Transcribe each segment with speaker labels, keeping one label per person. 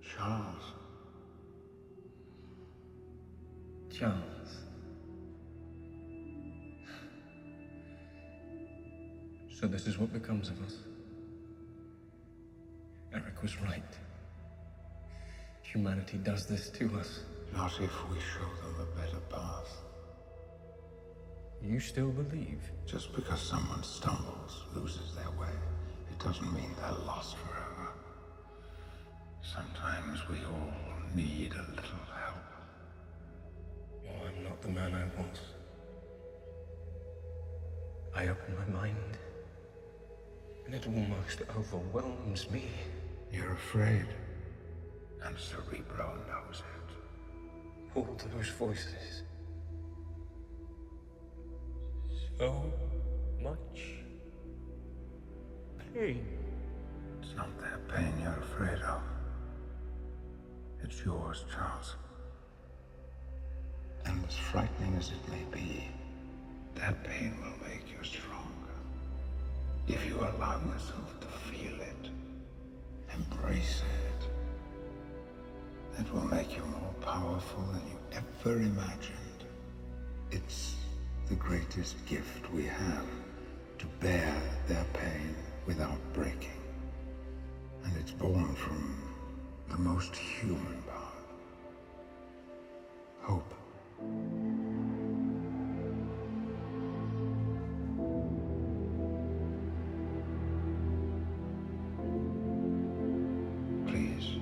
Speaker 1: Charles.
Speaker 2: Charles. So this is what becomes of us. Eric was right. Humanity does this to us.
Speaker 1: Not if we show them a better path.
Speaker 2: You still believe?
Speaker 1: Just because someone stumbles, loses their way, it doesn't mean they're lost forever. Sometimes we all need a little help.
Speaker 2: Oh, I'm not the man I was. I open my mind, and it almost overwhelms me.
Speaker 1: You're afraid. And Cerebro knows it.
Speaker 2: All those voices. So much pain.
Speaker 1: It's not their pain you're afraid of. It's yours, Charles. And as frightening as it may be, that pain will make you stronger. If you allow yourself to feel it, embrace it, it will make you more powerful than you ever imagined. It's the greatest gift we have to bear their pain without breaking. And it's born from the most human part hope. Please,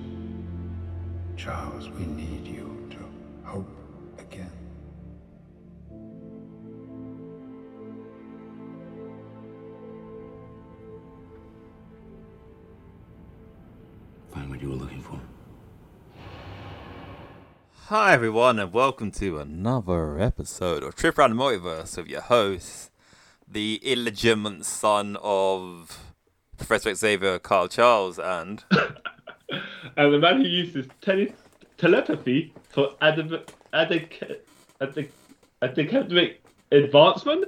Speaker 1: Charles, we need you to hope again.
Speaker 3: Find what you were looking for.
Speaker 4: Hi everyone, and welcome to another episode of Trip Around the Multiverse with your host, the illegitimate son of Professor Xavier Carl Charles, and
Speaker 5: And the man who uses tele- telepathy for academic adv- adv- academic advancement?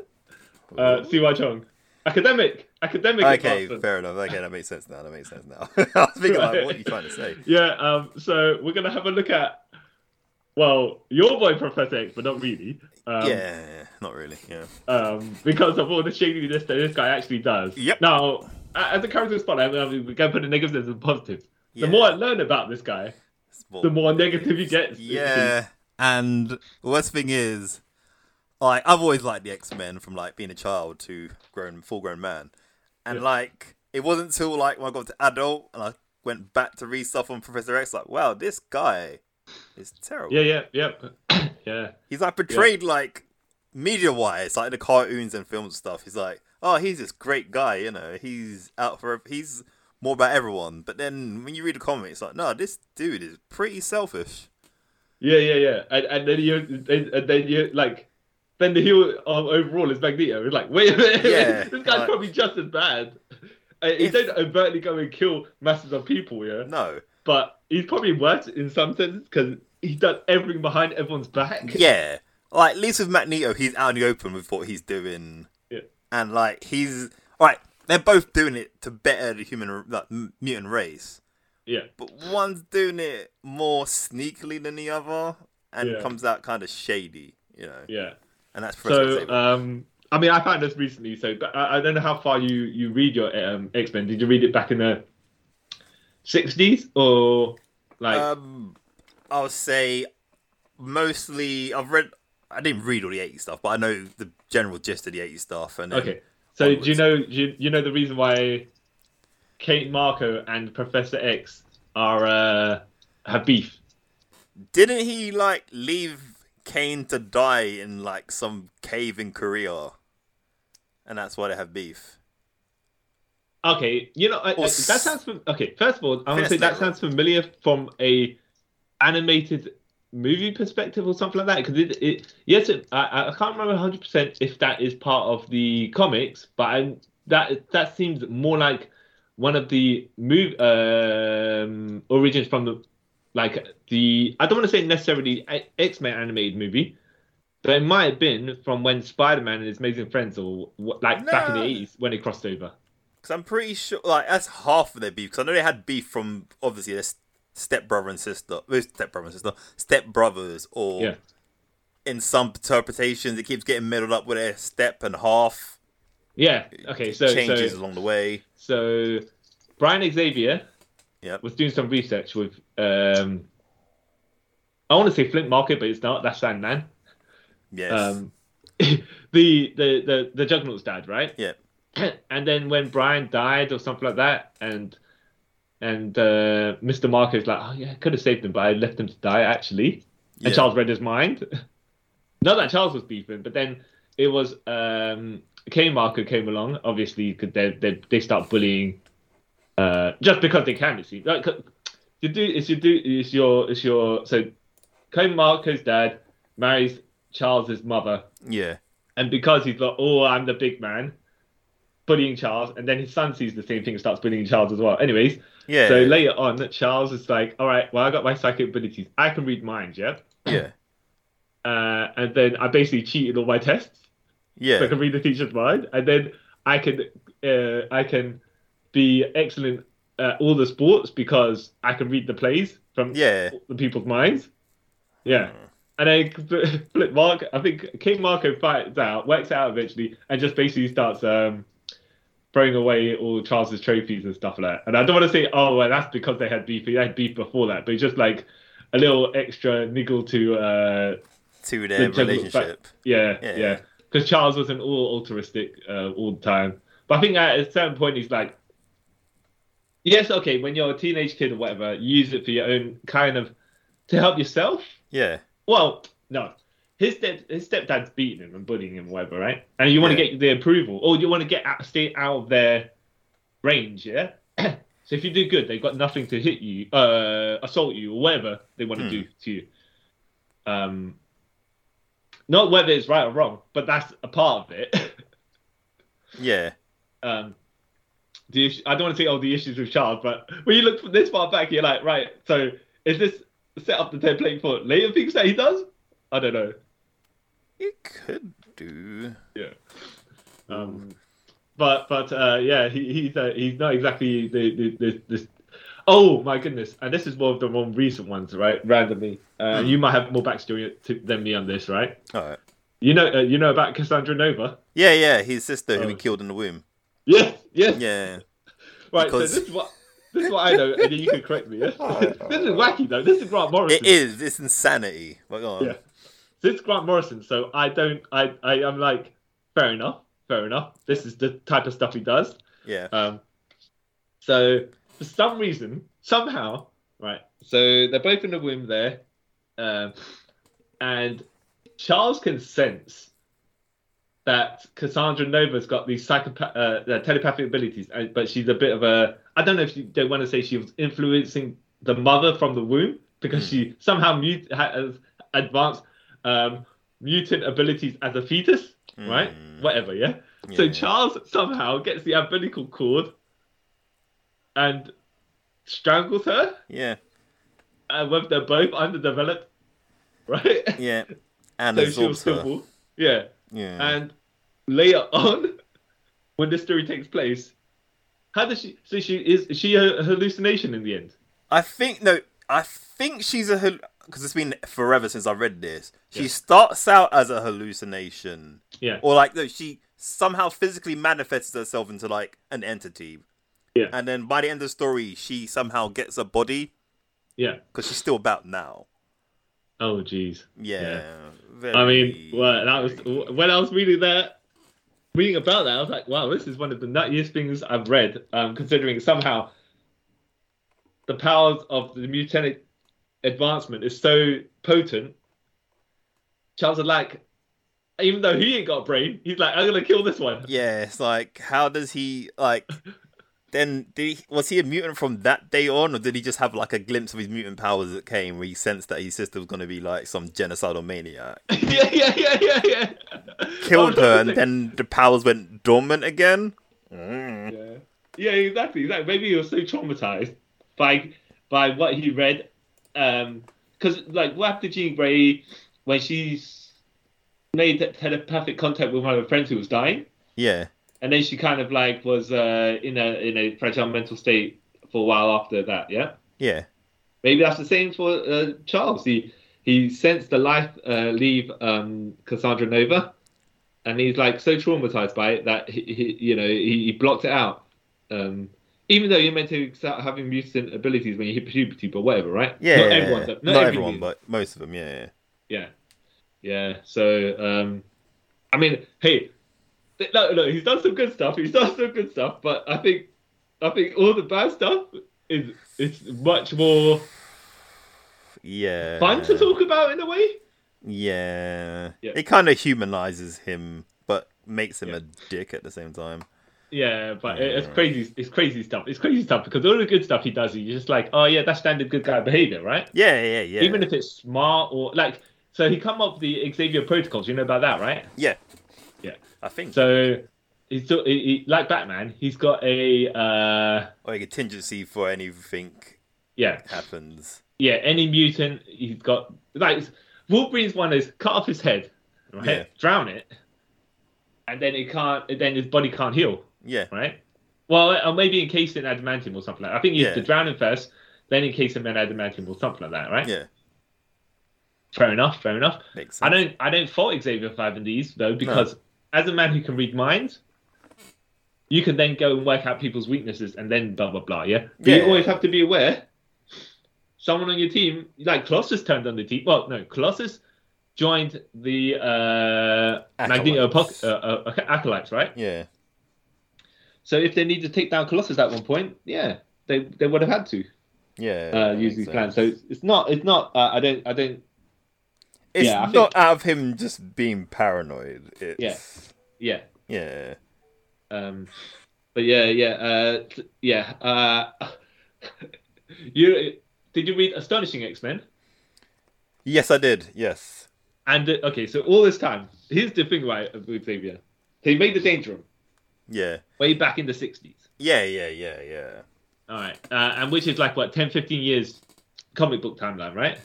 Speaker 5: Uh, CY Chong. Academic! Academic
Speaker 4: okay,
Speaker 5: advancement.
Speaker 4: fair enough. Okay, that makes sense now. That makes sense now. I was thinking, like, what are you trying to say?
Speaker 5: Yeah, um, so we're going to have a look at, well, your boy Professor X, but not really. Um,
Speaker 4: yeah, not really. Yeah,
Speaker 5: um, because of all the shadiness that this guy actually does.
Speaker 4: Yep.
Speaker 5: Now, a- as a character spotlight, I mean, we're going to put the negatives and the positives.
Speaker 4: Yeah.
Speaker 5: The more I learn about this guy,
Speaker 4: It's more-
Speaker 5: the more negative he gets.
Speaker 4: Yeah, and the worst thing is, like I've always liked the X Men from like being a child to grown, full grown man, and
Speaker 5: Yeah.
Speaker 4: like it wasn't till like when I got to adult and I went back to read stuff on Professor X, like wow, this guy is terrible.
Speaker 5: Yeah, yeah, yeah, yeah.
Speaker 4: He's like portrayed like media wise, like the cartoons and film stuff. He's like, oh, he's this great guy, you know. He's out for he's more about everyone. But then when you read the comic, it's like, no, this dude is pretty selfish.
Speaker 5: Yeah, yeah, yeah. And, and then you, and, and then you like, then the heel um, overall is Magneto. It's like, wait a minute,
Speaker 4: Yeah, uh,
Speaker 5: this guy's
Speaker 4: like-
Speaker 5: probably just as bad. Uh, He
Speaker 4: If-
Speaker 5: don't overtly go and kill masses of people, yeah,
Speaker 4: No.
Speaker 5: but he's probably worse in some senses because he does everything behind everyone's back.
Speaker 4: Yeah. Like, at least with Magneto, he's out in the open with what he's doing.
Speaker 5: Yeah.
Speaker 4: And, like, he's. Alright, they're both doing it to better the human, like, m- mutant race.
Speaker 5: yeah,
Speaker 4: But one's doing it more sneakily than the other, and
Speaker 5: Yeah.
Speaker 4: comes out kind of shady, you know?
Speaker 5: yeah.
Speaker 4: And that's Professor
Speaker 5: So,
Speaker 4: Xavier.
Speaker 5: um, I mean, I found this recently. So but I, I don't know how far you you read your um, X Men. Did you read it back in the sixties or like?
Speaker 4: um, I'll say mostly. I've read. I didn't read all the 80s stuff, but I know the general gist of the 80s stuff. And then-
Speaker 5: Okay. So do you
Speaker 4: onwards.
Speaker 5: know do you, you know the reason why Kate Marco and Professor X are uh, have beef?
Speaker 4: Didn't he like leave Kane to die in like some cave in Korea? And that's why they have beef.
Speaker 5: Okay, you know I, I-
Speaker 4: Or
Speaker 5: that
Speaker 4: s-
Speaker 5: sounds fam- okay. First of all, I want to say that
Speaker 4: Fascinating.
Speaker 5: sounds familiar from a animated movie perspective or something like that. Because it, it yes, it, I, I can't remember hundred percent if that is part of the comics, but I, that that seems more like one of the move um, origins from the like the I don't want to say necessarily X Men animated movie, but it might have been from when Spider Man and his Amazing Friends or wh- like back in the
Speaker 4: No.
Speaker 5: eighties when they crossed over.
Speaker 4: Because I'm pretty sure like that's half of their beef. Because I know they had beef from obviously their s- stepbrother and sister, stepbrother and sister, stepbrothers, or
Speaker 5: Yeah.
Speaker 4: in some interpretations, it keeps getting middled up with a step and half
Speaker 5: Yeah. Okay. So
Speaker 4: changes
Speaker 5: so
Speaker 4: along the way.
Speaker 5: so Brian Xavier
Speaker 4: Yep.
Speaker 5: was doing some research with um I want to say Flint Market, but it's not. That's Sandman.
Speaker 4: Yes.
Speaker 5: Um, the, the the the Juggernaut's dad, right?
Speaker 4: yeah.
Speaker 5: and then when Brian died or something like that, and and uh, Mr. Marco's like, oh yeah, I could have saved him, but I left him to die actually.
Speaker 4: Yeah.
Speaker 5: And Charles read his mind. Not that Charles was beefing, but then it was um, K Marco came along. Obviously, because they, they they start bullying uh, just because they can. You see, like, 'cause you do it's your do it's your it's your so K Marco's dad marries Charles's mother
Speaker 4: Yeah.
Speaker 5: and because he's like, oh, I'm the big man, bullying Charles, and then his son sees the same thing and starts bullying Charles as well. Anyways,
Speaker 4: Yeah.
Speaker 5: so later on, Charles is like, all right, well, I got my psychic abilities. I can read minds, yeah?
Speaker 4: yeah.
Speaker 5: Uh, and then I basically cheated all my tests, so I
Speaker 4: Yeah.
Speaker 5: can read the teacher's mind, and then I can, uh, I can be excellent at all the sports because I can read the plays from
Speaker 4: Yeah. Mm.
Speaker 5: the people's minds. Yeah. And then Flip Mark, I think King Marco fights out, works out eventually, and just basically starts um, throwing away all Charles's trophies and stuff like that. And I don't want to say, oh, well, that's because they had beef. They had beef before that, but it's just like a little extra niggle to, uh,
Speaker 4: To their
Speaker 5: the general
Speaker 4: relationship.
Speaker 5: fact- yeah,
Speaker 4: Yeah.
Speaker 5: yeah. Because Charles wasn't all altruistic uh, all the time. But I think at a certain point, he's like, yes, okay, when you're a teenage kid or whatever, use it for your own kind of to help yourself.
Speaker 4: Yeah.
Speaker 5: Well, no. His step, his stepdad's beating him and bullying him, or whatever, right? And you want to
Speaker 4: Yeah.
Speaker 5: get the approval, or you want to get out, stay out of their range, yeah. so if you do good, they've got nothing to hit you, uh, assault you, or whatever they want to do to you. Um, not whether it's right or wrong, but that's a part of it.
Speaker 4: Yeah.
Speaker 5: um, the issue, I don't want to take all the issues with Charles, but when you look this far back, you're like, right, so is this set up the template for later things that he does? I don't know.
Speaker 4: It could do.
Speaker 5: Yeah.
Speaker 4: Mm.
Speaker 5: Um, but but uh, yeah, he, he's uh, he's not exactly the, the, the this. Oh my goodness! And this is one of the more recent ones, right? Randomly, uh,
Speaker 4: Mm.
Speaker 5: you might have more backstory to, than me on this, right?
Speaker 4: All right.
Speaker 5: You know uh, you know about Cassandra Nova.
Speaker 4: Yeah. Yeah. His sister who
Speaker 5: Oh.
Speaker 4: he killed in the womb.
Speaker 5: Yes, yes.
Speaker 4: Yeah.
Speaker 5: right.
Speaker 4: because-
Speaker 5: So this is what. This is what I know, and then you can correct me. Yeah? this is wacky though. This is Grant Morrison.
Speaker 4: It is. It's insanity. But go on.
Speaker 5: Yeah. So it's Grant Morrison, so I don't. I, I I'm like, fair enough, fair enough. This is the type of stuff he does.
Speaker 4: Yeah.
Speaker 5: Um, so for some reason, somehow, right? So they're both in the womb there, um, and Charles can sense that Cassandra Nova's got these psychopath, uh, the telepathic abilities, and, but she's a bit of a. I don't know if you, they want to say she was influencing the mother from the womb because she somehow mut- has advanced um, mutant abilities as a fetus, right? Whatever, yeah. So
Speaker 4: Yeah.
Speaker 5: Charles somehow gets the umbilical cord and strangles her,
Speaker 4: Yeah.
Speaker 5: and when they're both underdeveloped, right?
Speaker 4: Yeah. And
Speaker 5: so she'll
Speaker 4: absorbs her.
Speaker 5: still, yeah.
Speaker 4: Yeah.
Speaker 5: And later on, when this story takes place, how does she? So she is is she a hallucination in the end?
Speaker 4: I think no. I think she's a because it's been forever since I read this. She starts out as a hallucination,
Speaker 5: Yeah.
Speaker 4: or like no, she somehow physically manifests herself into like an entity,
Speaker 5: Yeah.
Speaker 4: and then by the end of the story, she somehow gets a body
Speaker 5: yeah.
Speaker 4: because she's still about now.
Speaker 5: Oh jeez.
Speaker 4: Yeah. very-
Speaker 5: I mean, well, that was when I was reading that, reading about that, I was like, wow, this is one of the nuttiest things I've read. Um, considering somehow the powers of the mutanic advancement is so potent, Charles is like, even though he ain't got a brain, he's like, I'm gonna kill this one.
Speaker 4: Yeah, it's like how does he like? Then did he, was he a mutant from that day on, or did he just have like a glimpse of his mutant powers that came where he sensed that his sister was going to be like some genocidal maniac?
Speaker 5: yeah, yeah, yeah, yeah, yeah.
Speaker 4: killed
Speaker 5: Oh,
Speaker 4: her, and
Speaker 5: no.
Speaker 4: then the powers went dormant again.
Speaker 5: Yeah. Yeah, exactly, exactly. Maybe he was so traumatized by by what he read, because like what happened to Jean Grey when she made that telepathic contact with one of her friends who was dying,
Speaker 4: Yeah,
Speaker 5: and then she kind of like was uh, in a in a fragile mental state for a while after that. Yeah,
Speaker 4: yeah,
Speaker 5: Maybe that's the same for uh, Charles. He he sensed the life uh, leave um, Cassandra Nova, and he's like so traumatized by it that he, he you know he, he blocked it out. Um, even though you're meant to start having mutant abilities when you hit puberty, but whatever, right?
Speaker 4: Yeah,
Speaker 5: not
Speaker 4: yeah,
Speaker 5: everyone.
Speaker 4: yeah.
Speaker 5: does-
Speaker 4: Not,
Speaker 5: every
Speaker 4: everyone,
Speaker 5: mutant.
Speaker 4: but most of them. Yeah, yeah.
Speaker 5: Yeah, yeah. So, um, I mean, hey, th- no, no, he's done some good stuff. He's done some good stuff, but I think, I think all the bad stuff is is much more
Speaker 4: yeah.
Speaker 5: fun to talk about in a way.
Speaker 4: Yeah.
Speaker 5: Yeah.
Speaker 4: It kind of humanizes him, but makes him
Speaker 5: Yeah.
Speaker 4: a dick at the same time.
Speaker 5: Yeah, but it- it's
Speaker 4: Yeah.
Speaker 5: crazy. It's crazy stuff. It's crazy stuff because all the good stuff he does, you're just like, oh yeah, that's standard good guy behavior, right?
Speaker 4: Yeah, yeah, yeah.
Speaker 5: Even if it's smart or like, so he come up with the Xavier protocols. You know about that, right?
Speaker 4: yeah,
Speaker 5: Yeah.
Speaker 4: I think.
Speaker 5: So he's he, he, like Batman. He's got a uh,
Speaker 4: or a contingency for anything
Speaker 5: yeah.
Speaker 4: happens.
Speaker 5: yeah, any mutant he's got like Wolverine's one is cut off his head, right?
Speaker 4: Yeah.
Speaker 5: Drown it, and then it can't. Then his body can't heal,
Speaker 4: Yeah.
Speaker 5: right? Well, or maybe encase it in adamantium or something like that. I think you have to
Speaker 4: Yeah.
Speaker 5: drown him first, then encase him in adamantium or something like that, right?
Speaker 4: Yeah.
Speaker 5: Fair enough. Fair enough.
Speaker 4: Makes sense.
Speaker 5: I don't. I don't fault Xavier for having these though, because as a man who can read minds. You can then go and work out people's weaknesses and then blah blah blah. Yeah,
Speaker 4: Yeah.
Speaker 5: you always have to be aware someone on your team, like Colossus turned on the team. Well, no, Colossus joined the uh, Magneto
Speaker 4: Acolytes.
Speaker 5: Apoc- uh, uh, acolytes, right?
Speaker 4: Yeah.
Speaker 5: So if they need to take down Colossus at one point, yeah, they they would have had to
Speaker 4: Yeah.
Speaker 5: uh,
Speaker 4: that makes
Speaker 5: use these plans. So
Speaker 4: sense.
Speaker 5: it's, it's not it's not uh, I don't I don't
Speaker 4: it's
Speaker 5: yeah, I
Speaker 4: not
Speaker 5: think-
Speaker 4: out of him just being paranoid. It's,
Speaker 5: yeah.
Speaker 4: yeah. Yeah.
Speaker 5: Um, but yeah, yeah, uh, t- yeah. Uh, you did you read Astonishing X Men?
Speaker 4: Yes, I did. Yes.
Speaker 5: And uh, okay, so all this time, here's the thing right with Xavier. He made the Danger Room
Speaker 4: Yeah.
Speaker 5: way back in the '60s.
Speaker 4: Yeah, yeah, yeah, yeah.
Speaker 5: All right. Uh, and which is like, what, 10, 15 years comic book timeline, right?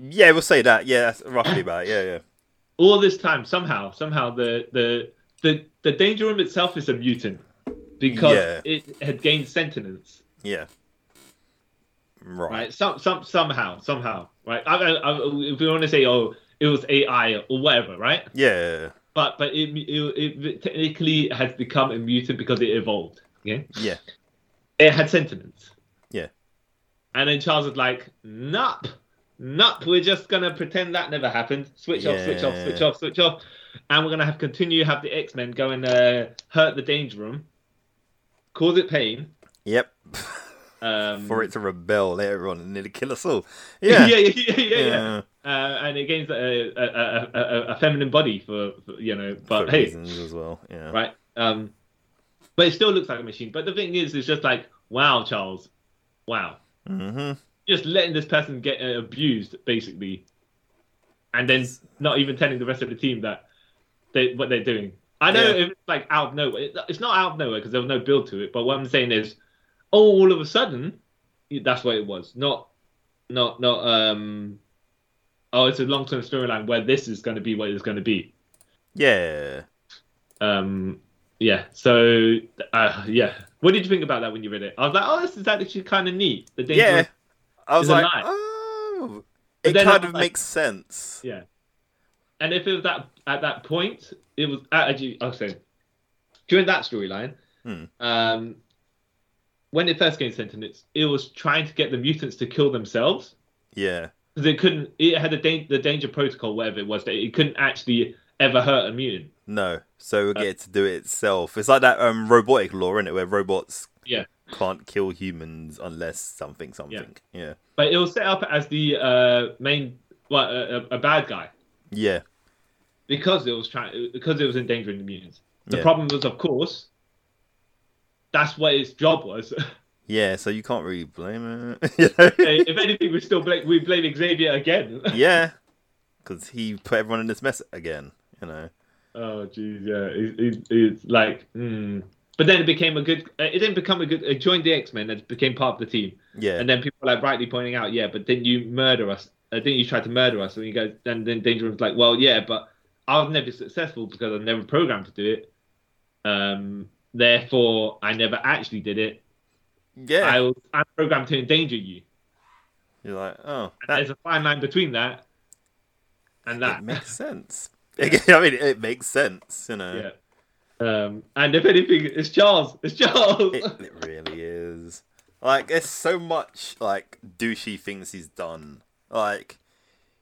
Speaker 4: Yeah, we'll say that. Yeah, that's roughly about. it. Yeah, yeah.
Speaker 5: All this time, somehow, somehow the, the, the, the Danger Room itself is a mutant because
Speaker 4: Yeah.
Speaker 5: it had gained sentience,
Speaker 4: Yeah. Right.
Speaker 5: right? Some, some, somehow, somehow, right? I, I, I, if we want to say, oh, it was AI or whatever, right?
Speaker 4: Yeah.
Speaker 5: But but it, it, it technically has become a mutant because it evolved. Yeah.
Speaker 4: Yeah.
Speaker 5: it had sentiments.
Speaker 4: Yeah.
Speaker 5: And then Charles was like, "Nup, nup. We're just gonna pretend that never happened. Switch off, switch off, switch
Speaker 4: Yeah.
Speaker 5: off, switch off, and we're gonna have continue have the X Men go and uh, hurt the Danger Room, cause it pain.
Speaker 4: Yep.
Speaker 5: Um,
Speaker 4: For it to rebel later on and nearly kill us all.
Speaker 5: yeah,
Speaker 4: Yeah.
Speaker 5: yeah, yeah, yeah, yeah.
Speaker 4: Yeah.
Speaker 5: Uh, and it gains a, a, a, a, a feminine body for, for you know, but
Speaker 4: For
Speaker 5: hey,
Speaker 4: reasons as well. Yeah.
Speaker 5: right? Um, but it still looks like a machine. But the thing is, it's just like, wow, Charles, wow.
Speaker 4: Mm-hmm.
Speaker 5: just letting this person get uh, abused basically and then not even telling the rest of the team that they what they're doing i know
Speaker 4: Yeah.
Speaker 5: if it's like out of nowhere it- it's not out of nowhere because there was no build to it but what i'm saying is oh all of a sudden that's what it was not not not um oh it's a long-term storyline where this is going to be what it's going to be
Speaker 4: Yeah.
Speaker 5: um yeah so uh, yeah what did you think about that when you read it i was like oh this is actually kind of neat the danger
Speaker 4: Yeah. I was
Speaker 5: It's a
Speaker 4: like,
Speaker 5: lie.
Speaker 4: oh.
Speaker 5: But
Speaker 4: It
Speaker 5: then uh,
Speaker 4: kind
Speaker 5: I-
Speaker 4: of
Speaker 5: I-
Speaker 4: makes sense.
Speaker 5: Yeah. And if it was that at that point, it was uh, actually I'll say during that storyline,
Speaker 4: Hmm.
Speaker 5: um, when it first gained sentience, it was trying to get the mutants to kill themselves
Speaker 4: Yeah.
Speaker 5: because it couldn't. It had a dan- the danger protocol, whatever it was, that it couldn't actually ever hurt a mutant.
Speaker 4: No. So
Speaker 5: Uh,
Speaker 4: we get to do it itself. It's like that um robotic law, is it, where robots
Speaker 5: Yeah.
Speaker 4: can't kill humans unless something something. Yeah.
Speaker 5: But it was set up as the uh, main, well, a, a- a bad guy
Speaker 4: Yeah.
Speaker 5: because it was trying because it was endangering the mutants. The
Speaker 4: Yeah.
Speaker 5: problem was, of course, that's what its job was.
Speaker 4: Yeah, so you can't really blame it. you know?
Speaker 5: Hey, if anything, we still blame we blame Xavier again.
Speaker 4: yeah, because he put everyone in this mess again. You know.
Speaker 5: oh jeez, yeah, it, it, it's like, hmm. but then it became a good. It didn't become a good. It joined the X Men and became part of the team.
Speaker 4: Yeah.
Speaker 5: And then people were like rightly pointing out, yeah, but didn't you murder us? Uh, didn't you try to murder us? And you go, and then Danger Room's like, well, yeah, but I was never successful because I was never programmed to do it. Um, therefore, I never actually did it.
Speaker 4: yeah.
Speaker 5: I was, I'm programmed to endanger you.
Speaker 4: You're like, oh, that
Speaker 5: There's a fine line between that and that.
Speaker 4: it makes sense. I mean, it makes sense, you know.
Speaker 5: yeah. Um, and if anything, it's Charles. It's Charles.
Speaker 4: It, it really is. Like, there's so much like douchey things he's done. Like,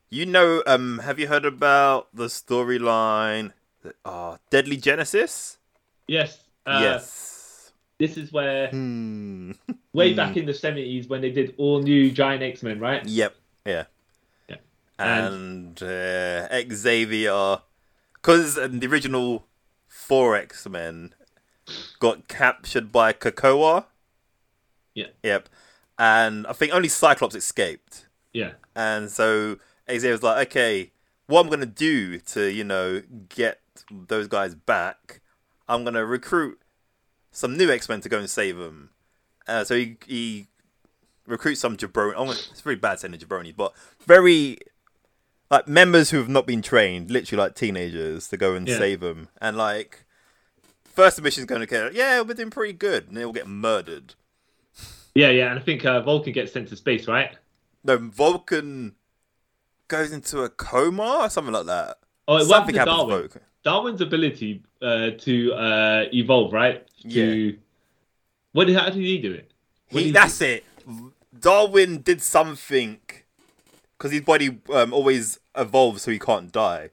Speaker 4: you know, um, have you heard about the storyline? Ah, Deadly Genesis.
Speaker 5: yes. Uh,
Speaker 4: yes.
Speaker 5: This is where
Speaker 4: Hmm.
Speaker 5: way back in the seventies when they did all new Giant X Men, right?
Speaker 4: Yep. Yeah.
Speaker 5: Yeah.
Speaker 4: And, uh, Xavier, because the original four X Men got captured by Krakoa.
Speaker 5: Yeah.
Speaker 4: Yep. And I think only Cyclops escaped.
Speaker 5: Yeah.
Speaker 4: And so Xavier was like, okay, what I'm going to do to, you know, get those guys back, I'm going to recruit some new X Men to go and save them. Uh, so he, he recruits some jabroni. Oh, it's very bad saying a jabroni, but very. Like members who have not been trained, literally like teenagers, to go and
Speaker 5: Yeah.
Speaker 4: save them. And like, first mission's going to go, yeah, we're doing pretty good. And they'll get murdered.
Speaker 5: Yeah. Yeah. And I think uh, Vulcan gets sent to space, right?
Speaker 4: No, Vulcan goes into a coma or something like that.
Speaker 5: Oh, it
Speaker 4: Something
Speaker 5: wasn't
Speaker 4: happens to
Speaker 5: Darwin.
Speaker 4: Vulcan.
Speaker 5: Darwin's ability uh, to uh, evolve, right? To... What did, how did he do it? What did
Speaker 4: He,
Speaker 5: do?
Speaker 4: that's it. Darwin did something because his body um, always evolves, so he can't die.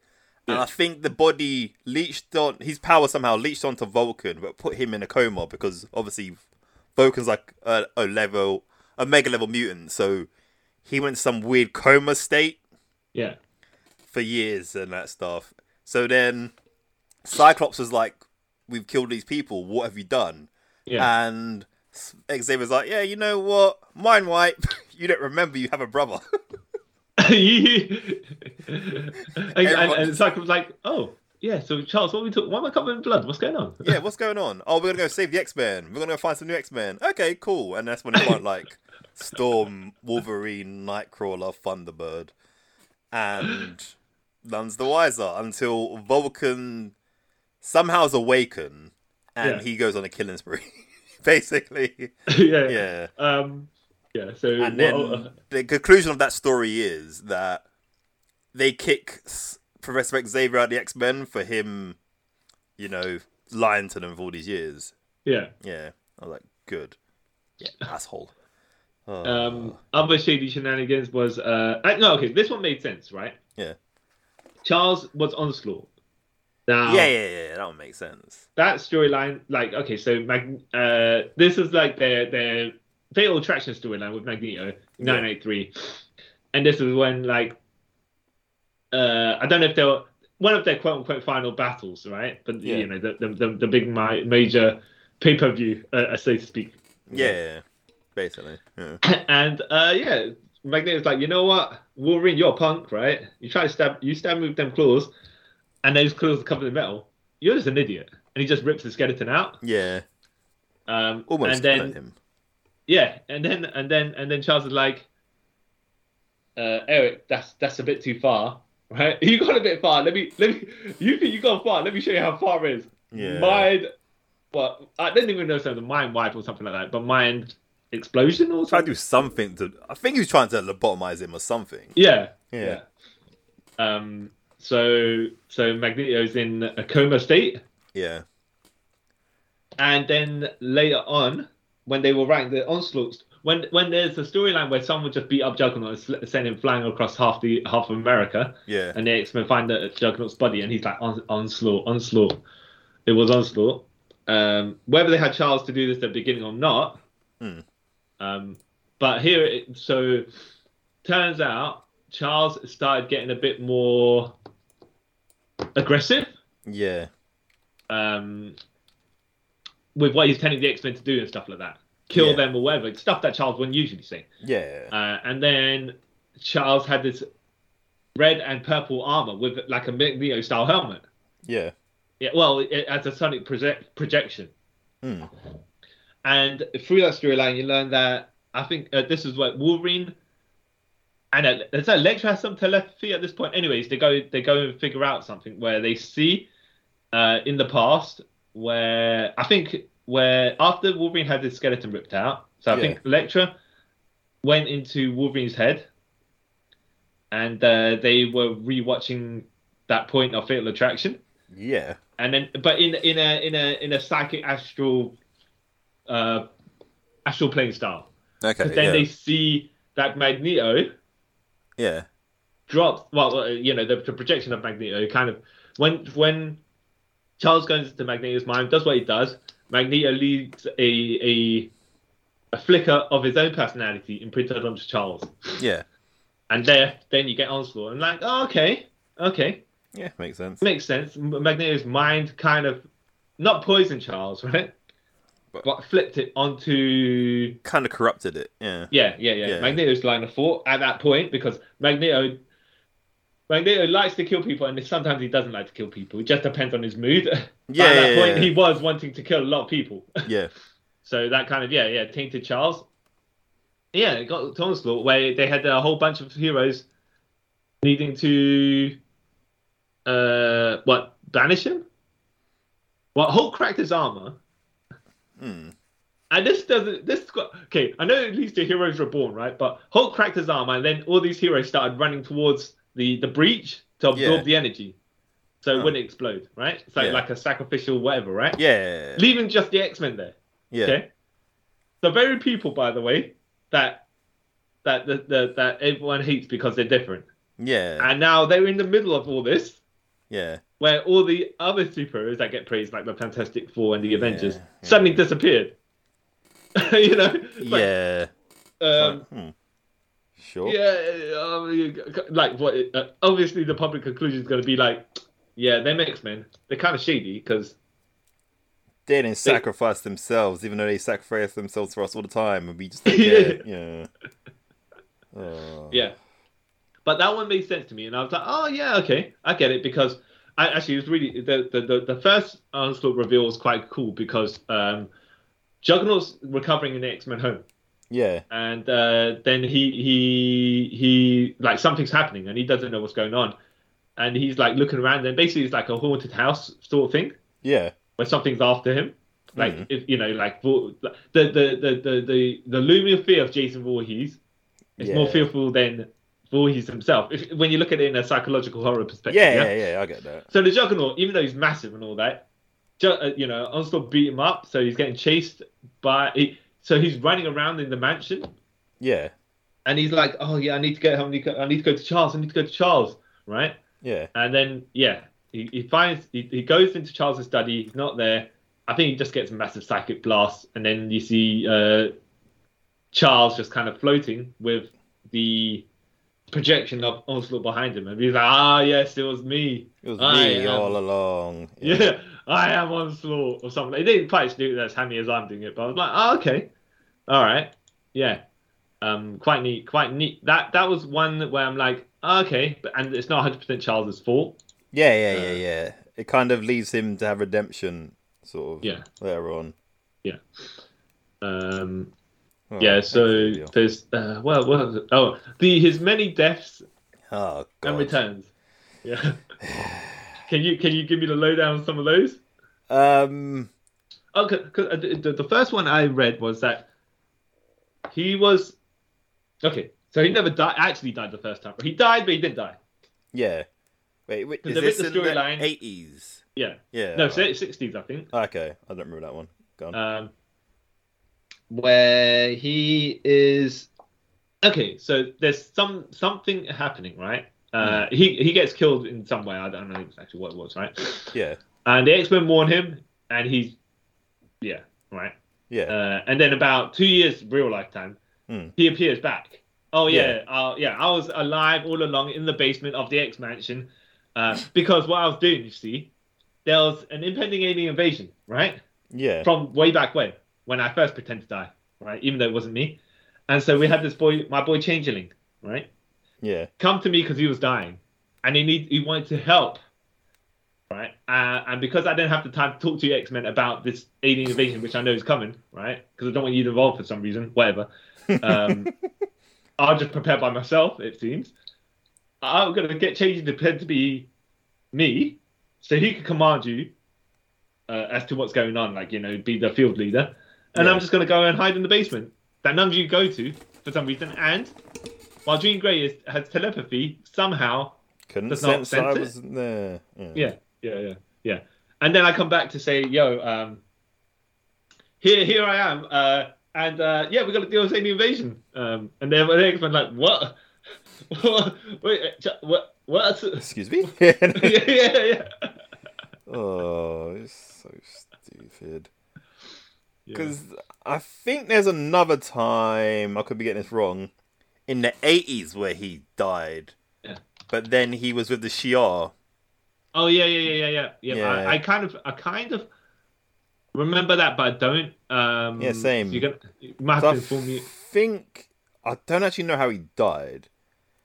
Speaker 4: And
Speaker 5: Yeah.
Speaker 4: I think the body leached on his power somehow leached onto Vulcan, but put him in a coma because obviously Vulcan's like a, a level, a mega level mutant. So he went some weird coma state.
Speaker 5: Yeah.
Speaker 4: for years and that stuff. So then Cyclops was like, We've killed these people. What have you done?
Speaker 5: Yeah.
Speaker 4: And Xavier's like, Yeah, you know what? Mind wipe. You don't remember you have a brother.
Speaker 5: and, and,
Speaker 4: Everyone-
Speaker 5: and Cyclops was like, oh, yeah, so Charles, what are we talking? Why am I covered in blood? What's going on?
Speaker 4: yeah, what's going on? Oh, we're going to go save the X Men. We're going to go find some new X Men. Okay, cool. And that's when he found like Storm, Wolverine, Nightcrawler, Thunderbird. And none's the wiser until Vulcan somehow's awakened and
Speaker 5: Yeah.
Speaker 4: he goes on a killing spree. Basically,
Speaker 5: yeah.
Speaker 4: yeah.
Speaker 5: Um, yeah, so.
Speaker 4: And then
Speaker 5: what- oh,
Speaker 4: the conclusion of that story is that they kick S- Professor Xavier out of the X Men for him, you know, lying to them for all these years.
Speaker 5: yeah.
Speaker 4: Yeah. I was like, good. Yeah, asshole. Oh,
Speaker 5: Um, other shady shenanigans was. Uh, uh, no, okay, this one made sense, right?
Speaker 4: yeah.
Speaker 5: Charles was Onslaught. Now,
Speaker 4: yeah, yeah, yeah, yeah, that would make sense.
Speaker 5: that storyline, like, okay, so Mag- uh, this is like their their fatal attraction storyline with Magneto, nine eight three, and this is when like, uh, I don't know if they were one of their quote unquote final battles, right? But
Speaker 4: Yeah.
Speaker 5: you know, the the the, the big ma- major pay per view, uh, so to speak,
Speaker 4: Yeah, basically. Yeah.
Speaker 5: and uh, yeah. Magneto's like, you know what, Wolverine, you're a punk, right? You try to stab, you stab me with them claws, and those claws are covered in metal. You're just an idiot, and he just rips the skeleton out.
Speaker 4: yeah.
Speaker 5: Um,
Speaker 4: Almost
Speaker 5: and then
Speaker 4: killed him.
Speaker 5: yeah, and then and then and then Charles is like, uh, Eric, that's that's a bit too far, right? You gone a bit far. Let me let me. You think you gone far? Let me show you how far it is.
Speaker 4: Yeah.
Speaker 5: Mind. Well, I didn't even know if it was a mind wipe or something like that, but mind explosion or
Speaker 4: Try to do
Speaker 5: something.
Speaker 4: something to. I think he was trying to lobotomize him or something.
Speaker 5: Yeah.
Speaker 4: Yeah.
Speaker 5: yeah. Um. So so Magneto's in a coma state.
Speaker 4: Yeah.
Speaker 5: and then later on when they were writing the onslaughts when when there's a storyline where someone just beat up juggernaut and sl- send him flying across half the half of america
Speaker 4: Yeah.
Speaker 5: and the x-men find the juggernaut's body and he's like on, onslaught onslaught it was onslaught um whether they had charles to do this at the beginning or not
Speaker 4: Hmm.
Speaker 5: um but here it, so turns out charles started getting a bit more aggressive
Speaker 4: yeah.
Speaker 5: um, with what he's telling the X Men to do and stuff like that. Kill
Speaker 4: Yeah.
Speaker 5: them or whatever. It's stuff that Charles wouldn't usually say.
Speaker 4: Yeah.
Speaker 5: Uh, and then Charles had this red and purple armor with like a Magneto style helmet.
Speaker 4: Yeah.
Speaker 5: Yeah, well, it, as a sonic project, projection.
Speaker 4: Hmm.
Speaker 5: And through that storyline, you learn that I think uh, this is what Wolverine and uh, does Electra have some telepathy at this point? Anyways, they go they go and figure out something where they see uh, in the past where I think where after Wolverine had his skeleton ripped out, so I
Speaker 4: Yeah.
Speaker 5: think Electra went into Wolverine's head, and uh, they were rewatching that point of Fatal Attraction,
Speaker 4: Yeah.
Speaker 5: and then but in in a in a in a psychic astral, uh, astral plane style.
Speaker 4: Okay.
Speaker 5: Because then
Speaker 4: yeah.
Speaker 5: they see that Magneto
Speaker 4: yeah.
Speaker 5: drops. Well, uh, you know the, the projection of Magneto kind of when when Charles goes into Magneto's mind, does what he does. Magneto leaves a a a flicker of his own personality imprinted onto Charles,
Speaker 4: Yeah.
Speaker 5: and there then you get onslaught. And like, oh, okay, okay,
Speaker 4: Yeah. Makes sense.
Speaker 5: makes sense. M- Magneto's mind kind of not poisoned Charles, right?
Speaker 4: But-
Speaker 5: But flipped it onto
Speaker 4: Kind of corrupted it. Yeah.
Speaker 5: Yeah, yeah, yeah.
Speaker 4: Yeah.
Speaker 5: Magneto's line of thought at that point because Magneto Magneto likes to kill people and sometimes he doesn't like to kill people. It just depends on his mood. But
Speaker 4: Yeah,
Speaker 5: at that
Speaker 4: yeah,
Speaker 5: point
Speaker 4: yeah.
Speaker 5: he was wanting to kill a lot of people.
Speaker 4: Yeah.
Speaker 5: so that kind of yeah, yeah, tainted Charles. Yeah, it got to onslaught where they had a whole bunch of heroes needing to uh what, banish him? Well, Hulk cracked his armor.
Speaker 4: Hmm.
Speaker 5: And this doesn't. This got- okay. I know it leads to Heroes Reborn, right? But Hulk cracked his arm, and then all these heroes started running towards the the breach to absorb
Speaker 4: Yeah.
Speaker 5: the energy, so
Speaker 4: Huh.
Speaker 5: it wouldn't explode, right? So
Speaker 4: Yeah.
Speaker 5: like a sacrificial whatever, right?
Speaker 4: Yeah.
Speaker 5: Leaving just the X Men there.
Speaker 4: Yeah.
Speaker 5: Okay. The very people, by the way, that that the, the, that everyone hates because they're different,
Speaker 4: Yeah.
Speaker 5: and now they're in the middle of all this,
Speaker 4: Yeah.
Speaker 5: where all the other superheroes that get praised, like the Fantastic Four and the Avengers,
Speaker 4: yeah.
Speaker 5: suddenly disappeared. you know, It's like,
Speaker 4: Yeah.
Speaker 5: um,
Speaker 4: Hmm. Sure.
Speaker 5: yeah, um, you- like what? Uh, obviously, the public conclusion is going to be like, yeah, they're X Men. They're kind of shady because
Speaker 4: They didn't sacrifice themselves, even though they sacrifice themselves for us all the time, and we just don't care. yeah. Oh.
Speaker 5: yeah. But that one made sense to me, and I was like, oh yeah, okay, I get it because I actually it was really the the, the, the first onslaught reveal was quite cool because um, Juggernaut's recovering in X Men Home.
Speaker 4: Yeah.
Speaker 5: and uh, then he he he like something's happening and he doesn't know what's going on and he's like looking around and basically it's like a haunted house sort of thing
Speaker 4: Yeah.
Speaker 5: where something's after him like
Speaker 4: Mhm.
Speaker 5: if you know like Vor- the the the the the, the looming fear of Jason Voorhees is more
Speaker 4: Yeah.
Speaker 5: fearful than Voorhees himself if, when you look at it in a psychological horror perspective
Speaker 4: Yeah. Yeah. Yeah. I get that.
Speaker 5: so the Juggernaut, even though he's massive and all that, ju- uh, you know, Onslaught beat him up, so he's getting chased by. He, so he's running around in the mansion,
Speaker 4: Yeah. and
Speaker 5: and he's like, "Oh yeah, I need to go home. I need to go, I need to go to Charles. I need to go to Charles." Right?
Speaker 4: Yeah.
Speaker 5: And then yeah, he, he finds he, he goes into Charles's study. He's not there. I think he just gets a massive psychic blast, and then you see uh, Charles just kind of floating with the projection of onslaught behind him, and he's like, "Ah yes, it was me.
Speaker 4: It was
Speaker 5: I
Speaker 4: me
Speaker 5: am-
Speaker 4: all along.
Speaker 5: Yeah, I am onslaught or something." It didn't quite do that as hammy as I'm doing it, but I was like, "Oh okay, all right, yeah." um, quite neat, quite neat. That that was one where I'm like, "Ah, okay, but and it's not 100 percent Charles's fault.
Speaker 4: Yeah, yeah,
Speaker 5: Uh,
Speaker 4: yeah, yeah. It kind of leaves him to have redemption, sort of.
Speaker 5: Yeah.
Speaker 4: Later on.
Speaker 5: Um,
Speaker 4: Oh,
Speaker 5: yeah,
Speaker 4: that's
Speaker 5: so
Speaker 4: a deal.
Speaker 5: there's uh, well, what was it? oh, the his many deaths
Speaker 4: Oh
Speaker 5: and
Speaker 4: god.
Speaker 5: returns. Yeah. can you can you give me the lowdown on some of those?
Speaker 4: Um.
Speaker 5: Oh, 'cause- 'cause, uh, the, the- the first one I read was that he was okay. So he never died. Actually, died the first time. He died, but he didn't die.
Speaker 4: Yeah. Wait. wait
Speaker 5: So
Speaker 4: is
Speaker 5: the
Speaker 4: this
Speaker 5: Victor
Speaker 4: in the
Speaker 5: storyline-
Speaker 4: eighties?
Speaker 5: Yeah.
Speaker 4: Yeah.
Speaker 5: no,
Speaker 4: right.
Speaker 5: si- 60s, I think.
Speaker 4: Okay, I don't remember that one. Go on.
Speaker 5: um, where he is okay so there's some something happening right uh, he he gets killed in some way i don't know exactly what it was right
Speaker 4: yeah.
Speaker 5: and the x-men warn him and he's yeah right
Speaker 4: Yeah.
Speaker 5: uh, and then about two years real lifetime
Speaker 4: Mm.
Speaker 5: he appears back oh
Speaker 4: Yeah.
Speaker 5: yeah yeah. Uh, yeah i was alive all along in the basement of the x-mansion uh, because what i was doing you see there was an impending alien invasion right
Speaker 4: yeah.
Speaker 5: from way back when, when I first pretended to die, right? Even though it wasn't me. And so we had this boy, my boy Changeling, right?
Speaker 4: yeah.
Speaker 5: Come to me because he was dying, and he need he wanted to help, right? Uh, and because I didn't have the time to talk to you X Men about this alien invasion, which I know is coming, right? Because I don't want you to involved for some reason, whatever. Um, I'll just prepare by myself. It seems I'm gonna get Changeling to pretend to be me, so he can command you uh, as to what's going on, like you know, be the field leader, and
Speaker 4: Yeah.
Speaker 5: I'm just gonna go and hide in the basement that none of you go to for some reason, and while Jean Grey is, has telepathy, somehow
Speaker 4: Couldn't
Speaker 5: Does not
Speaker 4: sense that I
Speaker 5: sense it?
Speaker 4: wasn't there. Yeah.
Speaker 5: yeah, yeah, yeah, yeah. And then I come back to say, yo, um, here, here I am, uh, and uh, yeah, we got to deal with the invasion. Um, and then the X Men like, what? Wait, uh, ch- what? What?
Speaker 4: Excuse me.
Speaker 5: yeah, yeah, yeah.
Speaker 4: oh, it's so stupid.
Speaker 5: Yeah.
Speaker 4: Because I think there's another time I could be getting this wrong in the 80s where he died,
Speaker 5: Yeah.
Speaker 4: but then he was with the Shi'ar.
Speaker 5: Oh yeah, yeah, yeah, yeah, yeah. yeah.
Speaker 4: Yeah.
Speaker 5: I, I kind of, I kind of remember that, but I don't. Um,
Speaker 4: Yeah, same.
Speaker 5: You're gonna, you might have
Speaker 4: So I
Speaker 5: to inform me.
Speaker 4: think I don't actually know how he died.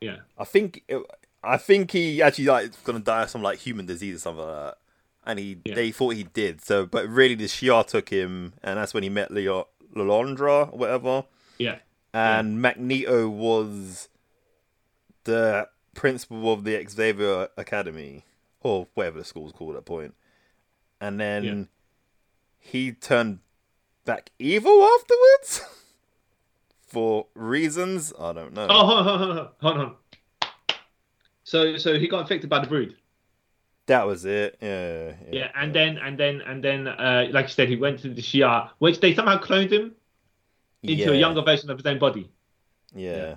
Speaker 5: Yeah.
Speaker 4: I think it, I think he actually like gonna die of some like human disease or something like that, and he
Speaker 5: Yeah.
Speaker 4: they thought he did. So, but really the Shi'ar took him, and that's when he met Leo, Lalandra or whatever.
Speaker 5: Yeah. Hmm.
Speaker 4: and Magneto was the principal of the Xavier Academy or whatever the school's called at that point. And then
Speaker 5: Yeah.
Speaker 4: he turned back evil afterwards for reasons I don't know.
Speaker 5: Oh, hold on, hold on, hold on. So, so he got infected by the brood.
Speaker 4: That was it. Yeah.
Speaker 5: Yeah, and then and then and then, uh, like you said, he went to the Shia, which they somehow cloned him into a
Speaker 4: Yeah,
Speaker 5: younger version of his own body.
Speaker 4: Yeah.
Speaker 5: yeah.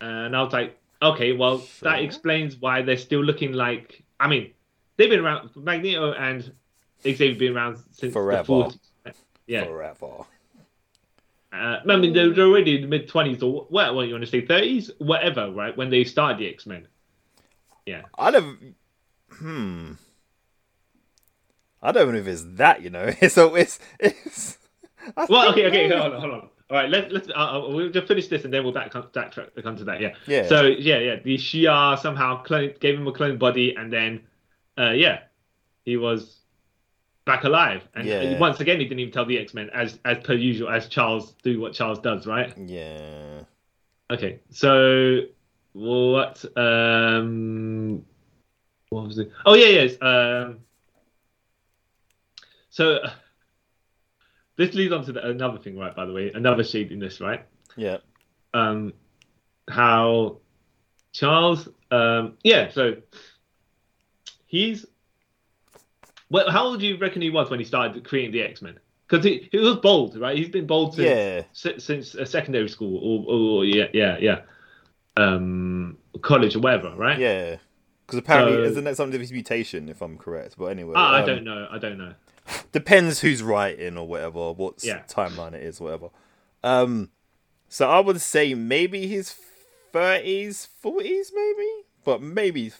Speaker 5: And I was like, okay, well,
Speaker 4: Sure.
Speaker 5: that explains why they're still looking like. I mean, they've been around. Magneto and Xavier been around since
Speaker 4: Forever.
Speaker 5: the 40s. Yeah,
Speaker 4: Forever.
Speaker 5: uh, I mean, they're, they're already in the mid 20s or wh- what? What you want to say, 30s, whatever, right? When they started the X Men.
Speaker 4: I don't. Hmm. I don't know if it's that. You know. So it's it's. I
Speaker 5: Well,
Speaker 4: think-
Speaker 5: okay, okay, hold on, hold on. All right, let's let's uh, uh, we'll just finish this and then we'll back back track, come to that. Yeah.
Speaker 4: Yeah.
Speaker 5: So yeah, yeah, the Shia somehow clone, gave him a clone body, and then, uh, yeah, he was back alive. And
Speaker 4: Yeah.
Speaker 5: once again, he didn't even tell the X Men as as per usual, as Charles do what Charles does, right?
Speaker 4: Yeah.
Speaker 5: Okay, so what? Um, what was it? Oh yeah, yes. Um, so uh, this leads on to the, another thing, right? By the way, another shadiness, right?
Speaker 4: Yeah.
Speaker 5: Um, how Charles? Um, yeah. So he's. Well, how old do you reckon he was when he started creating the X Men? Because he, he was bold, right? He's been bold since
Speaker 4: Yeah.
Speaker 5: since, since uh, secondary school or, or yeah yeah yeah um college or whatever right
Speaker 4: Yeah. Because apparently,
Speaker 5: So-
Speaker 4: isn't that something of his mutation, if I'm correct? But anyway,
Speaker 5: Ah, i
Speaker 4: um,
Speaker 5: don't know i don't know
Speaker 4: Depends who's writing or whatever, what
Speaker 5: Yeah.
Speaker 4: timeline it is, whatever. Um, so I would say maybe his thirties, forties, maybe, but maybe,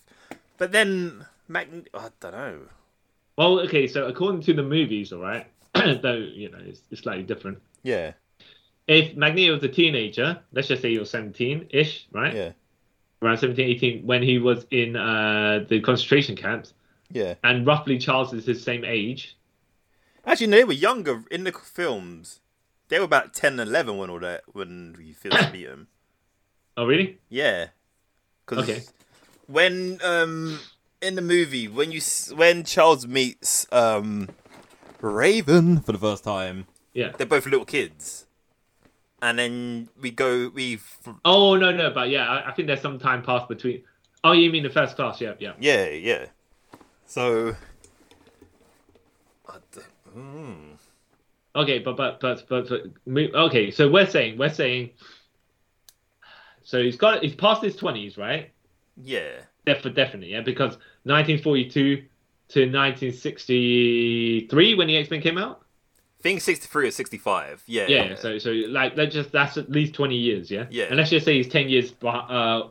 Speaker 4: but then Mag- I don't know.
Speaker 5: well okay so according to the movies all right though you know it's, it's slightly different
Speaker 4: Yeah,
Speaker 5: if magneto was a teenager let's just say he was 17-ish right
Speaker 4: yeah,
Speaker 5: around 17 18 when he was in uh the concentration camps
Speaker 4: yeah.
Speaker 5: and roughly charles is his same age
Speaker 4: Actually, no, they were younger in the films. They were about 10, 11 when all that when we first meet him.
Speaker 5: oh really
Speaker 4: Yeah, because
Speaker 5: Okay.
Speaker 4: when um in the movie when you s- when Charles meets um Raven for the first time,
Speaker 5: yeah
Speaker 4: they're both little kids, and then we go we f-
Speaker 5: oh no no but yeah i, I think there's some time passed between oh you mean the first class yeah yeah
Speaker 4: yeah yeah, so. I d- hmm.
Speaker 5: Okay, but but but but, but me- okay. So we're saying we're saying. So he's got he's past his twenties, right?
Speaker 4: Yeah,
Speaker 5: Def- definitely, yeah. Because 1942 to 1963, when the X Men came out,
Speaker 4: I think sixty three or sixty five. Yeah,
Speaker 5: yeah. So so like let's just that's at least 20 years, yeah.
Speaker 4: Yeah.
Speaker 5: And let's just say he's 10 years. beh- Uh,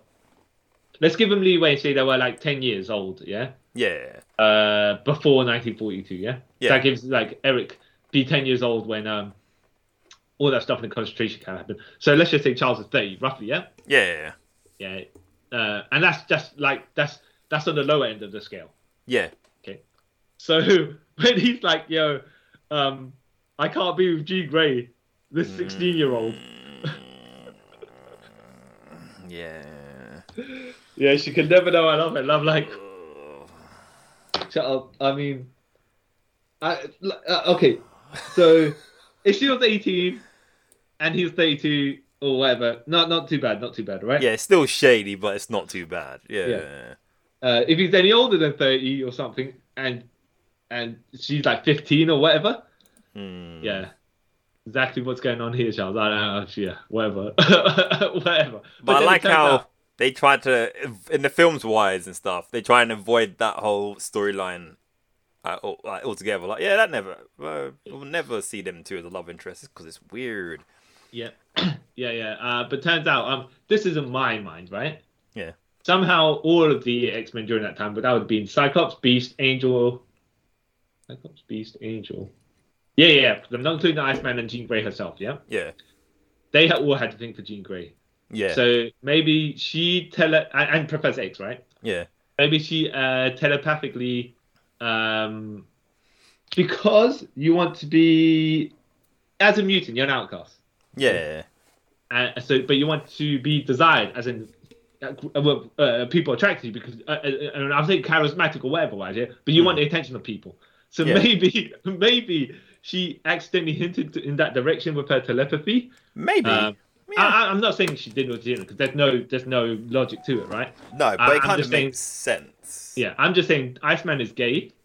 Speaker 5: let's give him leeway and say they were like 10 years old, yeah.
Speaker 4: yeah,
Speaker 5: Uh, before 1942, yeah.
Speaker 4: Yeah.
Speaker 5: That gives like Eric be 10 years old when um all that stuff in the concentration camp happened. So let's just say Charles is 30, roughly, yeah.
Speaker 4: yeah,
Speaker 5: Yeah. Uh, and that's just like that's that's on the lower end of the scale.
Speaker 4: yeah,
Speaker 5: Okay. So when he's like, yo, um, I can't be with G Gray, this 16 year old.
Speaker 4: yeah.
Speaker 5: Yeah, she can never know I love her. And I'm like, shut up. I mean, I uh, okay. So if she was 18 and he was 32, or whatever. Not not too bad, not too bad, right?
Speaker 4: Yeah, it's still shady, but it's not too bad. Yeah.
Speaker 5: Yeah. Uh, if he's any older than thirty or something, and and she's like fifteen or whatever,
Speaker 4: Hmm.
Speaker 5: yeah, exactly what's going on here, Charles. I don't know. Yeah, whatever, whatever.
Speaker 4: But, I
Speaker 5: then it
Speaker 4: like
Speaker 5: turns
Speaker 4: how
Speaker 5: out-
Speaker 4: they tried to, in the films wise and stuff, they try and avoid that whole storyline uh, al- like, altogether. Like, yeah, that never, uh, we'll never see them two as a love interest because it's weird.
Speaker 5: Yeah, yeah, yeah. Uh, but turns out, um, this is in my mind, right?
Speaker 4: Yeah.
Speaker 5: Somehow, all of the X Men during that time, but that would have been Cyclops, Beast, Angel. Cyclops, Beast, Angel. Yeah, yeah. yeah. I'm not including Iceman and Jean Grey herself. Yeah,
Speaker 4: Yeah.
Speaker 5: they ha- all had to think for Jean Grey.
Speaker 4: Yeah.
Speaker 5: So maybe she tele and, and Professor X, right?
Speaker 4: yeah.
Speaker 5: Maybe she uh, telepathically, um, because you want to be as a mutant, you're an outcast.
Speaker 4: Yeah.
Speaker 5: Uh, so, but you want to be desired, as in, uh, well, uh, people attract you because, uh, uh, and I'm saying charismatic or whatever, right? Yeah, but you want the attention of people. So
Speaker 4: Hmm. Yeah.
Speaker 5: maybe, maybe she accidentally hinted to- in that direction with her telepathy.
Speaker 4: Maybe.
Speaker 5: Um,
Speaker 4: Yeah.
Speaker 5: I, I- I'm not saying she did or didn't because there's no, there's no logic to it, right?
Speaker 4: no, but
Speaker 5: I-
Speaker 4: it
Speaker 5: I'm
Speaker 4: kind of
Speaker 5: just saying-
Speaker 4: makes sense.
Speaker 5: Yeah, I'm just saying Iceman is gay.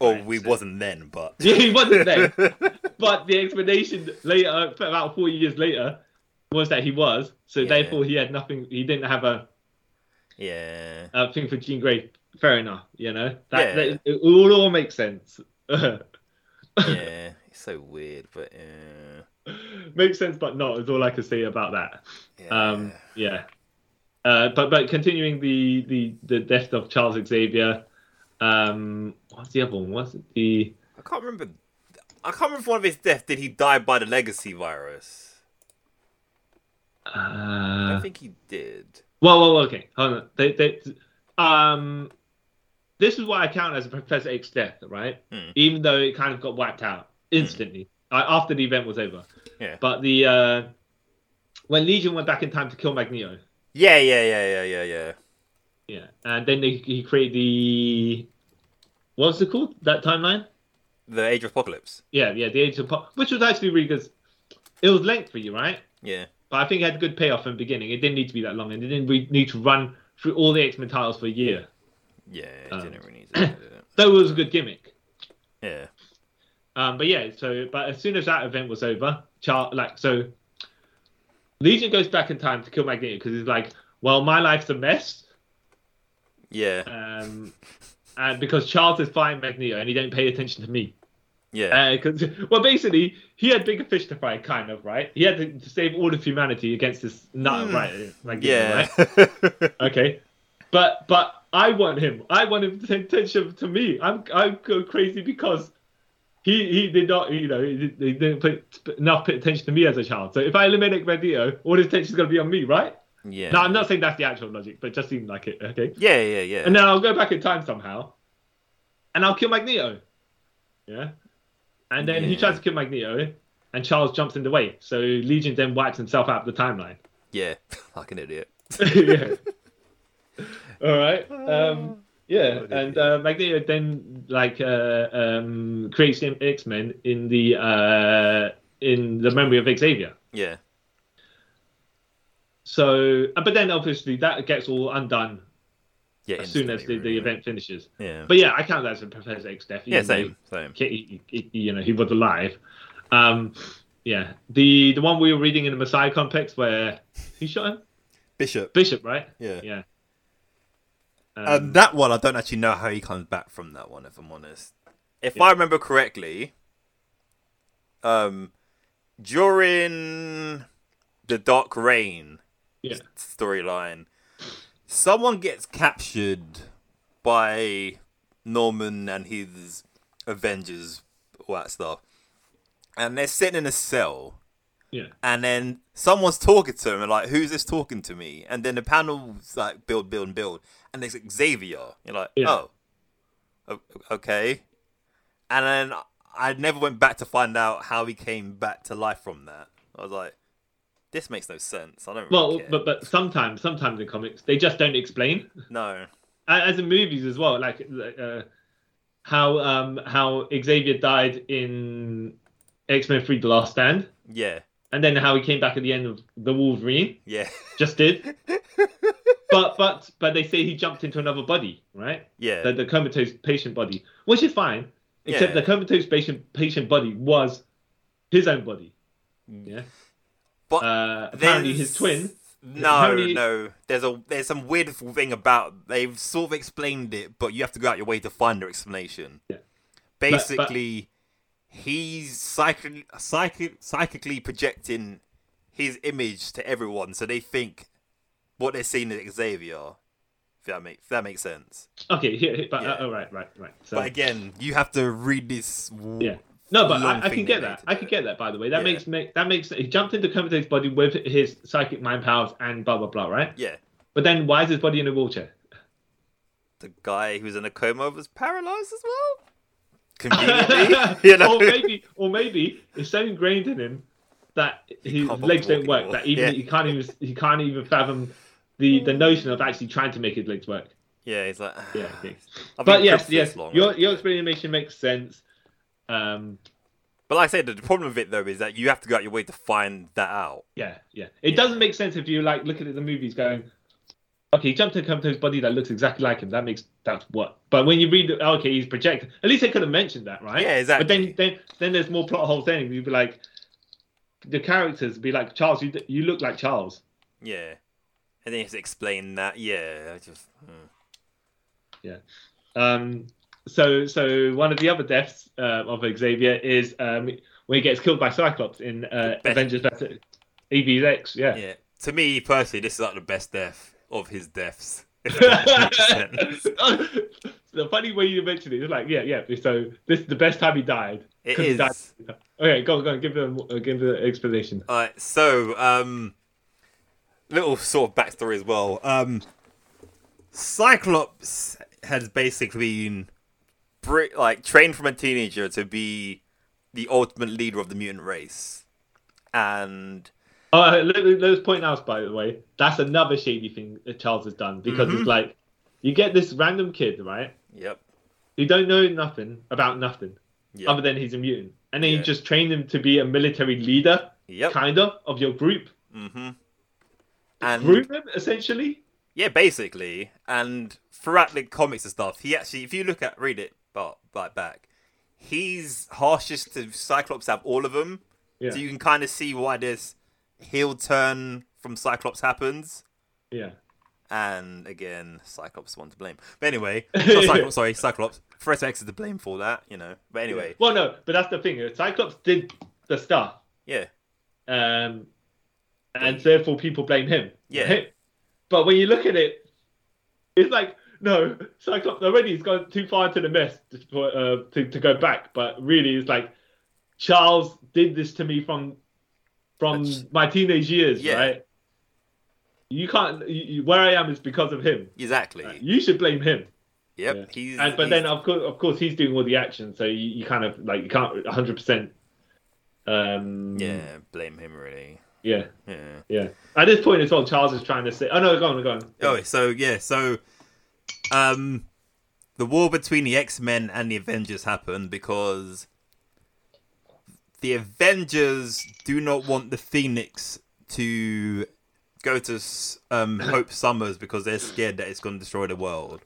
Speaker 4: Or we wasn't then, but.
Speaker 5: Yeah, he wasn't there. but the explanation later, about 40 years later, was that he was. So
Speaker 4: Yeah.
Speaker 5: therefore, he had nothing. He didn't have a,
Speaker 4: Yeah.
Speaker 5: a thing for Jean Grey. Fair enough. You know
Speaker 4: Yeah.
Speaker 5: that, that- it all all makes sense.
Speaker 4: Yeah. it's so weird, but yeah.
Speaker 5: makes sense, but not is all I can say about that.
Speaker 4: yeah.
Speaker 5: Um, yeah. Uh, but but continuing the, the, the death of Charles Xavier, um, what's the other one? What's it? the
Speaker 4: I can't remember. I can't remember if one of his death did he die by the legacy virus. I
Speaker 5: uh,
Speaker 4: don't think he did.
Speaker 5: Well, well, okay. Hold on. They, they, um, this is why I count as a Professor X death, right?
Speaker 4: Hmm.
Speaker 5: Even though it kind of got wiped out instantly uh, after the event was over.
Speaker 4: Yeah.
Speaker 5: But the uh, when Legion went back in time to kill Magneto,
Speaker 4: Yeah, yeah, yeah, yeah, yeah, yeah.
Speaker 5: yeah, and then they, he created the what's it called that timeline?
Speaker 4: The Age of Apocalypse.
Speaker 5: Yeah, yeah, the Age of Pop, which was actually really good. It was lengthy, right?
Speaker 4: Yeah.
Speaker 5: But I think it had good payoff in the beginning. It didn't need to be that long, and it didn't re- need to run through all the X Men titles for a year.
Speaker 4: Yeah, it
Speaker 5: Um,
Speaker 4: didn't really need to do that.
Speaker 5: So it was a good gimmick.
Speaker 4: Yeah.
Speaker 5: Um, but yeah, so but as soon as that event was over, Char- like so, Legion goes back in time to kill Magneto because he's like, well, my life's a mess,
Speaker 4: Yeah.
Speaker 5: um, and because Charles is fighting Magneto and he didn't pay attention to me.
Speaker 4: Yeah.
Speaker 5: Because well, basically, he had bigger fish to fry, kind of right. He had to save all of humanity against this nut, right? Magneto,
Speaker 4: Yeah.
Speaker 5: right? Okay, but but I want him. I want him to pay attention to me. I'm I go crazy because he he did not you know he, did- he didn't pay enough attention to me as a child. So if I eliminate Magneto, all his attention's gonna be on me, right?
Speaker 4: Yeah.
Speaker 5: No, I'm not saying that's the actual logic, but it just seemed like it. Okay,
Speaker 4: Yeah, yeah, yeah.
Speaker 5: and then I'll go back in time somehow, and I'll kill Magneto. Yeah, and then he
Speaker 4: Yeah.
Speaker 5: tries to kill Magneto, and Charles jumps in the way. So Legion then wipes himself out of the timeline.
Speaker 4: yeah. like an idiot.
Speaker 5: yeah. All right. Um, yeah, and uh, Magneto then like uh, um, creates the X Men in the uh, in the memory of Xavier.
Speaker 4: Yeah.
Speaker 5: So, uh, but then obviously that gets all undone
Speaker 4: Yeah.
Speaker 5: as soon as the,
Speaker 4: instantly,
Speaker 5: the
Speaker 4: really.
Speaker 5: event finishes.
Speaker 4: Yeah.
Speaker 5: But yeah, I count that as a Professor X death.
Speaker 4: yeah,
Speaker 5: even though
Speaker 4: same. Same.
Speaker 5: he- he- he- you know, he was alive. Um, yeah, the the one we were reading in the Messiah complex where he shot him,
Speaker 4: Bishop.
Speaker 5: Bishop, right?
Speaker 4: Yeah.
Speaker 5: Yeah.
Speaker 4: Um, that one, I don't actually know how he comes back from that one, if I'm honest. If I remember correctly, um, during the Dark Reign
Speaker 5: yeah.
Speaker 4: storyline, someone gets captured by Norman and his Avengers, all that stuff, and they're sitting in a cell
Speaker 5: Yeah.
Speaker 4: and then someone's talking to him and like who's this talking to me and then the panels like build build and build and it's xavier you're like
Speaker 5: Yeah.
Speaker 4: oh O- okay and then i never went back to find out how he came back to life from that i was like this makes no sense i don't really
Speaker 5: Well,
Speaker 4: care.
Speaker 5: but but sometimes, sometimes in comics, they just don't explain.
Speaker 4: no
Speaker 5: A- As in movies as well, like uh, how um how Xavier died in X Men Three: The Last Stand,
Speaker 4: yeah
Speaker 5: and then how he came back at the end of the Wolverine,
Speaker 4: Yeah.
Speaker 5: just did. but but but they say he jumped into another body, right?
Speaker 4: Yeah.
Speaker 5: The, the comatose patient body, which is fine, except
Speaker 4: Yeah.
Speaker 5: the comatose patient patient body was his own body. Yeah.
Speaker 4: But
Speaker 5: Uh, apparently
Speaker 4: Mm. there's-
Speaker 5: his twin.
Speaker 4: No,
Speaker 5: apparently-
Speaker 4: no. There's a there's some weird thing about they've sort of explained it, but you have to go out your way to find their explanation.
Speaker 5: Yeah. but-
Speaker 4: Basically, he's psychic, psychic, psychically projecting his image to everyone, so they think what they're seeing is Xavier. If that makes if that makes sense.
Speaker 5: Okay. Here, here- but
Speaker 4: Yeah.
Speaker 5: uh, oh, right, right, right. So
Speaker 4: But again, you have to read this. w-
Speaker 5: yeah. No, but
Speaker 4: long
Speaker 5: I, I
Speaker 4: thing
Speaker 5: can get
Speaker 4: they
Speaker 5: that.
Speaker 4: made
Speaker 5: I
Speaker 4: to
Speaker 5: can
Speaker 4: do.
Speaker 5: get that. By the way, that
Speaker 4: Yeah.
Speaker 5: makes make, that makes he jumped into Comedy's body with his psychic mind powers and blah blah blah, right?
Speaker 4: Yeah,
Speaker 5: But then why is his body in a wheelchair?
Speaker 4: the guy who's in a coma was paralyzed as well. Conveniently, you know.
Speaker 5: or maybe, or maybe it's so ingrained in him that his
Speaker 4: can't
Speaker 5: legs
Speaker 4: walk
Speaker 5: don't work.
Speaker 4: anymore.
Speaker 5: That even
Speaker 4: Yeah.
Speaker 5: he can't even he can't even fathom the the notion of actually trying to make his legs work.
Speaker 4: Yeah, he's like.
Speaker 5: Yeah. Okay.
Speaker 4: I've
Speaker 5: But
Speaker 4: been crippled
Speaker 5: yes,
Speaker 4: for
Speaker 5: yes,
Speaker 4: this long,
Speaker 5: your
Speaker 4: right?
Speaker 5: your explanation makes sense. Um,
Speaker 4: But like I said, the problem with it though is that you have to go out your way to find that out.
Speaker 5: Yeah, yeah. It doesn't make sense if you like looking at the movies going, okay, he jumped into Kamto's body that looks exactly like him. That makes that's what. But when you read, the- okay, he's projected. At least they could have mentioned that, right?
Speaker 4: Yeah, exactly.
Speaker 5: But then then then there's more plot holes. Then you'd be like, the characters be like, Charles, you you look like Charles.
Speaker 4: Yeah, and then you have to explain that. Yeah, I just mm.
Speaker 5: Um, so so one of the other deaths uh, of Xavier is um when he gets killed by Cyclops in uh,
Speaker 4: best-
Speaker 5: Avengers vs. Evil X. Yeah.
Speaker 4: yeah. To me personally, this is like the best death of his deaths. If that makes sense.
Speaker 5: the funny way you mentioned it, it's like, yeah, yeah. So this is the best time he died.
Speaker 4: It
Speaker 5: Could've
Speaker 4: is.
Speaker 5: died. Okay, go on, go on. Give them, uh, give the explanation.
Speaker 4: All right, so um, little sort of backstory as well. Um, Cyclops has basically been bri- like trained from a teenager to be the ultimate leader of the mutant race, and
Speaker 5: Oh, let, let- let's point out, by the way, that's another shady thing that Charles has done because
Speaker 4: Mm-hmm.
Speaker 5: it's like, you get this random kid, right?
Speaker 4: yep,
Speaker 5: You don't know nothing about nothing
Speaker 4: Yeah.
Speaker 5: other than he's a mutant, and then
Speaker 4: Yeah.
Speaker 5: you just train him to be a military leader,
Speaker 4: Yep.
Speaker 5: kind of, of your group,
Speaker 4: and
Speaker 5: group him essentially.
Speaker 4: Yeah, basically. And throughout the comics and stuff, he actually, if you look at, read it, but like back, he's harshest to Cyclops out of all of them.
Speaker 5: Yeah,
Speaker 4: So you can kind of see why this heel turn from Cyclops happens.
Speaker 5: yeah.
Speaker 4: And again, Cyclops one to blame. But anyway, not Cyclops, sorry, Cyclops. Professor X is to blame for that, you know. But anyway,
Speaker 5: Well, no, but that's the thing. Cyclops did the stuff.
Speaker 4: yeah,
Speaker 5: um, and therefore people blame him.
Speaker 4: Yeah.
Speaker 5: right? But when you look at it, it's like no, Cyclops already has gone too far into the mess to, uh, to to go back. But really, it's like Charles did this to me from from
Speaker 4: That's-
Speaker 5: my teenage years,
Speaker 4: Yeah.
Speaker 5: right? You can't. You, you- where I am is because of him.
Speaker 4: exactly.
Speaker 5: You should blame him.
Speaker 4: Yep,
Speaker 5: Uh, Yeah.
Speaker 4: he's.
Speaker 5: And, but
Speaker 4: he's-
Speaker 5: then, um, of course, of course, he's doing all the action, so you, you kind of like you can't 100. percent Um,
Speaker 4: yeah, blame him really.
Speaker 5: yeah.
Speaker 4: Yeah.
Speaker 5: Yeah. At this point as well, Charles is trying to say, "Oh no, go on, go on."
Speaker 4: Oh, so yeah, so um, the war between the X Men and the Avengers happened because the Avengers do not want the Phoenix to go to um, Hope Summers because they're scared that it's going to destroy the world.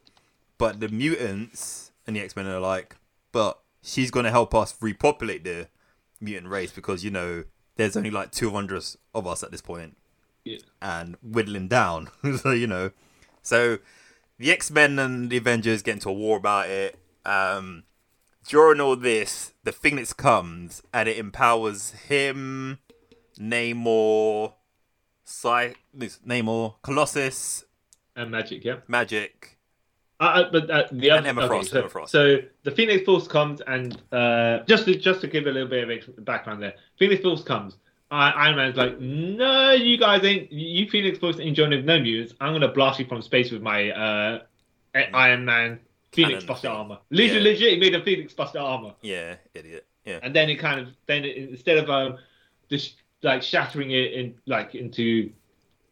Speaker 4: But the mutants and the X Men are like, but she's going to help us repopulate the mutant race because you know there's only like 200 of us at this point
Speaker 5: Yeah.
Speaker 4: and whittling down. so you know, so the X Men and the Avengers get into a war about it. Um, during all this, the Phoenix comes and it empowers him, Namor, Cy- Namor, Colossus,
Speaker 5: And magic, yeah.
Speaker 4: Magic.
Speaker 5: Uh, uh, but uh, the other,
Speaker 4: Emma
Speaker 5: okay,
Speaker 4: Frost,
Speaker 5: so,
Speaker 4: Emma Frost.
Speaker 5: so the Phoenix Force comes, and uh, just to, just to give a little bit of ex- background there, Phoenix Force comes. I, Iron Man's like, "No, you guys ain't. You Phoenix Force ain't joining with no mutants. I'm gonna blast you from space with my uh, I- Iron Man Phoenix
Speaker 4: Mm. Cannon
Speaker 5: Buster
Speaker 4: thing.
Speaker 5: armor. Literally,
Speaker 4: Yeah.
Speaker 5: legit, he made a Phoenix Buster armor.
Speaker 4: Yeah, idiot. Yeah,
Speaker 5: and then it kind of then it, instead of um, just like shattering it in like into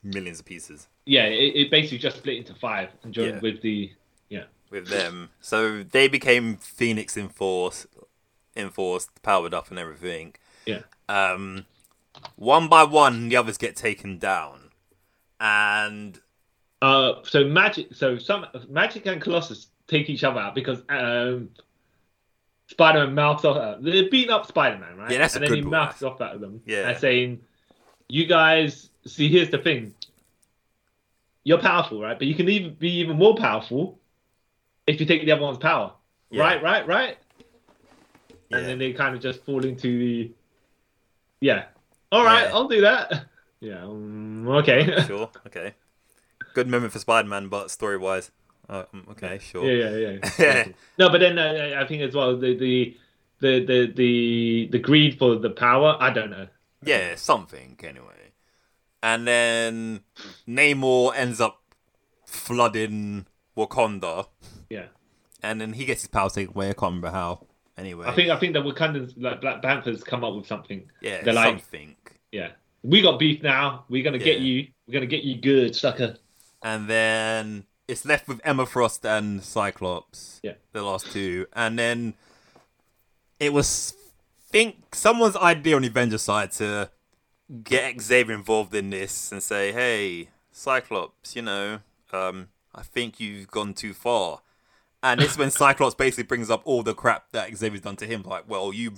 Speaker 4: millions of pieces
Speaker 5: yeah, it, it basically just split into five and joined
Speaker 4: Yeah.
Speaker 5: with the yeah.
Speaker 4: with them. So they became Phoenix in force, enforced, powered up, and everything.
Speaker 5: Yeah.
Speaker 4: Um, One by one, the others get taken down, and
Speaker 5: Uh, so magic, so some magic and Colossus take each other out because um, Spider-Man mouths off. at- They're beating up Spider-Man, right?
Speaker 4: Yeah, that's a
Speaker 5: and then
Speaker 4: good
Speaker 5: he
Speaker 4: boy.
Speaker 5: mouths off at them.
Speaker 4: Yeah.
Speaker 5: and saying, "You guys, see, here's the thing. You're powerful, right? But you can even be even more powerful if you take the other one's power.
Speaker 4: Yeah.
Speaker 5: Right, right, right.
Speaker 4: yeah,
Speaker 5: And then they kind of just fall into the, yeah. All right,
Speaker 4: Yeah.
Speaker 5: I'll do that. Yeah. Um, okay.
Speaker 4: sure, okay. Good moment for Spider-Man, but story-wise, uh, mm, okay, sure.
Speaker 5: Yeah, yeah, yeah.
Speaker 4: Yeah.
Speaker 5: No, but then uh, I think as well the the the the the, the greed for the power. I don't know.
Speaker 4: Yeah, something anyway. And then Namor ends up flooding Wakanda,
Speaker 5: Yeah,
Speaker 4: and then he gets his power taken away. I can't remember how. Anyway,
Speaker 5: I think I think the Wakandans like Black Panthers come up with something.
Speaker 4: yeah,
Speaker 5: they're like,
Speaker 4: something.
Speaker 5: yeah, we got beef now. We're gonna get
Speaker 4: Yeah.
Speaker 5: you. We're gonna get you good, sucker.
Speaker 4: And then it's left with Emma Frost and Cyclops.
Speaker 5: Yeah.
Speaker 4: the last two, and then it was think someone's idea on the Avengers side to get Xavier involved in this and say, "Hey, Cyclops, you know, um, I think you've gone too far." And this is when Cyclops basically brings up all the crap that Xavier's done to him. Like, well, you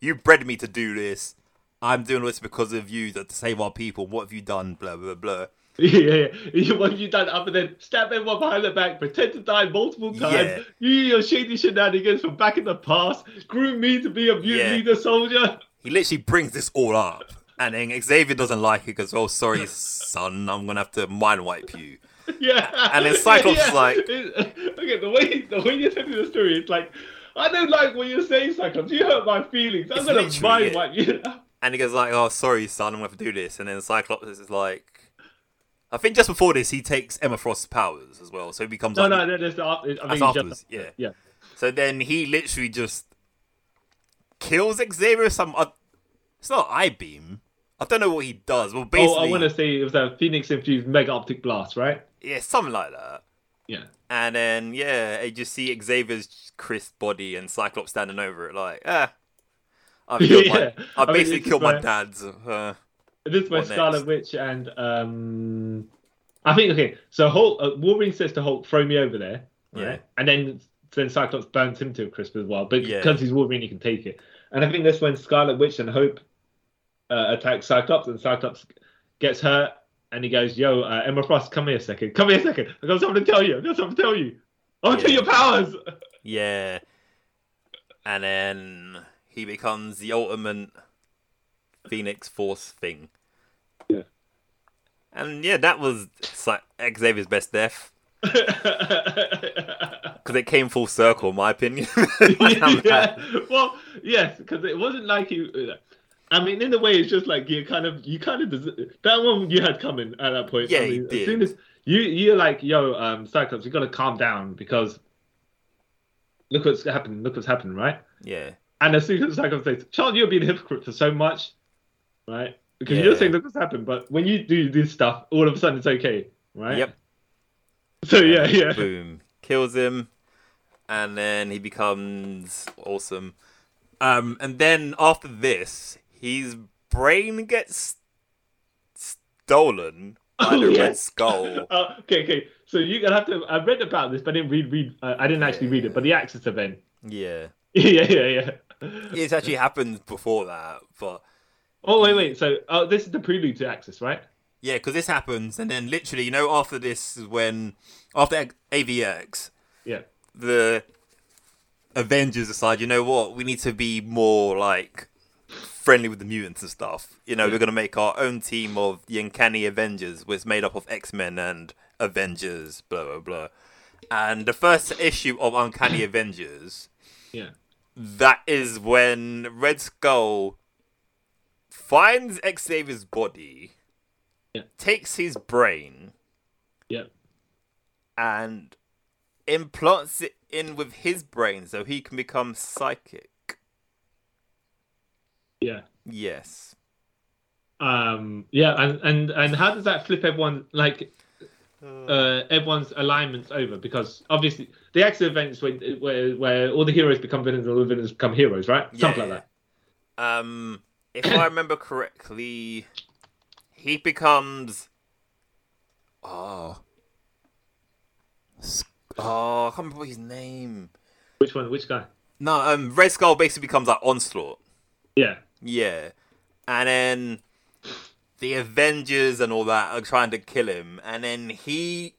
Speaker 4: you bred me to do this. I'm doing this because of you to to save our people. What have you done? Blah blah blah.
Speaker 5: yeah, yeah. What have you done other than stab everyone behind the back, pretend to die multiple times?
Speaker 4: Yeah.
Speaker 5: You your shady shenanigans from back in the past, groom me to be a mutant
Speaker 4: Yeah.
Speaker 5: leader soldier.
Speaker 4: He literally brings this all up, and then Xavier doesn't like it because, oh, sorry, son, I'm gonna have to mind wipe you.
Speaker 5: Yeah.
Speaker 4: And then Cyclops is like-
Speaker 5: It- okay, the way the way you're telling the story, it's like I don't like what you're saying, Cyclops. You hurt my feelings. I'm
Speaker 4: It's
Speaker 5: gonna
Speaker 4: literally
Speaker 5: mind
Speaker 4: it.
Speaker 5: wipe you.
Speaker 4: And he goes like, "Oh, sorry, son, I'm gonna have to do this." And then Cyclops is like, I think just before this, he takes Emma Frost's powers as well, so he becomes
Speaker 5: No,
Speaker 4: like,
Speaker 5: no, no. That's the after. I
Speaker 4: That's
Speaker 5: mean,
Speaker 4: afterwards,
Speaker 5: just,
Speaker 4: yeah.
Speaker 5: yeah.
Speaker 4: So then he literally just kills Xavier. with Some oth- it's not I beam. I don't know what he does. Well, basically,
Speaker 5: Oh, I want to say it was a Phoenix infused mega optic blast, right?
Speaker 4: yeah, something like that.
Speaker 5: Yeah.
Speaker 4: And then yeah, you just see Xavier's crisp body and Cyclops standing over it, like ah, I've killed my,
Speaker 5: Yeah.
Speaker 4: I,
Speaker 5: I mean,
Speaker 4: basically
Speaker 5: it's
Speaker 4: killed my
Speaker 5: like-
Speaker 4: dad's. Uh,
Speaker 5: This was
Speaker 4: What
Speaker 5: Scarlet Witch and um, I think okay. So Hulk, uh, Wolverine says to Hulk, "Throw me over there," right?
Speaker 4: Yeah.
Speaker 5: And then then Cyclops burns him to a crisp as well, but
Speaker 4: Yeah.
Speaker 5: because he's Wolverine, he can take it. And I think that's when Scarlet Witch and Hope uh, attack Cyclops, and Cyclops gets hurt, and he goes, "Yo, uh, Emma Frost, come here a second. Come here a second. I got something to tell you. I got something to tell you. I'll
Speaker 4: Yeah.
Speaker 5: your powers."
Speaker 4: yeah. And then he becomes the ultimate Phoenix Force thing.
Speaker 5: Yeah.
Speaker 4: And yeah, that was Cy- Xavier's best death because it came full circle, in my opinion.
Speaker 5: yeah. Well, yes, because it wasn't like you. I mean, in a way, it's just like you kind of, you kind of des- that one you had coming at that point.
Speaker 4: Yeah,
Speaker 5: I
Speaker 4: you
Speaker 5: mean,
Speaker 4: did.
Speaker 5: As soon as you, you're like, yo, um, Cyclops, you got to calm down because look what's happened. Look what's happened, right?
Speaker 4: yeah.
Speaker 5: And as soon as Cyclops says, "Charles, you're being a hypocrite for so much, right? Because you're
Speaker 4: Yeah.
Speaker 5: saying look what's happened, but when you do this stuff, all of a sudden it's okay, right?
Speaker 4: Yep.
Speaker 5: So yeah, yeah.
Speaker 4: Boom. Kills him. And then he becomes awesome. Um, and then after this, his brain gets stolen by
Speaker 5: Oh,
Speaker 4: the Red
Speaker 5: yes.
Speaker 4: Skull.
Speaker 5: Uh, okay, okay. So you're gonna have to. I read about this, but I didn't read. Read. Uh, I didn't actually read it. But the Axis event.
Speaker 4: yeah.
Speaker 5: yeah, yeah, yeah.
Speaker 4: It's actually happened before that, but
Speaker 5: Oh wait, wait. So oh, this is the prelude to Axis, right?
Speaker 4: yeah, because this happens, and then literally, you know, after this is when, after X- AVX,
Speaker 5: Yeah.
Speaker 4: the Avengers decide, you know what, we need to be more like friendly with the mutants and stuff. You know, we're gonna make our own team of the Uncanny Avengers, which is made up of X Men and Avengers, blah blah blah. And the first issue of Uncanny Avengers,
Speaker 5: Yeah.
Speaker 4: that is when Red Skull finds Xavier's body,
Speaker 5: Yeah.
Speaker 4: takes his brain,
Speaker 5: Yeah.
Speaker 4: and implants it in with his brain so he can become psychic.
Speaker 5: Yeah.
Speaker 4: Yes.
Speaker 5: Um. Yeah. And and and how does that flip everyone like? Uh, everyone's alignments over because obviously the Axis events where, where where all the heroes become villains and all the villains become heroes, right? Something
Speaker 4: Yeah.
Speaker 5: like
Speaker 4: Um if I remember correctly, he becomes. Oh. S- Oh, I can't remember his name.
Speaker 5: Which one? Which guy?
Speaker 4: No, um, Red Skull basically becomes like Onslaught.
Speaker 5: Yeah.
Speaker 4: Yeah. And then the Avengers and all that are trying to kill him. And then he.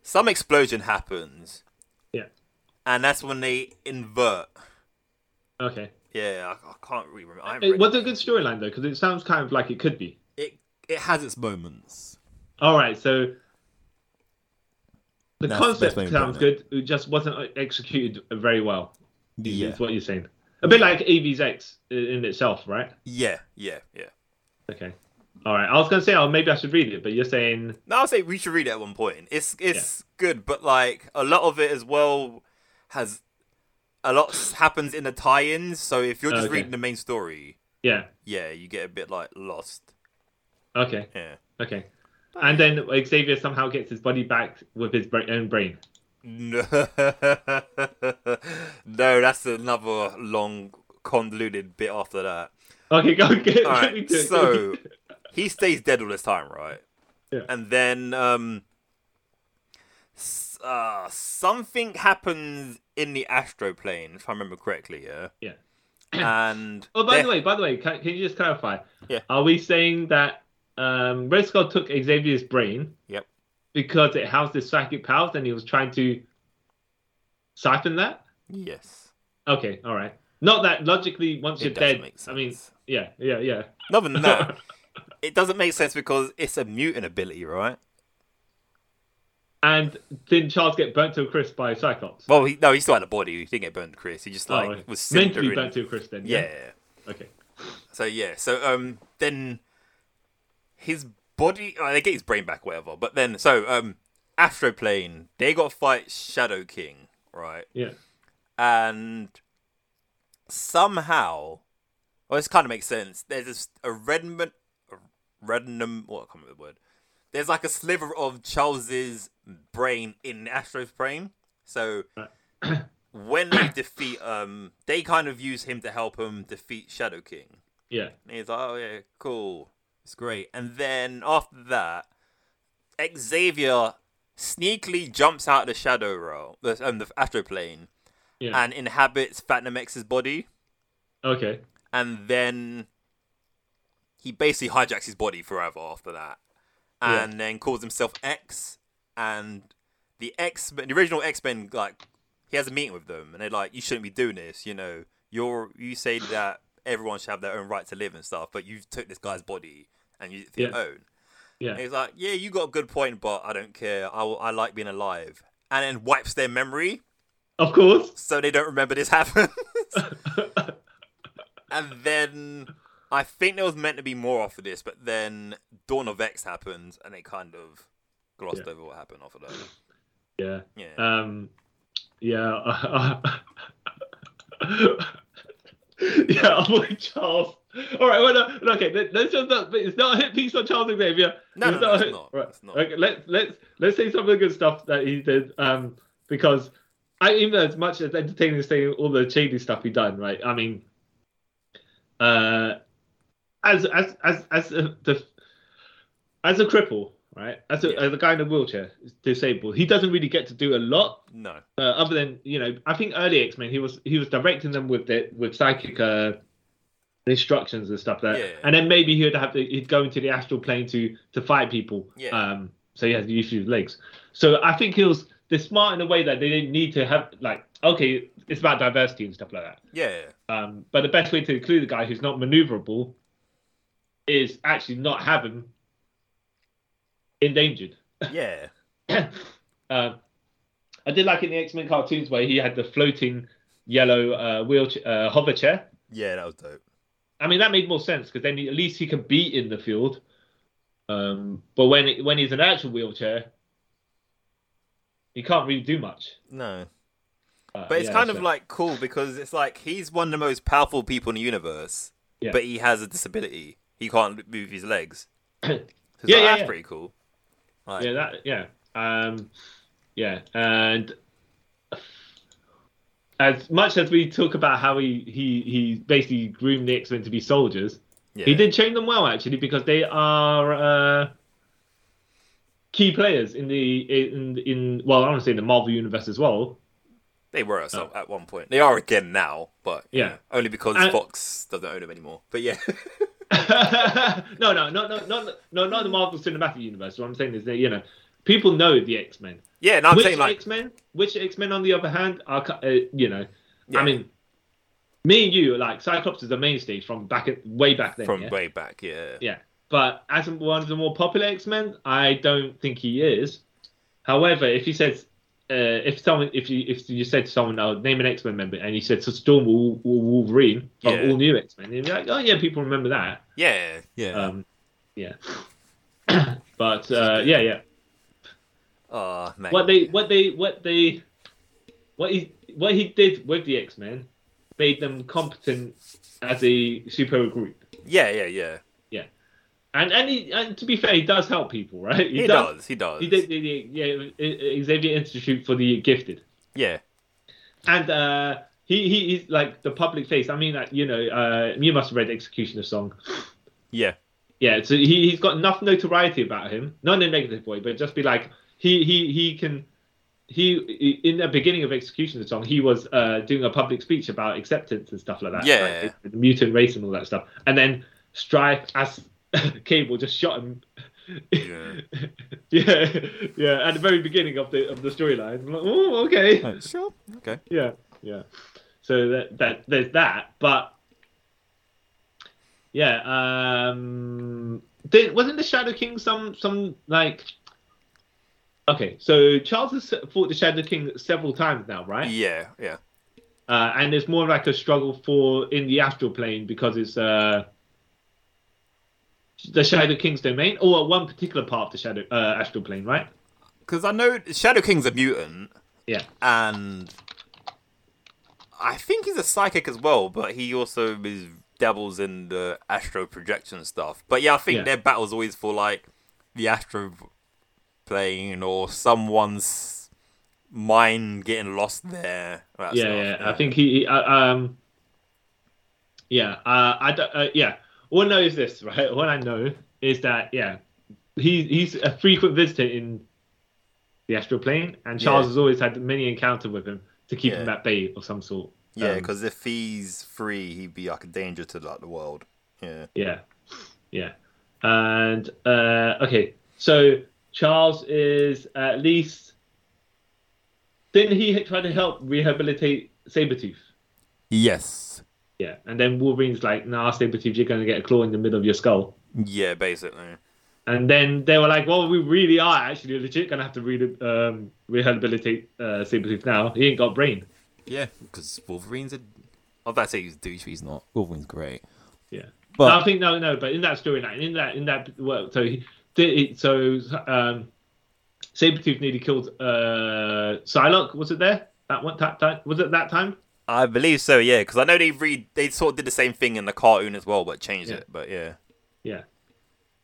Speaker 4: Some explosion happens.
Speaker 5: Yeah.
Speaker 4: And that's when they invert.
Speaker 5: Okay.
Speaker 4: Yeah, I, I can't really remember. I haven't
Speaker 5: It
Speaker 4: read
Speaker 5: was a
Speaker 4: it.
Speaker 5: good storyline though, because it sounds kind of like it could be.
Speaker 4: It, it has its moments.
Speaker 5: All right, so the
Speaker 4: That's the best
Speaker 5: concept
Speaker 4: way of
Speaker 5: sounds
Speaker 4: putting
Speaker 5: good. It just wasn't executed very well. is-
Speaker 4: Yeah.
Speaker 5: Is what you're saying. A bit like Evie's X i- in itself, right?
Speaker 4: Yeah, yeah, yeah.
Speaker 5: Okay. All right. I was gonna say, oh, maybe I should read it, but you're saying,
Speaker 4: No, I'll say we should read it at one point. It's it's good, but like a lot of it as well has a lot happens in the tie-ins. So if you're just
Speaker 5: Okay.
Speaker 4: reading the main story,
Speaker 5: yeah,
Speaker 4: yeah, you get a bit like lost.
Speaker 5: okay,
Speaker 4: Yeah,
Speaker 5: okay. And then Xavier somehow gets his body back with his bra- own brain.
Speaker 4: no, no, that's another long convoluted bit after that.
Speaker 5: Okay, go get
Speaker 4: All
Speaker 5: let me
Speaker 4: right,
Speaker 5: do it.
Speaker 4: so he stays dead all this time, right?
Speaker 5: Yeah.
Speaker 4: And then um, s- uh, something happens in the astroplane, if I remember correctly. Yeah.
Speaker 5: Yeah.
Speaker 4: And
Speaker 5: Oh, by
Speaker 4: they-
Speaker 5: the way, by the way, can, can you just clarify?
Speaker 4: Yeah.
Speaker 5: Are we saying that um, Red Skull took Xavier's brain?
Speaker 4: Yep.
Speaker 5: Because it housed his psychic powers, and he was trying to siphon that.
Speaker 4: yes,
Speaker 5: Okay, all right. Not that logically, once
Speaker 4: It
Speaker 5: you're
Speaker 4: does
Speaker 5: dead,
Speaker 4: make
Speaker 5: I mean,
Speaker 4: sense.
Speaker 5: yeah, yeah, yeah.
Speaker 4: other than that, it doesn't make sense because it's a mutant ability, right?
Speaker 5: And didn't Charles get burnt to a crisp by Cyclops?
Speaker 4: Well, he, no, he still had a body. He didn't get burned, Chris. He just
Speaker 5: Oh,
Speaker 4: like
Speaker 5: okay.
Speaker 4: was
Speaker 5: mentally
Speaker 4: cindering.
Speaker 5: burnt to a crisp. Then,
Speaker 4: yeah.
Speaker 5: yeah. Okay.
Speaker 4: So yeah. So um, then his body. Oh, they get his brain back, whatever. But then, so um, Astroplane. They got to fight Shadow King, right?
Speaker 5: Yeah.
Speaker 4: and somehow, well, this kind of makes sense. There's this, a Redmond, a Rednum, what I can't remember the word. There's like a sliver of Charles's brain in Astro's brain. So when they defeat, um, they kind of use him to help him defeat Shadow King.
Speaker 5: Yeah.
Speaker 4: And he's like, oh yeah, cool, it's great. And then after that, Xavier sneakily jumps out of the shadow realm, the, um, the astroplane,
Speaker 5: Yeah.
Speaker 4: and inhabits Platinum X's body,
Speaker 5: Okay.
Speaker 4: and then he basically hijacks his body forever after that,
Speaker 5: Yeah.
Speaker 4: and then calls himself X, and the X, the original X Men, like he has a meeting with them, and they're like, "You shouldn't be doing this," you know. You're you say that everyone should have their own right to live and stuff, but you took this guy's body and you for your
Speaker 5: Yeah.
Speaker 4: own. And
Speaker 5: Yeah.
Speaker 4: he's like, "Yeah, you got a good point, but I don't care. I, I like being alive." And then wipes their memory
Speaker 5: Of course.
Speaker 4: so they don't remember this happened. and then I think there was meant to be more after this, but then Dawn of X happens, and they kind of glossed
Speaker 5: Yeah. Uh.
Speaker 4: over what happened after that.
Speaker 5: Yeah.
Speaker 4: Yeah,
Speaker 5: Um, yeah. uh, yeah, oh my Charles. All right, well, no, okay, let- let's just not, but it's not a hit piece on Charles Xavier.
Speaker 4: No, no, no,
Speaker 5: a
Speaker 4: it's
Speaker 5: hit-
Speaker 4: not,
Speaker 5: Right.
Speaker 4: it's not.
Speaker 5: Okay, let's let's let's say some of the good stuff that he did, um, because I even as much as entertaining as saying all the shady stuff he done, right? I mean, uh, as as as as a, the as a cripple, right? As a,
Speaker 4: Yeah.
Speaker 5: as a guy in a wheelchair, disabled, he doesn't really get to do a lot
Speaker 4: no,
Speaker 5: uh, other than you know, I think early X Men he was he was directing them with the, with psychic uh, instructions and stuff there,
Speaker 4: Yeah.
Speaker 5: and then maybe he would have to, he'd go into the astral plane to to fight people.
Speaker 4: Yeah.
Speaker 5: Um, so he has to use his legs. So I think he was they're smart in a way that they didn't need to have like okay, it's about diversity and stuff like that.
Speaker 4: yeah,
Speaker 5: Um, but the best way to include the guy who's not maneuverable is actually not have him endangered.
Speaker 4: yeah,
Speaker 5: Uh, I did like in the X Men cartoons where he had the floating yellow uh, wheelchair uh, hover chair.
Speaker 4: yeah. That was dope.
Speaker 5: I mean that made more sense because then he, at least he can be in the field. Um, but when it, when he's in an actual wheelchair, he can't really do much.
Speaker 4: No,
Speaker 5: Uh,
Speaker 4: but it's
Speaker 5: yeah,
Speaker 4: kind of
Speaker 5: so-
Speaker 4: like cool because it's like he's one of the most powerful people in the universe,
Speaker 5: Yeah.
Speaker 4: but he has a disability. He can't move his legs. So it's
Speaker 5: Yeah,
Speaker 4: like,
Speaker 5: yeah,
Speaker 4: that's
Speaker 5: yeah.
Speaker 4: pretty cool. Like,
Speaker 5: yeah, that yeah, um, yeah, and as much as we talk about how he he, he basically groomed the X Men to be soldiers,
Speaker 4: Yeah.
Speaker 5: he did train them well actually because they are uh, key players in the in in well, I want to say the Marvel universe as well.
Speaker 4: They were at, some, at one point. They are again now, but you
Speaker 5: Oh. Yeah.
Speaker 4: know, only because
Speaker 5: And-
Speaker 4: Fox doesn't own them anymore. But yeah,
Speaker 5: no, no, no, no, no, no, not the Marvel Cinematic Universe. What I'm saying is that you know people know the X Men.
Speaker 4: yeah. And I'm
Speaker 5: which
Speaker 4: saying like,
Speaker 5: X Men? Which X Men? On the other hand, are cu- uh, you know,
Speaker 4: Yeah.
Speaker 5: I mean, me and you like Cyclops is a mainstay from back at, way back then.
Speaker 4: from
Speaker 5: yeah?
Speaker 4: way back, yeah.
Speaker 5: yeah. But as one of the more popular X Men, I don't think he is. However, if he says, uh, if someone, if you if you said to someone, "Oh, name an X Men member," and you said so Storm or Wol- or Wolverine from
Speaker 4: Yeah.
Speaker 5: all new X Men, you'd be like, "Oh yeah, people remember that."
Speaker 4: yeah, yeah.
Speaker 5: Um, yeah. but uh, yeah, yeah.
Speaker 4: oh man,
Speaker 5: what they what they what they what he what he did with the X Men made them competent as a super group.
Speaker 4: yeah, yeah, yeah.
Speaker 5: And and, he, and to be fair, he does help people, right?
Speaker 4: He, does. he does,
Speaker 5: He did the, the yeah, Xavier Institute for the Gifted,
Speaker 4: yeah,
Speaker 5: and uh, he he he's like the public face. I mean, like, you know, uh, you must have read Executioner song.
Speaker 4: yeah,
Speaker 5: Yeah, so he he's got enough notoriety about him, not in a negative way, but just be like he he he can he in the beginning of execution of the song he was uh, doing a public speech about acceptance and stuff like that.
Speaker 4: Yeah.
Speaker 5: like, the mutant race and all that stuff, and then Strife as Cable just shot him.
Speaker 4: Yeah.
Speaker 5: yeah, yeah, at the very beginning of the of the storyline. I'm like, oh, okay
Speaker 4: sure, okay,
Speaker 5: yeah yeah so that that there's that but yeah um did, wasn't the shadow king some some like okay so charles has fought the shadow king several times now right
Speaker 4: yeah, yeah,
Speaker 5: uh, and there's more like a struggle for in the astral plane because it's uh the shadow king's domain or one particular part of the shadow uh, astral plane right
Speaker 4: because I know Shadow King's a mutant,
Speaker 5: yeah
Speaker 4: and I think he's a psychic as well, but he also is dabbles in the astro projection stuff. But yeah, I think
Speaker 5: Yeah.
Speaker 4: their battle's always for like the astro plane or someone's mind getting lost there. that
Speaker 5: yeah,
Speaker 4: stuff,
Speaker 5: yeah. I think he, he uh, um, yeah, uh, I don't, uh, yeah. All I know is this, right? All I know is that, yeah, he he's a frequent visitor in the astral plane, and Charles
Speaker 4: Yeah.
Speaker 5: has always had many encounter with him to keep him
Speaker 4: Yeah.
Speaker 5: at bay of some sort.
Speaker 4: Yeah,
Speaker 5: Um,
Speaker 4: because if he's free, he'd be like a danger to like the world. Yeah,
Speaker 5: yeah, yeah. And uh, okay, so Charles is at least. Didn't he try to help rehabilitate Sabretooth?
Speaker 4: Yes.
Speaker 5: Yeah, and then Wolverine's like, "Nah, Sabretooth, you're gonna get a claw in the middle of your skull."
Speaker 4: Yeah, basically.
Speaker 5: And then they were like, "Well, we really are actually legit gonna have to re- um, rehabilitate uh, Sabretooth now. He ain't got brain."
Speaker 4: Yeah, because Wolverine's a. I was about to say he's a douche, but he's not. Wolverine's great.
Speaker 5: Yeah,
Speaker 4: But-
Speaker 5: but I think no, no. But in that storyline, in that, in that, well, so he, did it, so um, Sabretooth nearly killed uh, Psylocke. Was it there? That one time? was it that time?
Speaker 4: I believe so, yeah, because I know they read. They sort of did the same thing in the cartoon as well, but changed
Speaker 5: Yeah.
Speaker 4: it. But yeah.
Speaker 5: Yeah.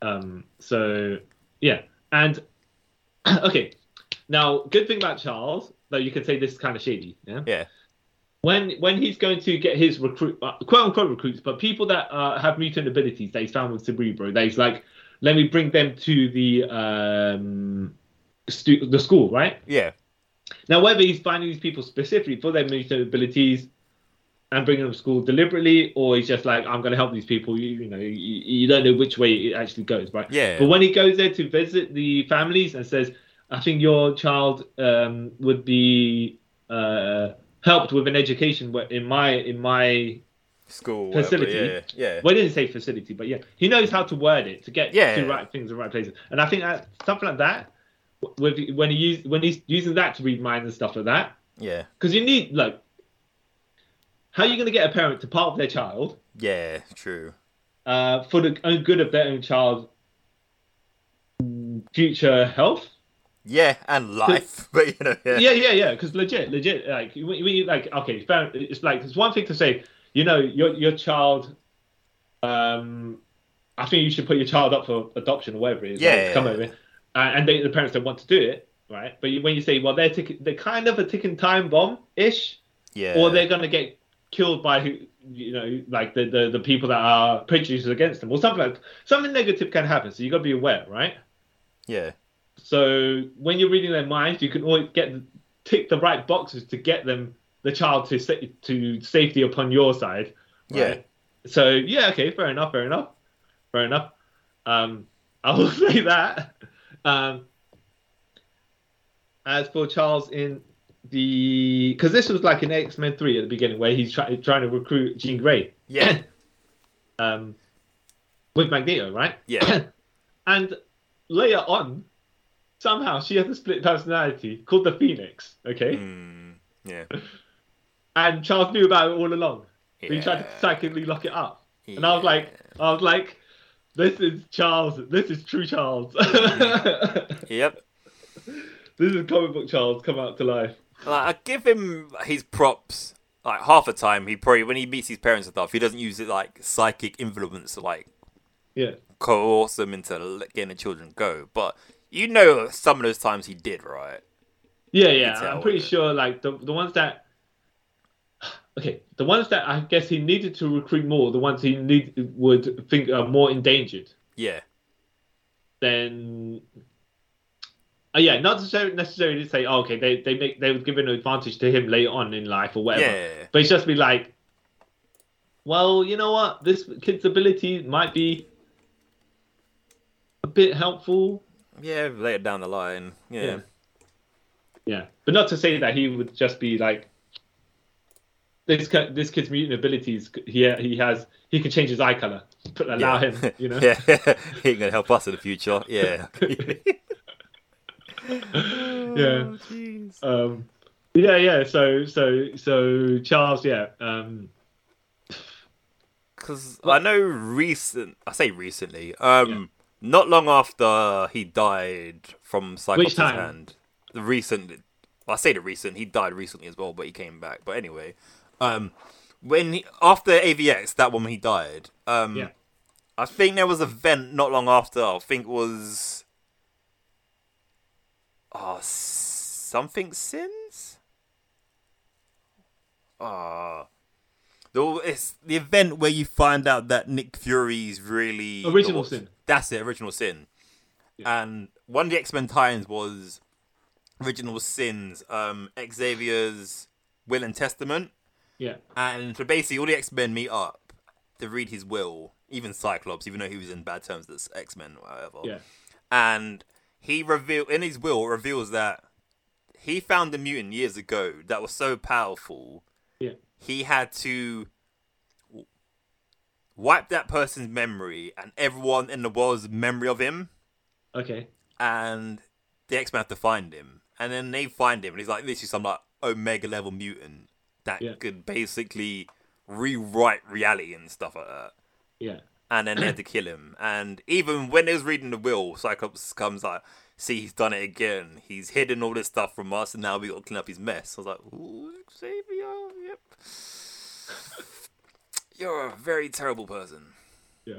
Speaker 5: Um, so yeah, and okay. Now, good thing about Charles, though you could say this is kind of shady. Yeah.
Speaker 4: Yeah.
Speaker 5: When when he's going to get his recruit, uh, quote unquote recruits, but people that uh, have mutant abilities that he's found with Cerebro, that he's like, let me bring them to the um, stu- the school, right?
Speaker 4: Yeah.
Speaker 5: Now, whether he's finding these people specifically for their mutant abilities and bringing them to school deliberately, or he's just like, I'm going to help these people, you, you know, you, you don't know which way it actually goes, right?
Speaker 4: Yeah.
Speaker 5: But when he goes there to visit the families and says, I think your child um, would be uh, helped with an education where- in my, in my,
Speaker 4: School.
Speaker 5: Facility.
Speaker 4: Whatever, yeah. Yeah.
Speaker 5: well, I didn't say facility, but yeah, he knows how to word it to get
Speaker 4: Yeah.
Speaker 5: to right things in right places. And I think that something like that, w- with, when he use, when he's using that to read minds and stuff like that,
Speaker 4: yeah.
Speaker 5: because you need like how are you going to get a parent to part with their child
Speaker 4: Yeah. True.
Speaker 5: uh, for the own good of their own child's future health
Speaker 4: Yeah, and life. but you know. Yeah.
Speaker 5: yeah yeah yeah because legit legit like we, we like okay fair, it's like it's one thing to say you know your your child um i think you should put your child up for adoption or whatever it is
Speaker 4: Yeah,
Speaker 5: like,
Speaker 4: yeah,
Speaker 5: come
Speaker 4: yeah.
Speaker 5: over uh, and they, the parents don't want to do it right but you, when you say well they're tick- they're kind of a ticking time bomb ish
Speaker 4: Yeah.
Speaker 5: or they're gonna get killed by who you know, like the, the the people that are prejudiced against them, or something like something negative can happen. So you gotta be aware, right?
Speaker 4: yeah.
Speaker 5: So when you're reading their minds, you can always get tick the right boxes to get them the child to sa- to safety upon your side.
Speaker 4: Yeah.
Speaker 5: So yeah, okay, fair enough, fair enough, fair enough. Um, I will say that. Um, as for Charles in the, because this was like an X Men three at the beginning where he's try- trying to recruit Jean Grey
Speaker 4: Yeah.
Speaker 5: um, with Magneto, right?
Speaker 4: Yeah.
Speaker 5: And later on, somehow she has a split personality called the Phoenix, okay?
Speaker 4: Mm, yeah.
Speaker 5: And Charles knew about it all along. He
Speaker 4: Yeah.
Speaker 5: tried to psychically lock it up. And I was like, I was like, this is Charles. This is true Charles. this
Speaker 4: Yep.
Speaker 5: is comic book Charles come out to life.
Speaker 4: Like, I give him his props. Like half the time, he probably when he meets his parents and stuff, he doesn't use it like psychic influence to like
Speaker 5: Yeah.
Speaker 4: coerce them into let- getting the children go. But you know, some of those times he did, right?
Speaker 5: Yeah, yeah.
Speaker 4: tell,
Speaker 5: I'm pretty
Speaker 4: yeah.
Speaker 5: sure like the the ones that okay, the ones that I guess he needed to recruit more, the ones he need would think are more endangered
Speaker 4: Yeah,
Speaker 5: than uh, yeah, not necessarily necessarily to say oh, okay, they they make they would give an advantage to him later on in life or whatever.
Speaker 4: Yeah.
Speaker 5: But it's just be like well, you know what? This kid's ability might be a bit helpful.
Speaker 4: yeah. Later down the line, yeah,
Speaker 5: Yeah. Yeah, but not to say that he would just be like this. ki- This kid's mutant abilities. He he has. He can change his eye color. But allow
Speaker 4: Yeah.
Speaker 5: him. You know.
Speaker 4: yeah. he ain't gonna help us in the future. Yeah,
Speaker 5: Yeah. Um, yeah. Yeah. So so so Charles. Yeah. Um,
Speaker 4: Because I know recent, I say recently, um, not long after he died from Cyclops'
Speaker 5: time?
Speaker 4: hand, the recent, I say the recent, he died recently as well, but he came back. But anyway, um, when he, after AVX, that one he died, um,
Speaker 5: yeah.
Speaker 4: I think there was an event not long after. I think it was, uh, something sins. Ah, the it's the event where you find out that Nick Fury's really
Speaker 5: Original
Speaker 4: the-
Speaker 5: Sin.
Speaker 4: That's it, original sin. And one of the X Men times was original sins. Um, Xavier's will and testament.
Speaker 5: Yeah.
Speaker 4: And so basically, all the X Men meet up to read his will, even Cyclops, even though he was in bad terms with X Men or whatever.
Speaker 5: Yeah.
Speaker 4: And he reveal in his will reveals that he found a mutant years ago that was so powerful
Speaker 5: Yeah.
Speaker 4: he had to w- wipe that person's memory and everyone in the world's memory of him,
Speaker 5: Okay.
Speaker 4: and the X Men have to find him, and then they find him, and he's like literally some like Omega level mutant that
Speaker 5: Yeah.
Speaker 4: could basically rewrite reality and stuff like that.
Speaker 5: Yeah.
Speaker 4: And then they had to kill him. And even when they was reading the will, Cyclops comes like, "See, he's done it again. He's hidden all this stuff from us, and now we got to clean up his mess." I was like, "Ooh, Xavier, yep." You're a very terrible person.
Speaker 5: Yeah.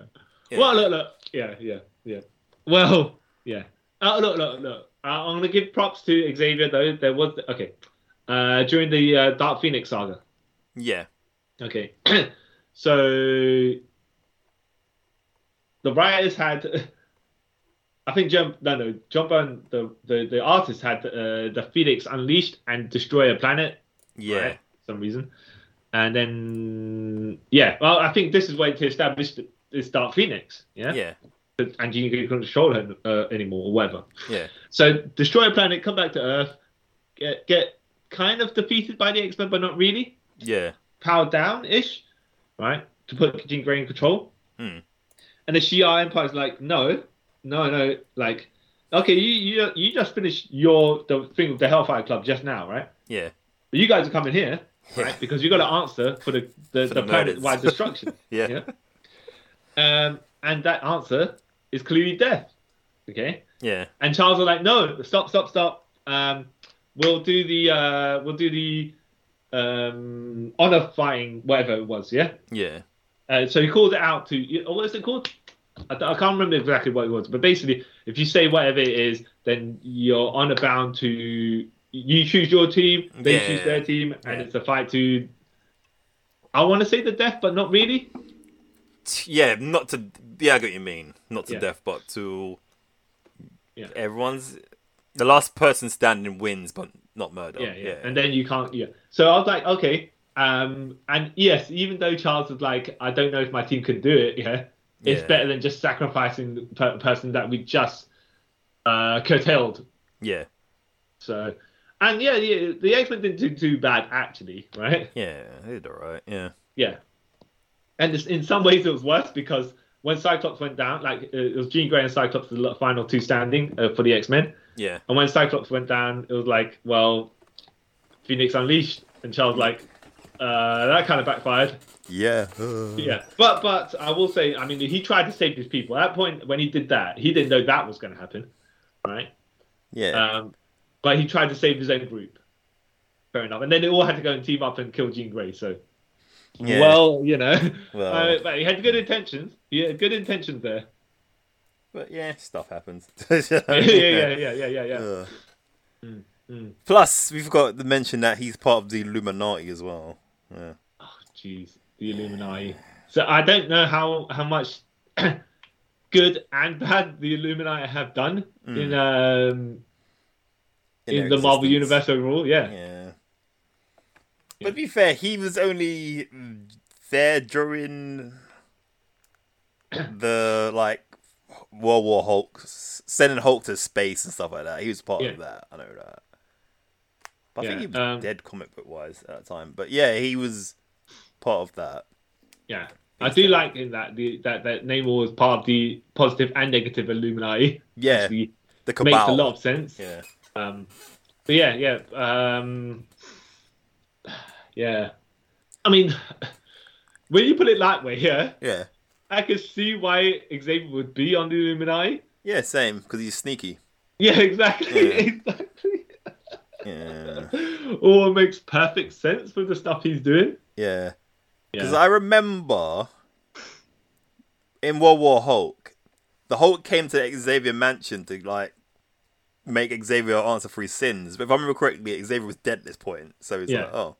Speaker 4: Yeah.
Speaker 5: Well, look, look. Yeah. Yeah. Yeah. Well. Yeah. Oh, look, look, look. Uh, I'm gonna give props to Xavier though. There was okay. Uh, during the uh, Dark Phoenix saga.
Speaker 4: Yeah,
Speaker 5: Okay. so the writers had I think John no no John Byrne the, the, the artist had uh, the Phoenix unleashed and destroy a planet
Speaker 4: yeah,
Speaker 5: right, for some reason. And then yeah, well I think this is where to establish th- this Dark Phoenix, yeah?
Speaker 4: yeah,
Speaker 5: And you can control her uh, anymore or whatever.
Speaker 4: yeah,
Speaker 5: So destroy a planet, come back to Earth, get get kind of defeated by the X-Men but not really
Speaker 4: yeah,
Speaker 5: powered down ish, right? To put Jean Grey in control.
Speaker 4: Hmm.
Speaker 5: And the Shia Empire's like, no, no, no, like, okay, you you you just finished your the thing with the Hellfire Club just now, right?
Speaker 4: yeah,
Speaker 5: But you guys are coming here,
Speaker 4: yeah,
Speaker 5: right? Because you got to answer for the the,
Speaker 4: For
Speaker 5: the
Speaker 4: the
Speaker 5: planet
Speaker 4: murders.
Speaker 5: wide destruction.
Speaker 4: yeah.
Speaker 5: yeah. Um, and that answer is clearly death. Okay.
Speaker 4: yeah.
Speaker 5: And Charles was like, "No, stop, stop, stop. Um, we'll do the uh, we'll do the um, honor fighting, whatever it was. Yeah.
Speaker 4: Yeah.
Speaker 5: Uh, so he called it out to or what is it called? I, I can't remember exactly what it was, but basically, if you say whatever it is, then you're honor bound to you choose your team, they
Speaker 4: Yeah.
Speaker 5: choose their team, and it's a fight to. I want to say the death, but not really.
Speaker 4: T- Yeah, not to. Yeah, I get what you mean. Not to
Speaker 5: Yeah.
Speaker 4: death, but to.
Speaker 5: Yeah.
Speaker 4: Everyone's. The last person standing wins, but not murder.
Speaker 5: yeah, yeah, And then you can't. Yeah. So I was like, okay. Um, and yes, even though Charles was like, I don't know if my team can do it. Yeah, it's
Speaker 4: Yeah.
Speaker 5: better than just sacrificing the per- person that we just uh, curtailed.
Speaker 4: yeah.
Speaker 5: So, and yeah, yeah the X Men didn't do too bad actually, right?
Speaker 4: Yeah, they did alright. Yeah.
Speaker 5: Yeah. And it's, in some ways, it was worse because when Cyclops went down, like uh, it was Jean Grey and Cyclops the lo- final two standing uh, for the X Men.
Speaker 4: Yeah.
Speaker 5: And when Cyclops went down, it was like, well, Phoenix Unleashed, and Charles like, uh, that kind of backfired.
Speaker 4: Yeah.
Speaker 5: Yeah, but but I will say, I mean, he tried to save his people. At that point, when he did that, he didn't know that was going to happen, right?
Speaker 4: Yeah.
Speaker 5: Um, but he tried to save his own group. Fair enough. And then they all had to go and team up and kill Jean Grey. So,
Speaker 4: Yeah.
Speaker 5: well, you know,
Speaker 4: Well.
Speaker 5: Uh, but he had good intentions. He had good intentions there.
Speaker 4: but yeah, stuff happens.
Speaker 5: yeah, yeah, Mm, yeah, yeah, yeah, yeah.
Speaker 4: Ugh. Plus, we've got to mention that he's part of the Illuminati as well. Yeah.
Speaker 5: Jeez, the Illuminati. So I don't know how how much good and bad the Illuminati have done in um in,
Speaker 4: Mm. their
Speaker 5: the Marvel
Speaker 4: existence.
Speaker 5: Universe overall. Yeah.
Speaker 4: Yeah. But to be fair, he was only there during the like World War Hulk, s- sending Hulk to space and stuff like that. He was part
Speaker 5: Yeah.
Speaker 4: of that. I know that. But I think he
Speaker 5: Yeah,
Speaker 4: was
Speaker 5: um,
Speaker 4: dead comic book wise at that time. But yeah, he was part of that.
Speaker 5: yeah. I do like in that the that that Namor was part of the positive and negative Illuminati.
Speaker 4: Yeah,
Speaker 5: Actually,
Speaker 4: the
Speaker 5: makes a
Speaker 4: cabal.
Speaker 5: lot of sense.
Speaker 4: Yeah.
Speaker 5: Um, but yeah, yeah, um, yeah. I mean, when you put it that way, yeah,
Speaker 4: Yeah.
Speaker 5: I could see why Xavier would be on the Illuminati.
Speaker 4: Yeah, same because he's sneaky.
Speaker 5: Yeah, exactly,
Speaker 4: Yeah.
Speaker 5: exactly.
Speaker 4: Yeah.
Speaker 5: All makes perfect sense with the stuff he's doing.
Speaker 4: Yeah. Because
Speaker 5: Yeah,
Speaker 4: I remember in World War Hulk, the Hulk came to Xavier Mansion to like make Xavier answer for his sins. But if I remember correctly, Xavier was dead at this point, so he's
Speaker 5: Yeah.
Speaker 4: like, "Oh,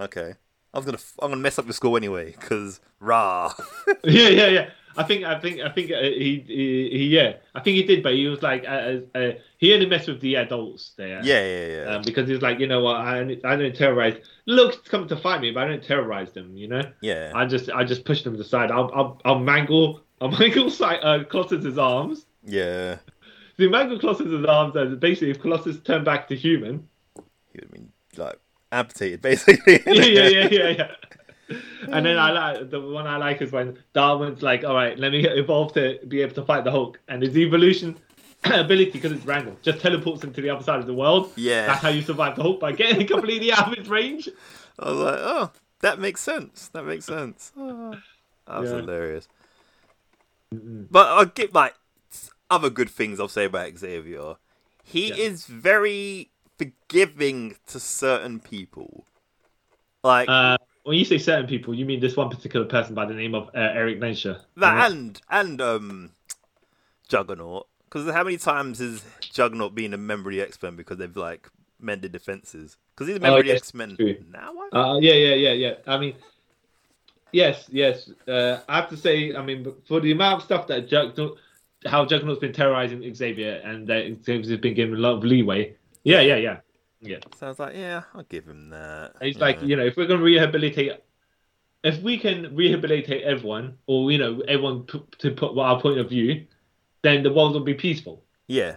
Speaker 4: okay, I'm gonna f- I'm gonna mess up the school anyway." Because rah,
Speaker 5: yeah, yeah, yeah. I think, I think, I think uh, he, he, he, yeah, I think he did, but he was like, uh, uh, uh, he only messed with the adults there.
Speaker 4: yeah, yeah, yeah,
Speaker 5: um, because he's like, you know what, I, I don't terrorize. Look, it's come to fight me, but I don't terrorize them. You know,
Speaker 4: yeah,
Speaker 5: I just I just push them aside. I'll I'll, I'll mangle I'll mangle Cy- uh, Colossus's arms.
Speaker 4: yeah.
Speaker 5: The mangle Colossus's arms and basically if Colossus turned back to human.
Speaker 4: He would have been like amputated basically.
Speaker 5: yeah, yeah, yeah, yeah, yeah. And then I like the one I like is when Darwin's like, all right, let me evolve to be able to fight the Hulk, and his evolution ability because it's wrangle just teleports him to the other side of the world.
Speaker 4: Yeah.
Speaker 5: that's how you survive the Hulk by getting completely out of his range.
Speaker 4: I was like, "Oh, that makes sense. That makes sense." Oh, that was
Speaker 5: Yeah.
Speaker 4: hilarious. But I'll give like other good things I'll say about Xavier. He
Speaker 5: Yeah.
Speaker 4: is very forgiving to certain people. Like
Speaker 5: Uh, when you say certain people, you mean this one particular person by the name of uh, Eric Lenscher.
Speaker 4: that, and and um, Juggernaut. Because how many times has Juggernaut been a member of the X Men because they've like mended defenses? Because he's a member of the
Speaker 5: yes,
Speaker 4: X Men
Speaker 5: Oh, true.
Speaker 4: now. I
Speaker 5: Uh, yeah, yeah, yeah, yeah. I mean, yes, yes. Uh, I have to say, I mean, for the amount of stuff that Juggernaut, how Juggernaut's been terrorizing Xavier and that Xavier's been given a lot of leeway. Yeah, yeah, yeah, yeah.
Speaker 4: so I was like, yeah, I'll give him that.
Speaker 5: And It's like you know, if we're gonna rehabilitate, if we can rehabilitate everyone, or you know, everyone p- to put our point of view, then the world will be peaceful.
Speaker 4: yeah,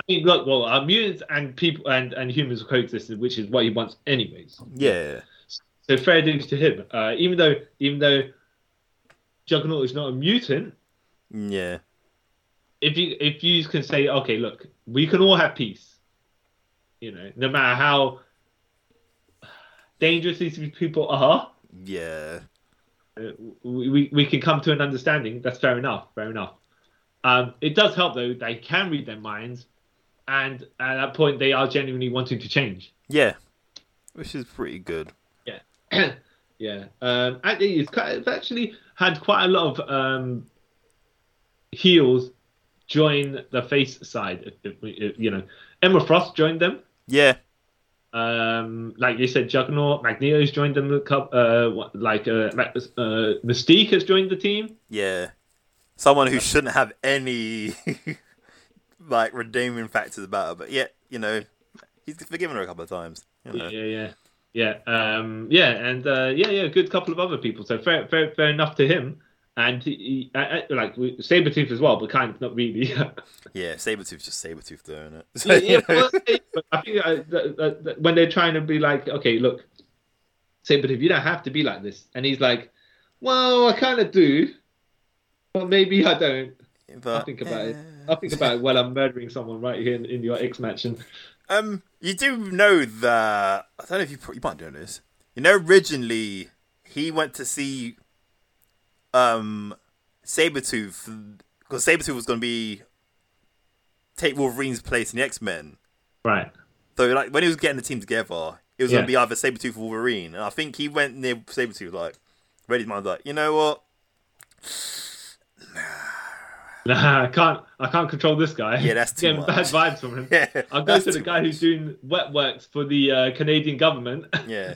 Speaker 5: I mean, look, well, uh, mutants and people and, and humans coexisted, which is what he wants, anyways.
Speaker 4: yeah,
Speaker 5: So fair dues to him. Uh, even though, even though Juggernaut is not a mutant,
Speaker 4: yeah.
Speaker 5: if you if you can say, okay, look, we can all have peace. You know, no matter how dangerous these people are,
Speaker 4: Yeah.
Speaker 5: uh, we, we we can come to an understanding. That's fair enough. Fair enough. Um, it does help though. They can read their minds, and at that point, they are genuinely wanting to change.
Speaker 4: Yeah. Which is pretty good.
Speaker 5: yeah. Um, actually, it's, quite, it's actually had quite a lot of um, heels join the face side. If, if we, if, you know, Emma Frost joined them.
Speaker 4: Yeah.
Speaker 5: Um, like you said, Juggernaut, Magneto's joined them. a coup- Uh, what- like uh, Ma- uh, Mystique has joined the team.
Speaker 4: Yeah. Someone who shouldn't have any like redeeming factors about her, but yet, you know, he's forgiven her a couple of times. You know.
Speaker 5: Yeah, yeah, yeah, um, yeah, and uh, yeah, yeah, a good couple of other people. So fair, fair, fair enough to him. And he, he, I, I, like Sabretooth as well, but kind of not really.
Speaker 4: Yeah, Sabretooth's just Sabretooth doing it. So,
Speaker 5: yeah, yeah,
Speaker 4: you know,
Speaker 5: but- but I think uh, that, that, that- when they're trying to be like, okay, look, say, but if you don't have to be like this, and he's like, well, I kind of do, but maybe I don't.
Speaker 4: but,
Speaker 5: I'll think about it.
Speaker 4: yeah.
Speaker 5: I'll think about it while I'm murdering someone right here in, in your X mansion.
Speaker 4: Um, you do know that I don't know if you pro- you might know this. You know, originally he went to see um Sabretooth because Sabretooth was going to be take Wolverine's place in the X Men.
Speaker 5: Right.
Speaker 4: So like when he was getting the team together, it was
Speaker 5: Yeah.
Speaker 4: gonna be either Sabretooth or Wolverine. And I think he went near Sabretooth like read his mind like, you know what?
Speaker 5: Nah, I can't. I can't control this guy.
Speaker 4: Yeah, that's too
Speaker 5: Getting bad vibes from him.
Speaker 4: Yeah.
Speaker 5: I'll go
Speaker 4: that's
Speaker 5: to the
Speaker 4: too
Speaker 5: guy who's doing wet works for the uh, Canadian government.
Speaker 4: Yeah.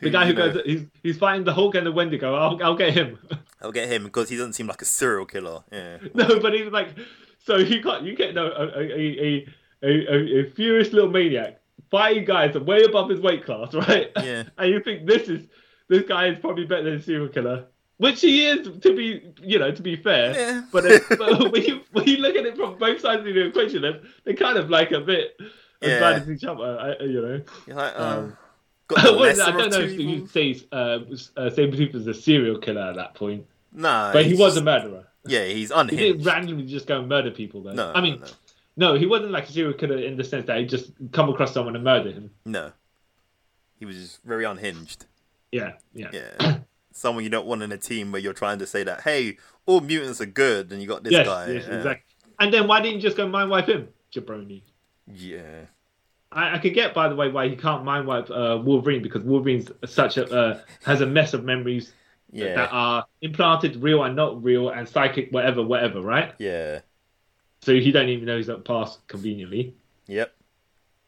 Speaker 5: the guy who
Speaker 4: you know,
Speaker 5: goes, he's, he's fighting the Hulk and the Wendigo. I'll, I'll get him.
Speaker 4: I'll get him because he doesn't seem like a serial killer. Yeah.
Speaker 5: no, but he's like, so you got you get no, a, a, a, a, a, a furious little maniac fighting guys way above his weight class, right?
Speaker 4: Yeah.
Speaker 5: and you think this is this guy is probably better than a serial killer. Which he is, to be you know, to be fair.
Speaker 4: Yeah.
Speaker 5: But, it, but when, you, when you look at it from both sides of the equation, they're, they're kind of like a bit
Speaker 4: Yeah.
Speaker 5: as bad as each other, I- I- you know.
Speaker 4: You're like, um,
Speaker 5: Um,
Speaker 4: got the
Speaker 5: Well, I
Speaker 4: lesser
Speaker 5: don't
Speaker 4: of
Speaker 5: know
Speaker 4: two
Speaker 5: if you'd
Speaker 4: evils.
Speaker 5: say uh, uh, Sabretooth was a serial killer at that point,
Speaker 4: Nah,
Speaker 5: but he
Speaker 4: he's
Speaker 5: was a
Speaker 4: just-
Speaker 5: murderer.
Speaker 4: Yeah, he's
Speaker 5: He didn't
Speaker 4: unhinged.
Speaker 5: randomly just go and murder people, though.
Speaker 4: No,
Speaker 5: I mean,
Speaker 4: no,
Speaker 5: no, he wasn't like a serial killer in the sense that he just come across someone and murder him.
Speaker 4: no, he was just very unhinged.
Speaker 5: Yeah, yeah,
Speaker 4: Yeah, someone you don't want in a team where you're trying to say that, hey, all mutants are good, and you got this
Speaker 5: yes,
Speaker 4: guy.
Speaker 5: yes,
Speaker 4: yeah.
Speaker 5: exactly. And then why didn't you just go mind wipe him, jabroni?
Speaker 4: Yeah.
Speaker 5: I, I could get, by the way, why he can't mind wipe uh, Wolverine because Wolverine's such a uh, has a mess of memories
Speaker 4: Yeah.
Speaker 5: that are implanted, real and not real, and psychic, whatever, whatever, right?
Speaker 4: yeah.
Speaker 5: So he don't even know he's up past conveniently.
Speaker 4: Yep.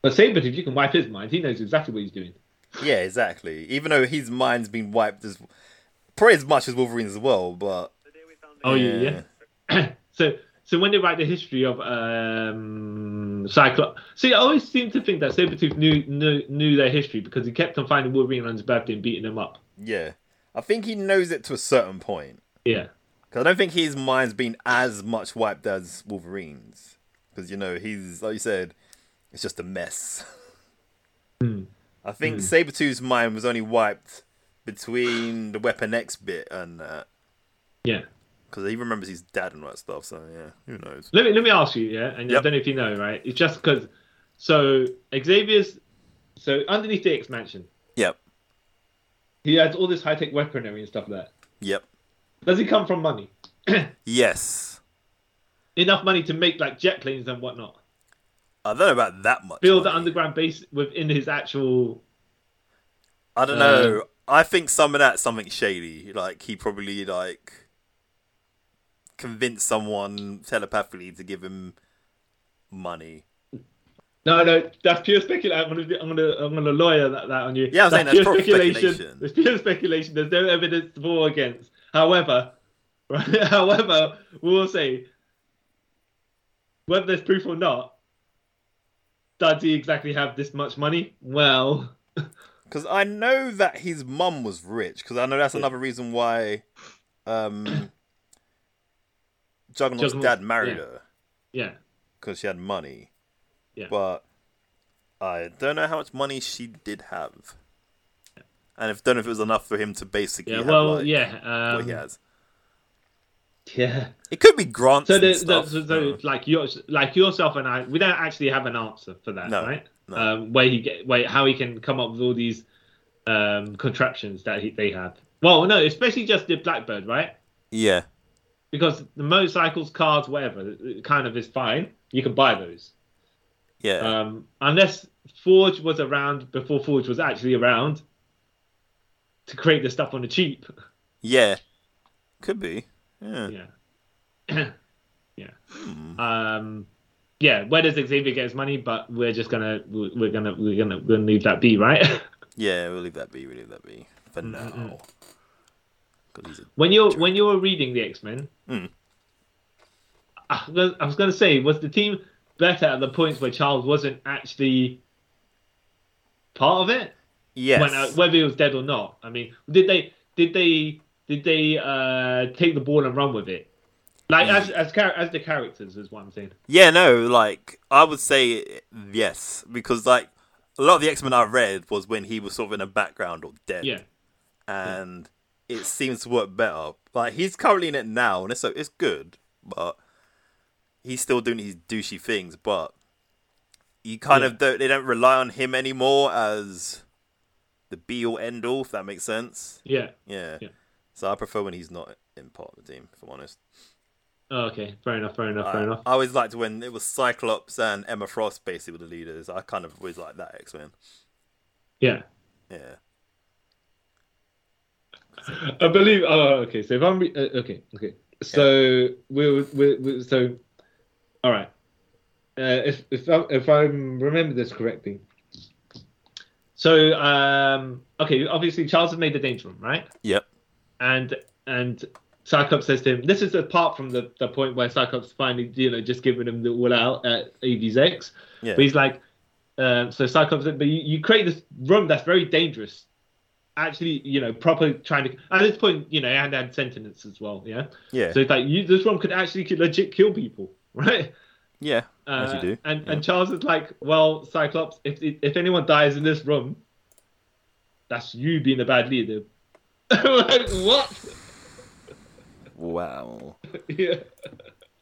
Speaker 5: But Sabretooth, if you can wipe his mind, he knows exactly what he's doing.
Speaker 4: Yeah, exactly. Even though his mind's been wiped as probably as much as Wolverine's as well, but
Speaker 5: Oh yeah. yeah. so so when they write the history of um Cyclops, see, I always seem to think that Sabretooth knew knew, knew their history because he kept on finding Wolverine on his birthday and beating him up.
Speaker 4: yeah, I think he knows it to a certain point
Speaker 5: Yeah.
Speaker 4: because I don't think his mind's been as much wiped as Wolverine's because you know he's like you said, it's just a mess. I think Sabretooth's mind was only wiped between the Weapon X bit and that
Speaker 5: Yeah.
Speaker 4: because he remembers his dad and all that stuff. So yeah, who knows?
Speaker 5: Let me let me ask you, yeah, and
Speaker 4: Yep.
Speaker 5: I don't know if you know, right? It's just because. So Xavier's, so underneath the X Mansion,
Speaker 4: Yep.
Speaker 5: he has all this high tech weaponry and stuff there.
Speaker 4: Yep.
Speaker 5: Does he come from money?
Speaker 4: Yes.
Speaker 5: Enough money to make like jet planes and whatnot.
Speaker 4: I don't know about that much.
Speaker 5: Build an
Speaker 4: money.
Speaker 5: underground base within his actual.
Speaker 4: I don't
Speaker 5: Um,
Speaker 4: know. I think some of that's something shady. Like he probably like convinced someone telepathically to give him money.
Speaker 5: No, no, that's pure speculation. I'm gonna, I'm gonna, I'm gonna lawyer that, that on you.
Speaker 4: Yeah, I was saying that's
Speaker 5: pure
Speaker 4: probably speculation.
Speaker 5: speculation. It's pure speculation. There's no evidence for or against. However, right, however, we will say whether there's proof or not. Does he exactly have this much money? Well,
Speaker 4: Because I know that his mum was rich. Because I know that's another reason why um, Juggernaut's
Speaker 5: Juggernaut-
Speaker 4: dad married
Speaker 5: yeah.
Speaker 4: her
Speaker 5: yeah,
Speaker 4: because she had money.
Speaker 5: Yeah.
Speaker 4: But I don't know how much money she did have, and if don't know if it was enough for him to basically
Speaker 5: yeah.
Speaker 4: have,
Speaker 5: well,
Speaker 4: like,
Speaker 5: yeah,
Speaker 4: what
Speaker 5: um,
Speaker 4: he has.
Speaker 5: yeah.
Speaker 4: It could be grants.
Speaker 5: So,
Speaker 4: and
Speaker 5: the, the-
Speaker 4: stuff.
Speaker 5: so, so
Speaker 4: Yeah.
Speaker 5: like yours, like yourself and I, we don't actually have an answer for that,
Speaker 4: No,
Speaker 5: right?
Speaker 4: no.
Speaker 5: Um, where he get, where how he can come up with all these um, contraptions that he, they have. Well, no, especially just the Blackbird, right?
Speaker 4: yeah.
Speaker 5: Because the motorcycles, cars, whatever, it- it kind of is fine. You can buy those,
Speaker 4: Yeah.
Speaker 5: um, unless Forge was around before Forge was actually around to create this stuff on the cheap.
Speaker 4: yeah. Could be. Yeah.
Speaker 5: yeah yeah um yeah, where does Xavier get his money? But we're just gonna we're gonna we're gonna we're gonna leave that be, right?
Speaker 4: Yeah, we'll leave that be. We'll leave that be for
Speaker 5: Mm-hmm.
Speaker 4: now. 'Cause he's a-
Speaker 5: when you're when you were reading the X Men,
Speaker 4: Mm.
Speaker 5: I was- I was gonna say, was the team better at the points where Charles wasn't actually part of it?
Speaker 4: yes.
Speaker 5: When, uh, whether he was dead or not. I mean, did they did they did they uh, take the ball and run with it? Like as as, char- as the characters is what I'm saying.
Speaker 4: Yeah, no, like I would say yes because like a lot of the X Men I read was when he was sort of in the background or dead,
Speaker 5: Yeah,
Speaker 4: and it seems to work better. Like he's currently in it now, and it's so it's good, but he's still doing his douchey things. But you kind of don't they don't rely on him anymore as the be all end all. If that makes sense,
Speaker 5: yeah.
Speaker 4: yeah.
Speaker 5: Yeah.
Speaker 4: So I prefer when he's not in part of the team. If I'm honest.
Speaker 5: Oh, okay, fair enough, fair enough, fair
Speaker 4: I,
Speaker 5: enough.
Speaker 4: I always liked when it was Cyclops and Emma Frost basically were the leaders. I kind of always liked that X Men.
Speaker 5: Yeah.
Speaker 4: Yeah.
Speaker 5: I believe. Oh, okay. So if I'm re- uh, okay, okay. So we're, we're, we're so. All right. Uh, if if I, if I remember this correctly. So um okay, obviously Charles has made the danger room, right?
Speaker 4: Yep.
Speaker 5: And and Cyclops says to him, "This is apart from the, the point where Cyclops finally you know just giving him the all out at Evie's ex,
Speaker 4: Yeah.
Speaker 5: but he's like, um, so Cyclops, but you, you create this room that's very dangerous. Actually, you know, proper trying to. At this point, you know, and had sentence as well, yeah.
Speaker 4: Yeah.
Speaker 5: So it's like you, this room could actually ki- legit kill people, right?
Speaker 4: yeah.
Speaker 5: Uh,
Speaker 4: as you do.
Speaker 5: And
Speaker 4: yeah.
Speaker 5: and Charles is like, well, Cyclops, if if anyone dies in this room, that's you being a bad leader. like, what?
Speaker 4: wow.
Speaker 5: yeah.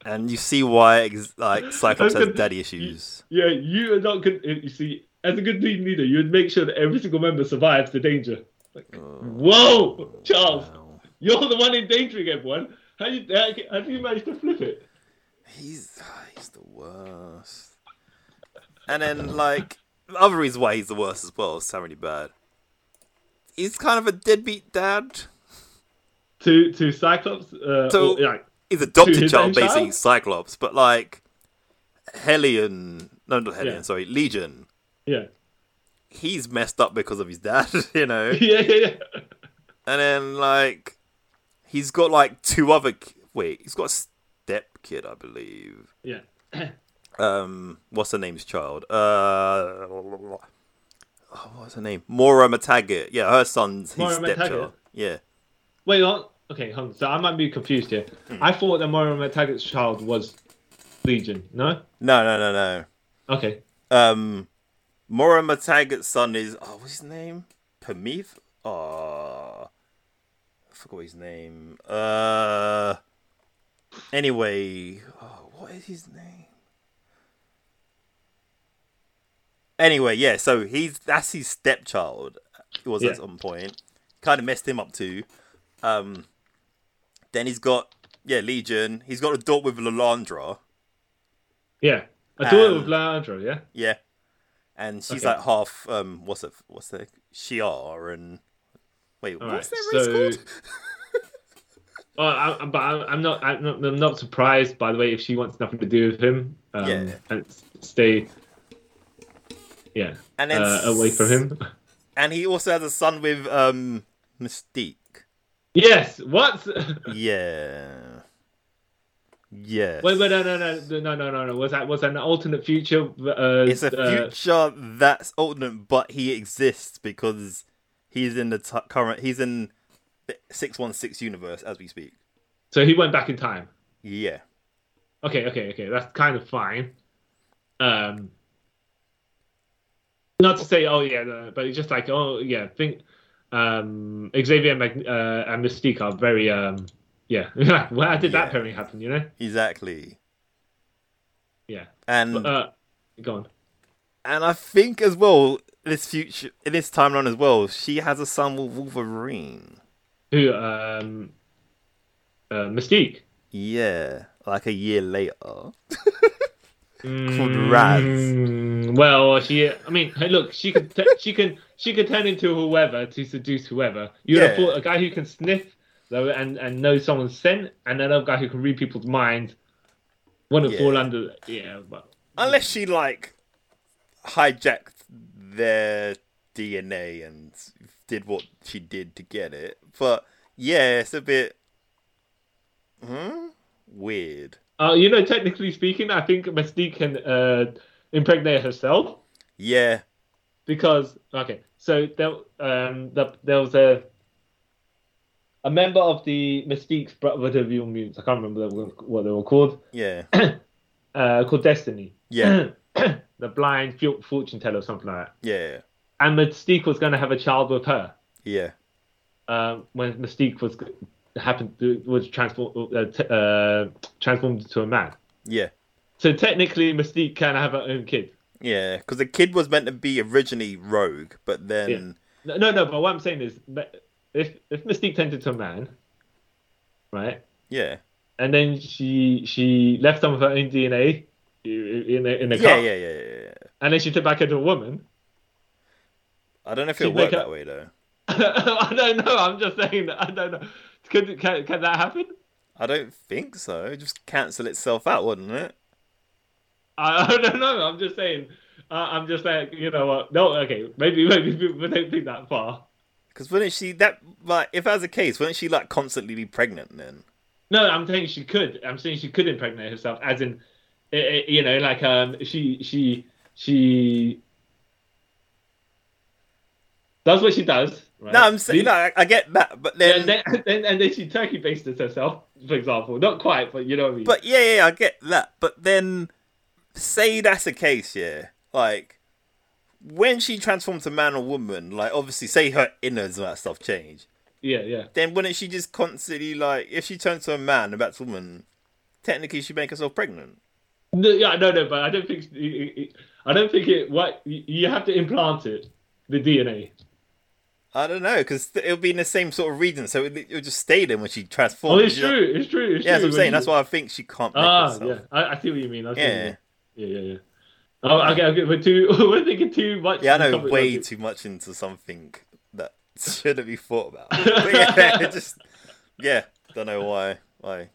Speaker 4: And you see why ex- like Cyclops has
Speaker 5: Okay.
Speaker 4: daddy issues.
Speaker 5: Yeah, you are not good. You see, as a good lead leader, you would make sure that every single member survives the danger. Like, whoa, Charles,
Speaker 4: Oh, Wow.
Speaker 5: you're the one endangering everyone. How you how, how do you manage to flip it?
Speaker 4: He's he's the worst. And then like the other reason why he's the worst as well is so really bad. He's kind of a deadbeat dad.
Speaker 5: To to Cyclops, uh,
Speaker 4: So-
Speaker 5: or, like,
Speaker 4: He's
Speaker 5: To
Speaker 4: adopted
Speaker 5: his
Speaker 4: child,
Speaker 5: own
Speaker 4: basically
Speaker 5: child?
Speaker 4: Cyclops, but like Hellion, no, not Hellion,
Speaker 5: Yeah.
Speaker 4: sorry, Legion.
Speaker 5: yeah,
Speaker 4: He's messed up because of his dad, you know. and
Speaker 5: yeah, yeah, yeah.
Speaker 4: then like he's got like two other ki- wait, he's got a step kid, I believe.
Speaker 5: yeah.
Speaker 4: Um, what's her name's child? Uh, oh, what's her name? Mora McTaggart. Yeah, her son's his
Speaker 5: Moira
Speaker 4: stepchild. Yeah.
Speaker 5: Wait, hold, okay, hold on. So I might be confused here.
Speaker 4: Hmm.
Speaker 5: I thought that Moira McTaggart's child was Legion. No,
Speaker 4: No, no, no, no.
Speaker 5: okay,
Speaker 4: Um, Mora Matag's son is oh, what's his name? Pamith. Oh, I forgot his name. Uh, anyway, oh, what is his name? Anyway, yeah. So he's that's his stepchild. It was
Speaker 5: Yeah.
Speaker 4: at some point. Kind of messed him up too. Um, then he's got yeah Legion. He's got a daughter with Lalandra.
Speaker 5: yeah. I thought it
Speaker 4: Um,
Speaker 5: was Leandro. Yeah,
Speaker 4: Yeah. And she's
Speaker 5: Okay.
Speaker 4: like half um what's it what's the Shiar and wait,
Speaker 5: All
Speaker 4: what's
Speaker 5: right,
Speaker 4: their race called?
Speaker 5: Well, I, I- but I'm I'm not, I'm not. I'm not surprised, by the way, if she wants nothing to do with him. Um,
Speaker 4: Yeah.
Speaker 5: And s- stay. Yeah.
Speaker 4: And then
Speaker 5: Uh, away from him.
Speaker 4: And he also has a son with um Mystique.
Speaker 5: yes. What?
Speaker 4: Yeah. Yeah.
Speaker 5: wait, wait, uh, no, no, no, no, no, no, no. Was that was that an alternate future? Uh,
Speaker 4: It's a
Speaker 5: uh,
Speaker 4: future that's alternate, but he exists because he's in the t- current. He's in the six one six universe as we speak.
Speaker 5: so he went back in time.
Speaker 4: Yeah.
Speaker 5: Okay, okay, okay. That's kind of fine. Um. Not to say, oh yeah, no, but it's just like, oh yeah, think. Um, Xavier and, Mag- uh, and Mystique are very, um, yeah. well, how did
Speaker 4: Yeah.
Speaker 5: that pairing happen? You know,
Speaker 4: Exactly.
Speaker 5: yeah.
Speaker 4: And
Speaker 5: Uh, go on.
Speaker 4: And I think as well, this future, this timeline as well, she has a son with Wolverine.
Speaker 5: Who? Um, uh, Mystique.
Speaker 4: Yeah, like a year later. Called Raz.
Speaker 5: Mm, well, she. I mean, hey, look, she could. T- she can. She could turn into whoever to seduce whoever. You would have
Speaker 4: Yeah.
Speaker 5: thought a guy who can sniff though and and know someone's scent, and another guy who can read people's minds, wouldn't
Speaker 4: Yeah.
Speaker 5: fall under. Yeah, but
Speaker 4: Unless she like hijacked their DNA and did what she did to get it. But yeah, it's a bit hmm? weird.
Speaker 5: Uh, you know, technically speaking, I think Mystique can uh, impregnate herself
Speaker 4: Yeah,
Speaker 5: because okay, so there um the, there was a a member of the Mystique's Brotherhood of Evil Mutants. I can't remember what they were- what they were called.
Speaker 4: yeah,
Speaker 5: Uh, called Destiny.
Speaker 4: yeah,
Speaker 5: the blind fu- fortune teller or something like that.
Speaker 4: yeah,
Speaker 5: And Mystique was going to have a child with her
Speaker 4: yeah,
Speaker 5: um, when Mystique was happened to, was transformed uh, t- uh, transformed into a man.
Speaker 4: yeah.
Speaker 5: So technically, Mystique can have her own kid.
Speaker 4: Yeah, because the kid was meant to be originally Rogue, but then
Speaker 5: No, no, no. But what I'm saying is, if if Mystique turned into a man, right,
Speaker 4: yeah,
Speaker 5: and then she she left some of her own DNA in a, in a
Speaker 4: yeah,
Speaker 5: car,
Speaker 4: yeah, yeah, yeah. yeah.
Speaker 5: and then she turned back into a woman.
Speaker 4: I don't know if
Speaker 5: She'd
Speaker 4: it'll work
Speaker 5: make a-
Speaker 4: that way though.
Speaker 5: I don't know. I'm just saying. that. I don't know. Could, can, can that happen?
Speaker 4: I don't think so. It'd just cancel itself out, wouldn't it?
Speaker 5: I, I don't know. I'm just saying. Uh, I'm just like you know what? No, okay, maybe maybe people don't think that far.
Speaker 4: Because wouldn't she that like if that was the case, wouldn't she like constantly be pregnant then?
Speaker 5: No, I'm saying she could. I'm saying she could impregnate herself, as in, eh, eh, you know, like um, she she she does what she does. Right?
Speaker 4: No, I'm saying
Speaker 5: The-
Speaker 4: no, I, I get that, but then,
Speaker 5: and then, and then and then she turkey based herself, for example. Not quite, but you know what I mean.
Speaker 4: but yeah, yeah, yeah, I get that, but then say that's the case, yeah, like. When she transforms to man or woman, like obviously, say her innards and that stuff change.
Speaker 5: yeah, yeah.
Speaker 4: then wouldn't she just constantly like if she turns to a man and that's a woman, technically she'd make herself pregnant.
Speaker 5: No, yeah, no, no, but I don't think I don't think it. What you you have to implant it, the DNA.
Speaker 4: I don't know because it'll be in the same sort of region, so it will just stay there when she
Speaker 5: Oh,
Speaker 4: transforms.
Speaker 5: it's
Speaker 4: you know?
Speaker 5: true. It's true. It's
Speaker 4: Yeah, that's
Speaker 5: true.
Speaker 4: what I'm saying.
Speaker 5: When
Speaker 4: That's
Speaker 5: you-
Speaker 4: why I think she can't make
Speaker 5: Ah,
Speaker 4: herself.
Speaker 5: yeah. I, I see what you mean. I see what you
Speaker 4: Yeah.
Speaker 5: mean. yeah, yeah, yeah. Oh, okay, okay. We're too. We're thinking too much.
Speaker 4: Yeah, I know
Speaker 5: topic,
Speaker 4: way
Speaker 5: aren't
Speaker 4: too much into something that shouldn't be thought about. But yeah, it just yeah, don't know why I